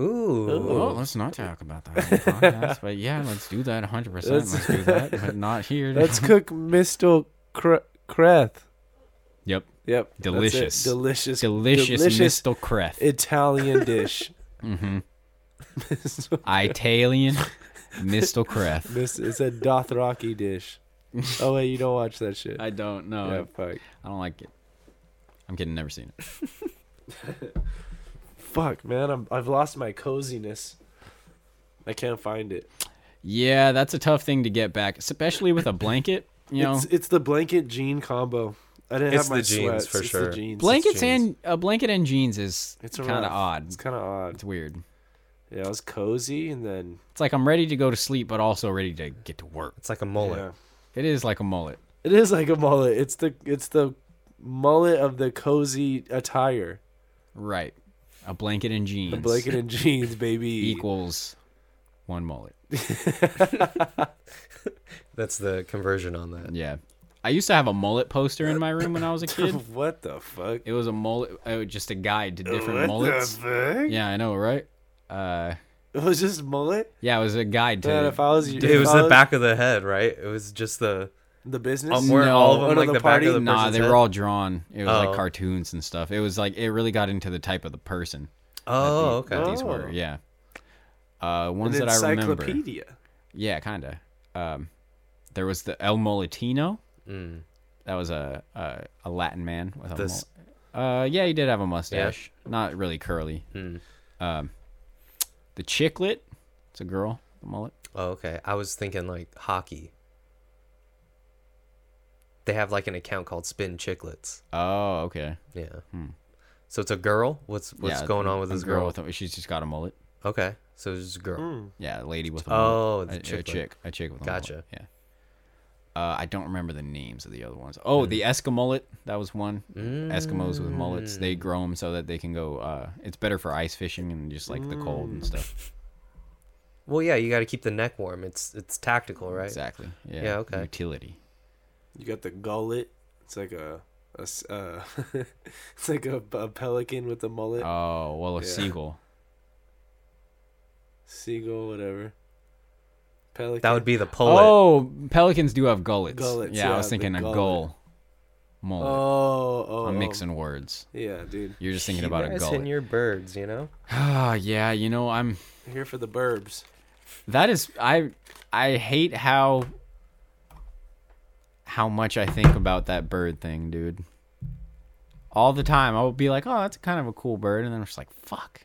S3: Ooh.
S1: Oh, Well, let's not talk about that on the podcast. but yeah, let's do that 100. percent
S2: Let's-
S1: Let's do that, but not here.
S2: Let's cook Mr. Cre- Creth.
S1: [LAUGHS] yep,
S2: Yep. that's it.
S1: Delicious.
S2: Delicious.
S1: delicious,
S2: delicious
S1: Mistel Creth, [LAUGHS]
S2: Italian dish.
S1: Italian Mistel Creth.
S2: This it's a
S1: [LAUGHS]
S2: Dothraki dish. Oh wait, you don't watch that shit.
S1: I don't know.
S2: yeah, fuck.
S1: I don't like it. I'm kidding. Never seen it.
S2: Fuck, man. I'm, I've lost my coziness. I can't find it.
S1: Yeah, that's a tough thing to get back, especially with a blanket. You know,
S2: It's it's the blanket jean combo. I didn't
S3: It's
S2: have my
S3: the jeans,
S2: sweats.
S3: for
S2: it's
S3: sure.
S2: The jeans.
S1: blankets
S3: jeans.
S1: and a blanket and jeans is
S2: It's
S1: kind of
S2: rough.
S1: odd.
S2: It's kind of odd.
S1: It's weird.
S2: Yeah, I was cozy and then
S1: It's like I'm ready to go to sleep, but also ready to get to work.
S3: It's like a mullet.
S2: yeah.
S1: It is like a mullet.
S2: It is like a mullet. It's the it's the mullet of the cozy attire.
S1: Right. A blanket and jeans
S2: A blanket and jeans,
S3: [LAUGHS]
S2: baby.
S1: equals one mullet.
S3: That's the conversion on that.
S1: Yeah. I used to have a mullet poster in my room when I
S2: [LAUGHS]
S1: was a kid.
S2: [LAUGHS] What the fuck?
S1: It was a mullet, uh, just a guide to different
S2: What
S1: mullets.
S2: the fuck?
S1: Yeah, I know, right? Uh,
S2: It was just mullet.
S1: yeah, it was a guide to.
S2: Man, if I was,
S3: It was
S2: if I
S3: the back of the head, right? It was just the.
S2: The business.
S3: Um, weren't all of
S2: No.
S3: them like
S2: Under
S3: the,
S2: the
S3: back
S2: party?
S3: of the
S1: nah,
S3: person's
S1: they
S3: head?
S1: were all drawn. It was like
S3: Oh.
S1: cartoons and stuff. It was like it really got into the type of the person.
S3: Oh,
S1: that
S3: okay.
S1: these were.
S2: Oh.
S1: Yeah. Uh, ones
S2: An
S1: that I remember.
S2: encyclopedia.
S1: Yeah, kinda. Um, there was the El Molitino.
S3: Mm.
S1: That was a a, a Latin man with a.
S3: This-
S1: mul- uh, yeah, he did have a mustache. Not really curly.
S3: Hmm.
S1: Um, the chiclet. It's a girl. The mullet.
S3: Oh, okay. I was thinking like hockey. They have like an account called Spin Chicklets.
S1: Oh, okay.
S3: Yeah. So it's a girl. What's
S1: Hmm.
S3: what's
S1: Yeah,
S3: going on with
S1: a
S3: this girl?
S1: with a- she's just got a mullet.
S3: okay, so it's just a girl.
S1: Yeah, a lady with a mullet.
S3: Oh,
S1: a,
S3: the
S1: a
S3: chicklet.
S1: chick. A chick with a mullet.
S3: Gotcha.
S1: Yeah. Uh, I don't remember the names of the other ones.
S3: Hmm.
S1: Oh, the Eskimo mullet. That was one.
S3: Mm.
S1: Eskimos with mullets.
S2: Mm.
S1: They grow them so that they can go. Uh, it's better for ice fishing and just like the cold and
S2: Mm.
S1: stuff.
S3: Well, yeah, you got to keep the neck warm. It's it's tactical, right?
S1: Exactly. Yeah.
S3: Yeah, okay.
S1: Utility.
S2: You got the gullet. It's like a, a s- uh, [LAUGHS] it's like a, a pelican with a mullet,
S1: Oh well, a
S2: Yeah.
S1: seagull.
S2: seagull, whatever. Pelican.
S3: That would be the pullet.
S1: Oh, pelicans do have gullets.
S2: Gullets,
S1: yeah, I
S2: yeah,
S1: was
S2: the
S1: thinking a
S2: gullet.
S1: gull. Mullet.
S2: Oh, oh,
S1: I'm
S2: oh.
S1: mixing words.
S2: Yeah, dude.
S1: You're just thinking about a
S3: guys
S1: gullet.
S3: and your birds, you know.
S1: Ah, [SIGHS] yeah. You know, I'm.
S2: Here for the burbs.
S1: That is I I hate how how much I think about that bird thing, dude. All the time. I will be like, "Oh, that's kind of a cool bird." And then I'm just like, "Fuck.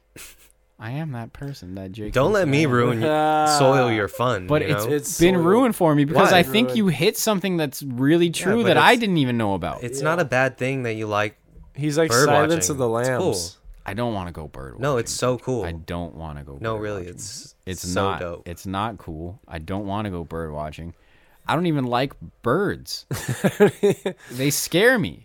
S1: I am that person that Jake."
S3: Don't
S1: thinks
S3: let
S1: I
S3: me
S1: am."
S3: ruin [LAUGHS] y- soil your fun.
S1: But
S3: you
S1: it's
S3: know?
S2: It's
S1: been
S2: soiled.
S1: ruined for me because
S3: Why?
S1: I think you hit something that's really true
S3: but
S1: that I
S3: it's-
S1: didn't even know about.
S3: it's not a bad thing that you like
S2: He's like
S3: bird
S2: Silence
S3: watching.
S2: of the
S3: It's cool.
S2: Lambs.
S1: I don't want to go bird.
S3: No, it's so cool.
S1: I don't want to go.
S3: No,
S1: bird
S3: really,
S1: watching.
S3: it's
S1: it's
S3: so
S1: not.
S3: dope.
S1: It's not cool. I don't want to go bird watching. I don't even like [LAUGHS] birds. they scare me.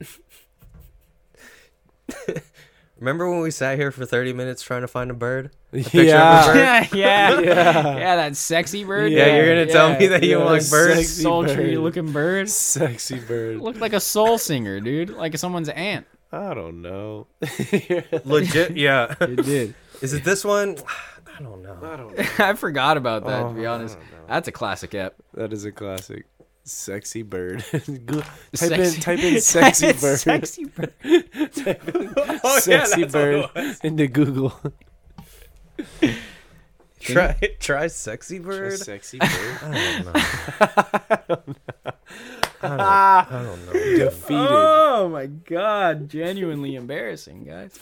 S3: Remember when we sat here for 30 minutes trying to find a bird?
S2: [LAUGHS]
S3: A picture of a
S2: Yeah.
S3: bird?
S1: [LAUGHS] yeah, [LAUGHS] yeah, yeah. That sexy bird.
S3: Yeah, you're gonna tell me that you
S2: yeah,
S3: don't like birds.
S2: sexy
S1: sultry
S2: bird.
S1: looking [LAUGHS] bird.
S2: Sexy bird.
S1: Looked like a soul singer, dude. Like someone's aunt.
S2: I
S3: [LAUGHS]
S2: don't know.
S3: Legit,
S2: [LAUGHS]
S3: yeah.
S2: It did.
S3: Is it this one? I don't know.
S2: I don't know.
S1: [LAUGHS] I forgot about that. to be honest, that's a classic app.
S2: That is a classic. Sexy bird. [LAUGHS] Go- type
S1: Sexy-
S2: in type
S3: [LAUGHS]
S1: [LAUGHS]
S2: in sexy bird.
S1: Sexy bird. [LAUGHS]
S2: type in
S3: Oh, yeah,
S2: sexy
S3: that's what
S2: bird
S3: it was.
S2: into Google. [LAUGHS]
S3: Try try sexy bird. [LAUGHS]
S2: sexy bird.
S3: I don't know.
S2: [LAUGHS]
S3: I don't, I don't know. [LAUGHS] dude.
S2: Defeated.
S1: Oh my god, genuinely embarrassing, guys.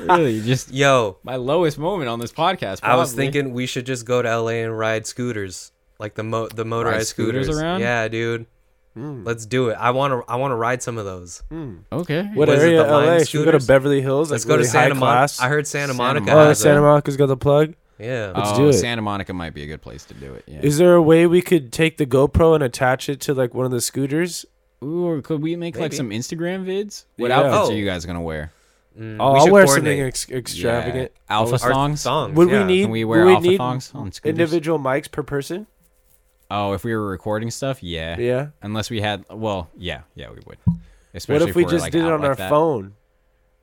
S1: [LAUGHS] really, just
S3: Yo,
S1: my lowest moment on this podcast.
S3: I was
S1: probably.
S3: thinking we should just go to LA and ride scooters, like the mo the motorized
S1: scooters around?
S3: Yeah, dude.
S2: Hmm.
S3: Let's do it. I want to. I want to ride some of those.
S1: Okay.
S2: What
S3: Was it
S2: area
S3: the
S2: of
S3: line
S2: LA? Should we go to
S3: scooters?
S2: Beverly Hills?
S3: Let's
S2: Hmm. like
S3: go
S2: really
S3: to Santa
S2: high
S3: Monica.
S2: class?
S3: I heard Santa
S1: Santa
S3: Monica. Uh,
S1: Monica.
S2: Oh,
S3: has a-
S2: Santa Monica's got the plug.
S3: Yeah.
S2: Let's
S1: oh,
S2: do it.
S1: Santa Monica might be a good place to do it. Yeah.
S2: Is there a way we could take the GoPro and attach it to like one of the scooters?
S1: Ooh, or could we make like
S3: Maybe.
S1: some Instagram vids? What
S2: Yeah.
S1: outfits
S3: Oh.
S1: are you guys gonna wear?
S3: Mm,
S2: Oh,
S3: we
S2: I'll
S3: should
S2: wear
S3: coordinate.
S2: something ex- extravagant.
S1: Yeah. Alpha
S3: Our
S1: thongs.
S3: thongs,
S2: Would
S3: yeah.
S2: we need?
S1: Can we wear
S2: would
S1: alpha
S2: need
S1: thongs on scooters?
S2: Individual mics per person.
S1: Oh, if we were recording stuff, yeah.
S2: Yeah.
S1: Unless we had, well, yeah, yeah, we would.
S2: what
S1: Especially
S2: if we
S1: we're,
S2: just
S1: like,
S2: did it
S1: out
S2: on
S1: like
S2: our
S1: that.
S2: phone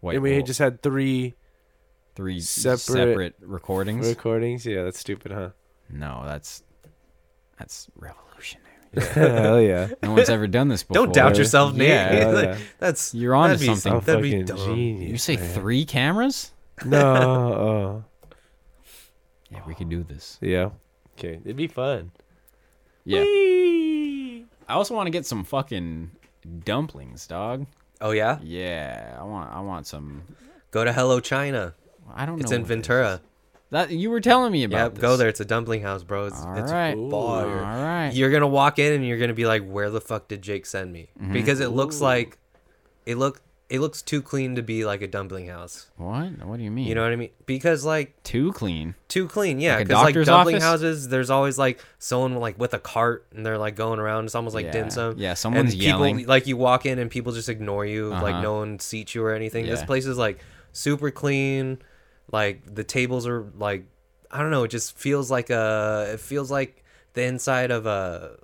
S1: Wait,
S2: and we
S1: well,
S2: just had three
S1: three
S2: separate-
S1: separate, recordings.
S2: recordings? Yeah, that's
S3: [LAUGHS]
S2: stupid, huh?
S1: no, that's that's revolutionary.
S2: Hell [LAUGHS] yeah!
S1: No one's ever done
S2: [LAUGHS]
S1: this before.
S3: Don't doubt yourself, Nate.
S1: Yeah.
S3: [LAUGHS] Like,
S2: Yeah.
S3: That's
S1: You're onto
S3: that'd be-
S1: something.
S2: I'm
S3: That'd be
S2: fucking
S3: dumb.
S2: genius.
S1: You
S3: [LAUGHS]
S1: say
S2: man.
S1: three cameras?
S2: No. Oh.
S1: Yeah, we could do this.
S2: Yeah. Okay, it'd be fun.
S1: Yeah. I also want to get some fucking dumplings, dog.
S3: Oh yeah,
S1: Yeah, I want I want some.
S3: go to Hello China.
S1: I don't
S3: It's
S1: know.
S3: in
S1: what this
S3: Ventura.
S1: is. That you were telling me about.
S3: Yep,
S1: this.
S3: go there. It's a dumpling house, bro. It's,
S1: All
S3: it's
S1: right.
S3: fire.
S1: All right.
S3: You're gonna walk in and you're gonna be like, "Where the fuck did Jake send me?"
S1: Mm-hmm.
S3: Because it looks like it look it looks too clean to be like a dumpling house.
S1: What? What do you mean?
S3: You know what I mean? Because like
S1: too clean.
S3: too clean, yeah.
S1: Like a
S3: Because like,
S1: doctor's
S3: dumpling
S1: office?
S3: houses, there's always like someone like with a cart and they're like going around. It's almost like
S1: Yeah.
S3: dim sum.
S1: Yeah, someone's
S3: and
S1: yelling.
S3: People, like you walk in and people just ignore you. Like
S1: Uh-huh.
S3: no one seats you or anything. This
S1: Yeah.
S3: place is like super clean. Like the tables are like I don't know. It just feels like a. It feels like the inside of a.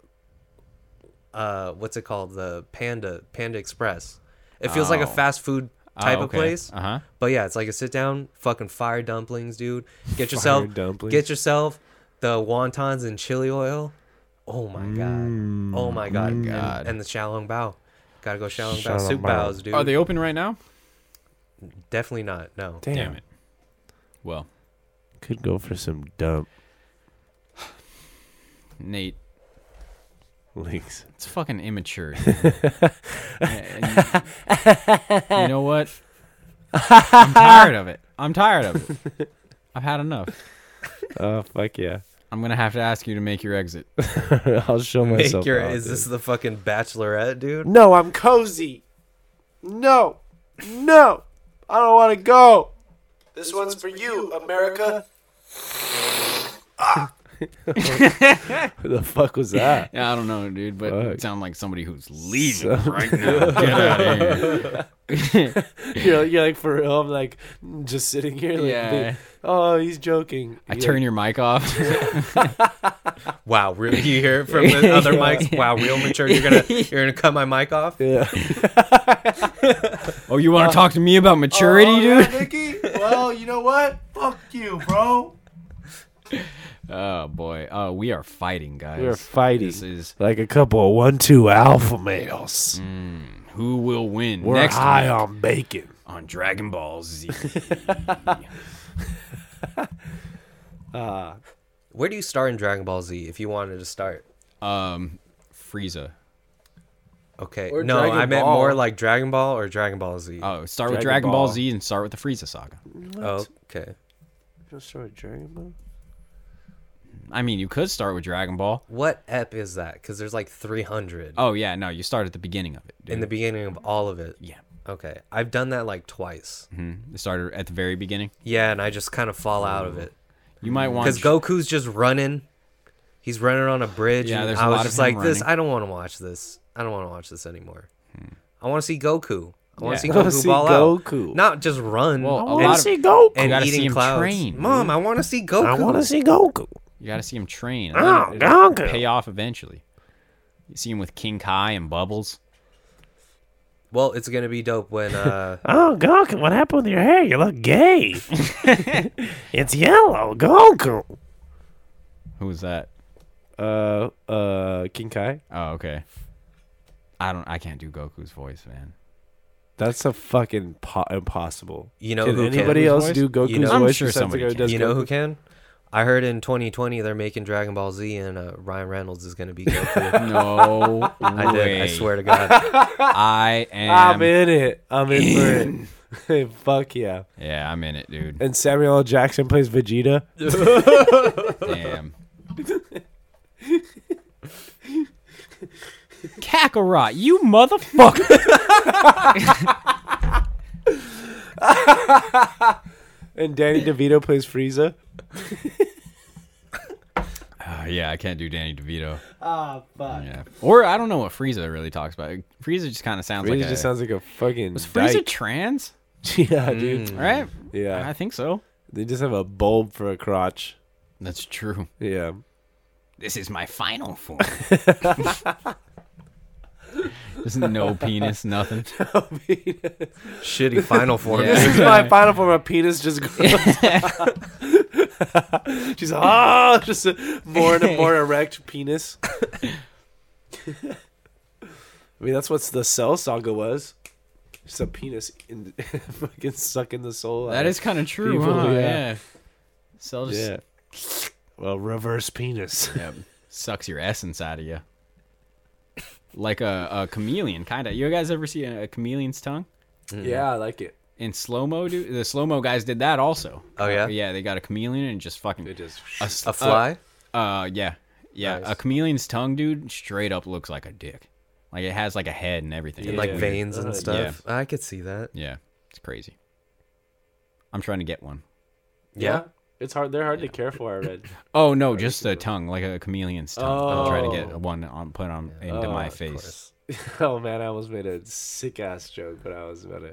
S3: Uh, what's it called? The Panda Panda Express. It feels like a
S1: Oh.
S3: fast food type of place.
S1: Uh huh.
S3: But yeah, it's like a sit down, fucking fire dumplings, dude. Get yourself
S2: dumplings.
S3: get yourself the wontons and chili oil. Oh my
S2: Mm.
S3: god. Oh my god. And-
S1: God.
S3: And, the xiaolong bao. Gotta go xiaolong bao
S2: Xiaolong
S3: soup
S2: bao.
S3: baos, dude.
S1: Are they open right now?
S3: Definitely not.
S2: [LAUGHS]
S3: No.
S2: Damn.
S1: Damn it. Well,
S2: Could go for some dump
S1: Nate,
S2: links.
S1: it's fucking immature.
S3: [LAUGHS]
S1: dude. And- and- you know what? I'm tired of it. I'm tired of it.
S3: [LAUGHS]
S1: I've had enough.
S2: Oh fuck yeah!
S1: I'm gonna have to ask you to make your exit.
S2: I'll show
S3: Make
S2: myself.
S3: your
S2: out,
S3: is
S2: dude.
S3: this the fucking bachelorette, dude?
S2: No, I'm cozy. No, no, I don't want to go. This, one's, for you, America. Who the fuck was that?
S1: Yeah, I don't know, dude, but
S2: Fuck.
S1: it sounds like somebody who's leaving
S2: So- [LAUGHS]
S1: right now. Get out of here.
S2: [LAUGHS] you're, like- you're like for real. I'm like just sitting [LAUGHS] here. Like,
S1: Yeah.
S2: Oh, he's joking.
S1: I
S2: You're
S1: turn
S2: like,
S1: your mic off.
S3: Wow, really? You hear it
S2: [LAUGHS]
S3: from the other mics? Wow, real mature. You're gonna you're gonna cut my mic off?
S2: [LAUGHS] Yeah.
S1: oh, you
S2: Uh,
S1: want to talk to me about maturity,
S2: oh,
S1: dude?
S2: [LAUGHS] Nikki.
S5: well, you know what? Fuck you, bro.
S1: Oh boy. Oh, we are fighting, guys.
S2: We're fighting.
S1: This is
S2: Like a couple of one-two alpha males.
S1: who will win
S2: We're
S1: Mm. next
S2: high
S1: week
S2: on bacon.
S1: on Dragon Ball
S2: [LAUGHS]
S1: Z.
S3: Where do you start in Dragon Ball Z if you wanted to start?
S1: um, Frieza.
S3: Okay.
S2: Or
S3: no,
S2: Dragon
S3: I meant
S2: Ball. Uh,
S3: more like Dragon Ball or Dragon Ball Z.
S1: Oh, start with
S2: Dragon
S1: Dragon Ball.
S2: Ball.
S1: Z and start with the Frieza saga.
S3: Oh, okay.
S2: Just sort of Dragon Ball.
S1: I mean, you could start with Dragon Ball.
S3: What ep is that? Because there's like
S2: Uh,
S3: 300
S1: Oh yeah, no, you start at the beginning of it. Dude.
S3: in the beginning of all of it.
S1: yeah,
S3: Okay. I've done that like twice.
S1: Mhm. it started at the very beginning.
S3: Yeah, and I just kind of fall out
S1: Mm.
S3: of it.
S1: You might
S2: Mm.
S1: want
S3: Because Goku's just running. He's running on a bridge.
S1: Yeah,
S3: and
S1: there's
S3: I
S1: a
S3: was
S1: lot of
S3: just
S1: him
S3: like,
S1: running.
S3: this,
S1: Hmm.
S3: I don't want to watch this. I don't want to watch this anymore. I want to see Goku. I
S1: Yeah. [LAUGHS]
S3: want to see
S2: I wanna
S3: Goku
S2: see
S3: ball
S2: Goku.
S3: out. Not just run.
S1: Well, a
S2: I
S1: lot
S2: want
S1: of-
S2: to see Goku.
S1: You
S3: and
S1: gotta
S3: eating
S1: see him
S3: clouds.
S1: train,
S3: Mom, I want
S1: [LAUGHS]
S3: to see Goku.
S2: I want to see Goku.
S1: You got to see him train. and
S2: Oh,
S1: then it'll
S2: Goku.
S1: Pay off eventually. You see him with King Kai and Bubbles.
S3: Well, it's gonna be dope when
S1: [LAUGHS]
S3: uh
S2: Oh, Goku, what happened with your hair? You look [LAUGHS] gay. it's yellow, Goku.
S1: Who was that?
S2: Uh, uh, King Kai.
S1: Oh, okay. I don't. I can't do Goku's voice,
S2: [LAUGHS]
S1: man.
S2: That's a fucking po- impossible.
S3: You know
S2: can
S3: who
S2: anybody
S3: can?
S2: else
S1: Voice?
S2: do Goku's
S3: You know-
S1: I'm
S2: voice?
S1: sure
S2: besides the
S1: somebody
S2: guy who
S1: can.
S2: does
S3: you know who
S2: Goku?
S3: can. I heard in 2020 they're making Dragon Ball Z and uh, Ryan Reynolds is
S1: [LAUGHS]
S3: gonna be Goku.
S1: No
S2: Oh,
S3: I
S1: way.
S3: did. I swear to God.
S1: I am.
S2: I'm in it. I'm in
S3: [LAUGHS]
S2: for it. Fuck yeah!
S1: Yeah, I'm in it,
S2: [LAUGHS]
S1: dude.
S2: And Samuel L. Jackson plays Vegeta.
S1: Damn. Kakarot, you
S2: [LAUGHS]
S1: motherfucker!
S2: And Danny DeVito plays Frieza.
S1: Oh, yeah, I can't do Danny DeVito. Ah, fuck. Yeah. Or I don't know what Frieza really talks about. Frieza just kind of sounds
S2: Frieza
S1: like a.
S2: just sounds like a fucking.
S1: was Frieza
S2: dyke.
S1: trans?
S2: [LAUGHS] yeah, dude.
S3: Hmm.
S1: Right?
S2: Yeah.
S1: I think so.
S2: They just have a bulb for a crotch.
S1: That's true.
S2: Yeah. [LAUGHS]
S1: This is my final form. There's no penis, nothing.
S3: Shitty final form.
S1: Yeah.
S2: This is my final form of penis
S1: [LAUGHS]
S2: just grows. [LAUGHS] She's like, ah, [LAUGHS] just a more and
S1: [LAUGHS]
S2: more erect penis. I mean, that's what the Cell Saga was. Just a penis in, [LAUGHS] fucking sucking the soul.
S1: That
S2: out
S1: is kind of true,
S2: People,
S1: huh?
S2: yeah.
S1: Yeah. Cell
S2: of-
S1: just
S2: yeah. Well, reverse
S1: [LAUGHS]
S2: penis.
S1: yeah, sucks your essence out of you. Like a, a chameleon, kind of. You guys ever see a, a chameleon's tongue?
S2: Yeah, I like it.
S1: In slow mo, dude. The slow mo guys did that also. Uh,
S3: Oh, yeah?
S1: yeah. They got a chameleon and just fucking
S2: It just
S1: a, s-
S3: A fly.
S1: Uh, yeah, yeah.
S3: Nice.
S1: A chameleon's tongue, dude, straight up looks like a dick. Like it has like a head and everything.
S3: and
S1: It's
S3: like
S1: weird.
S3: veins
S2: Uh,
S3: and stuff. I could see that.
S1: Yeah, it's crazy. I'm trying to get one.
S3: Yeah.
S2: It's hard. They're hard to care for. I
S1: [LAUGHS]
S2: read.
S1: Oh no, just the tongue, like a chameleon's tongue. I'm trying to
S2: Oh.
S1: get one on put on into
S2: Oh,
S1: my
S2: of
S1: face.
S2: oh man, I almost made a sick ass joke, but I was about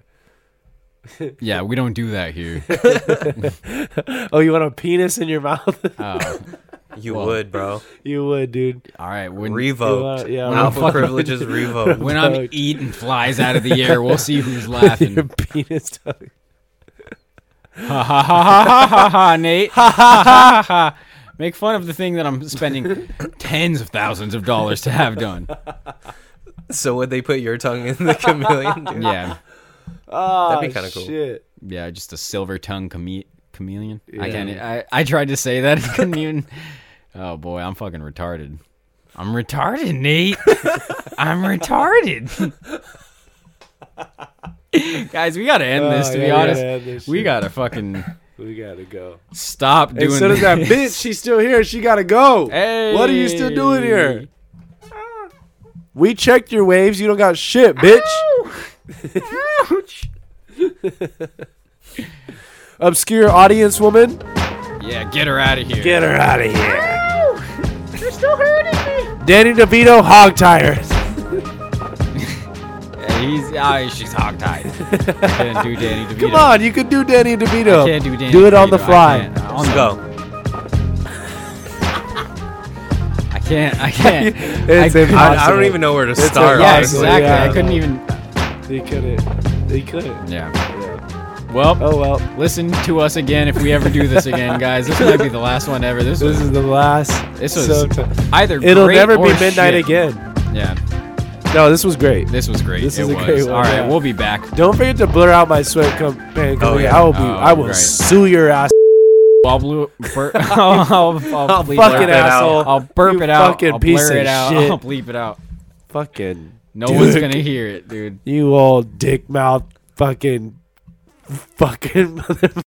S2: to.
S1: Yeah, we don't do that [LAUGHS] here.
S2: Oh, you want a penis in your mouth? [LAUGHS]
S1: Oh,
S3: You
S1: Well,
S3: would, bro.
S2: you would, dude.
S1: all right. When
S3: Revoked.
S2: yeah,
S1: when I'm
S3: Alpha
S1: fucking-
S3: privileges revoked.
S1: when I'm
S2: Fuck.
S1: eating flies out of the [LAUGHS] air, we'll see who's
S2: Your
S1: laughing.
S2: penis. [LAUGHS] tongue.
S1: ha ha ha ha ha ha, Nate. Ha ha ha ha. Make fun of the thing that I'm [LAUGHS] spending tens of thousands of dollars to have done.
S3: So would they put your tongue in the chameleon? Dude?
S1: Yeah,
S2: Oh,
S3: That'd be kinda cool.
S2: Shit.
S1: yeah. Just a silver tongue chame- chameleon. I
S2: Yeah.
S1: can't. e, I, I tried to say that. [LAUGHS] I couldn't even. Oh boy, I'm fucking retarded. I'm retarded, Nate. [LAUGHS] I'm retarded. [LAUGHS] Guys, we gotta end this.
S2: Oh,
S1: To
S2: yeah,
S1: be
S2: we gotta
S1: honest,
S2: end this
S1: we
S2: shit.
S1: gotta fucking
S2: We gotta go.
S1: stop doing.
S2: And so does that
S1: this.
S2: bitch. She's still here. She gotta go.
S1: Hey.
S2: What are you still doing here? We checked your waves. You don't got shit, bitch.
S1: Ouch.
S2: Obscure audience woman.
S1: Yeah, get her out of here.
S2: Get her out of here. Danny DeVito hog tires.
S1: Yeah, he's ah, she's hog tied. Can't do Danny DeVito.
S2: [LAUGHS] Come on, you could do Danny DeVito.
S1: I can't do Danny.
S2: Do it on the
S1: DeVito. I
S2: fly.
S1: can't. I
S3: Let's
S1: don't know.
S3: go.
S1: I can't. I can't.
S2: [LAUGHS] It's
S1: I- I-
S2: impossible.
S3: I, I don't even know where to
S2: It's
S3: start.
S2: impossible.
S1: yeah,
S3: honestly.
S1: exactly.
S2: yeah.
S1: I couldn't even.
S2: They couldn't. They couldn't.
S1: Yeah. Well,
S2: Oh well.
S1: listen to us again if we ever do this again, guys. This might be the last one ever. This,
S2: This
S1: was
S2: is the last.
S1: this was
S2: so t-
S1: either
S2: It'll
S1: great
S2: never
S1: or
S2: be midnight
S1: shit.
S2: again.
S1: Yeah,
S2: No, this was great.
S1: this was great.
S2: This
S1: it
S2: is a
S1: was.
S2: great one,
S1: All right,
S2: yeah.
S1: we'll be back.
S2: Don't forget to blur out my sweat com- pan
S3: Oh,
S2: company.
S3: yeah.
S2: I will be.
S1: Oh,
S2: I will
S1: right.
S2: sue your ass.
S1: I'll blue.
S2: [LAUGHS]
S1: Bur- [LAUGHS] I'll, I'll,
S2: I'll
S1: bleep
S2: fucking
S1: it out.
S2: asshole.
S1: I'll burp
S2: You
S1: it out.
S2: fucking
S1: I'll
S2: piece
S1: blur
S2: of
S1: it out. [LAUGHS]
S2: shit.
S1: I'll bleep it out.
S2: Fucking
S1: No one's
S2: dick.
S1: gonna hear it, dude.
S2: You old dick mouth. Fucking. Fucking motherfucker.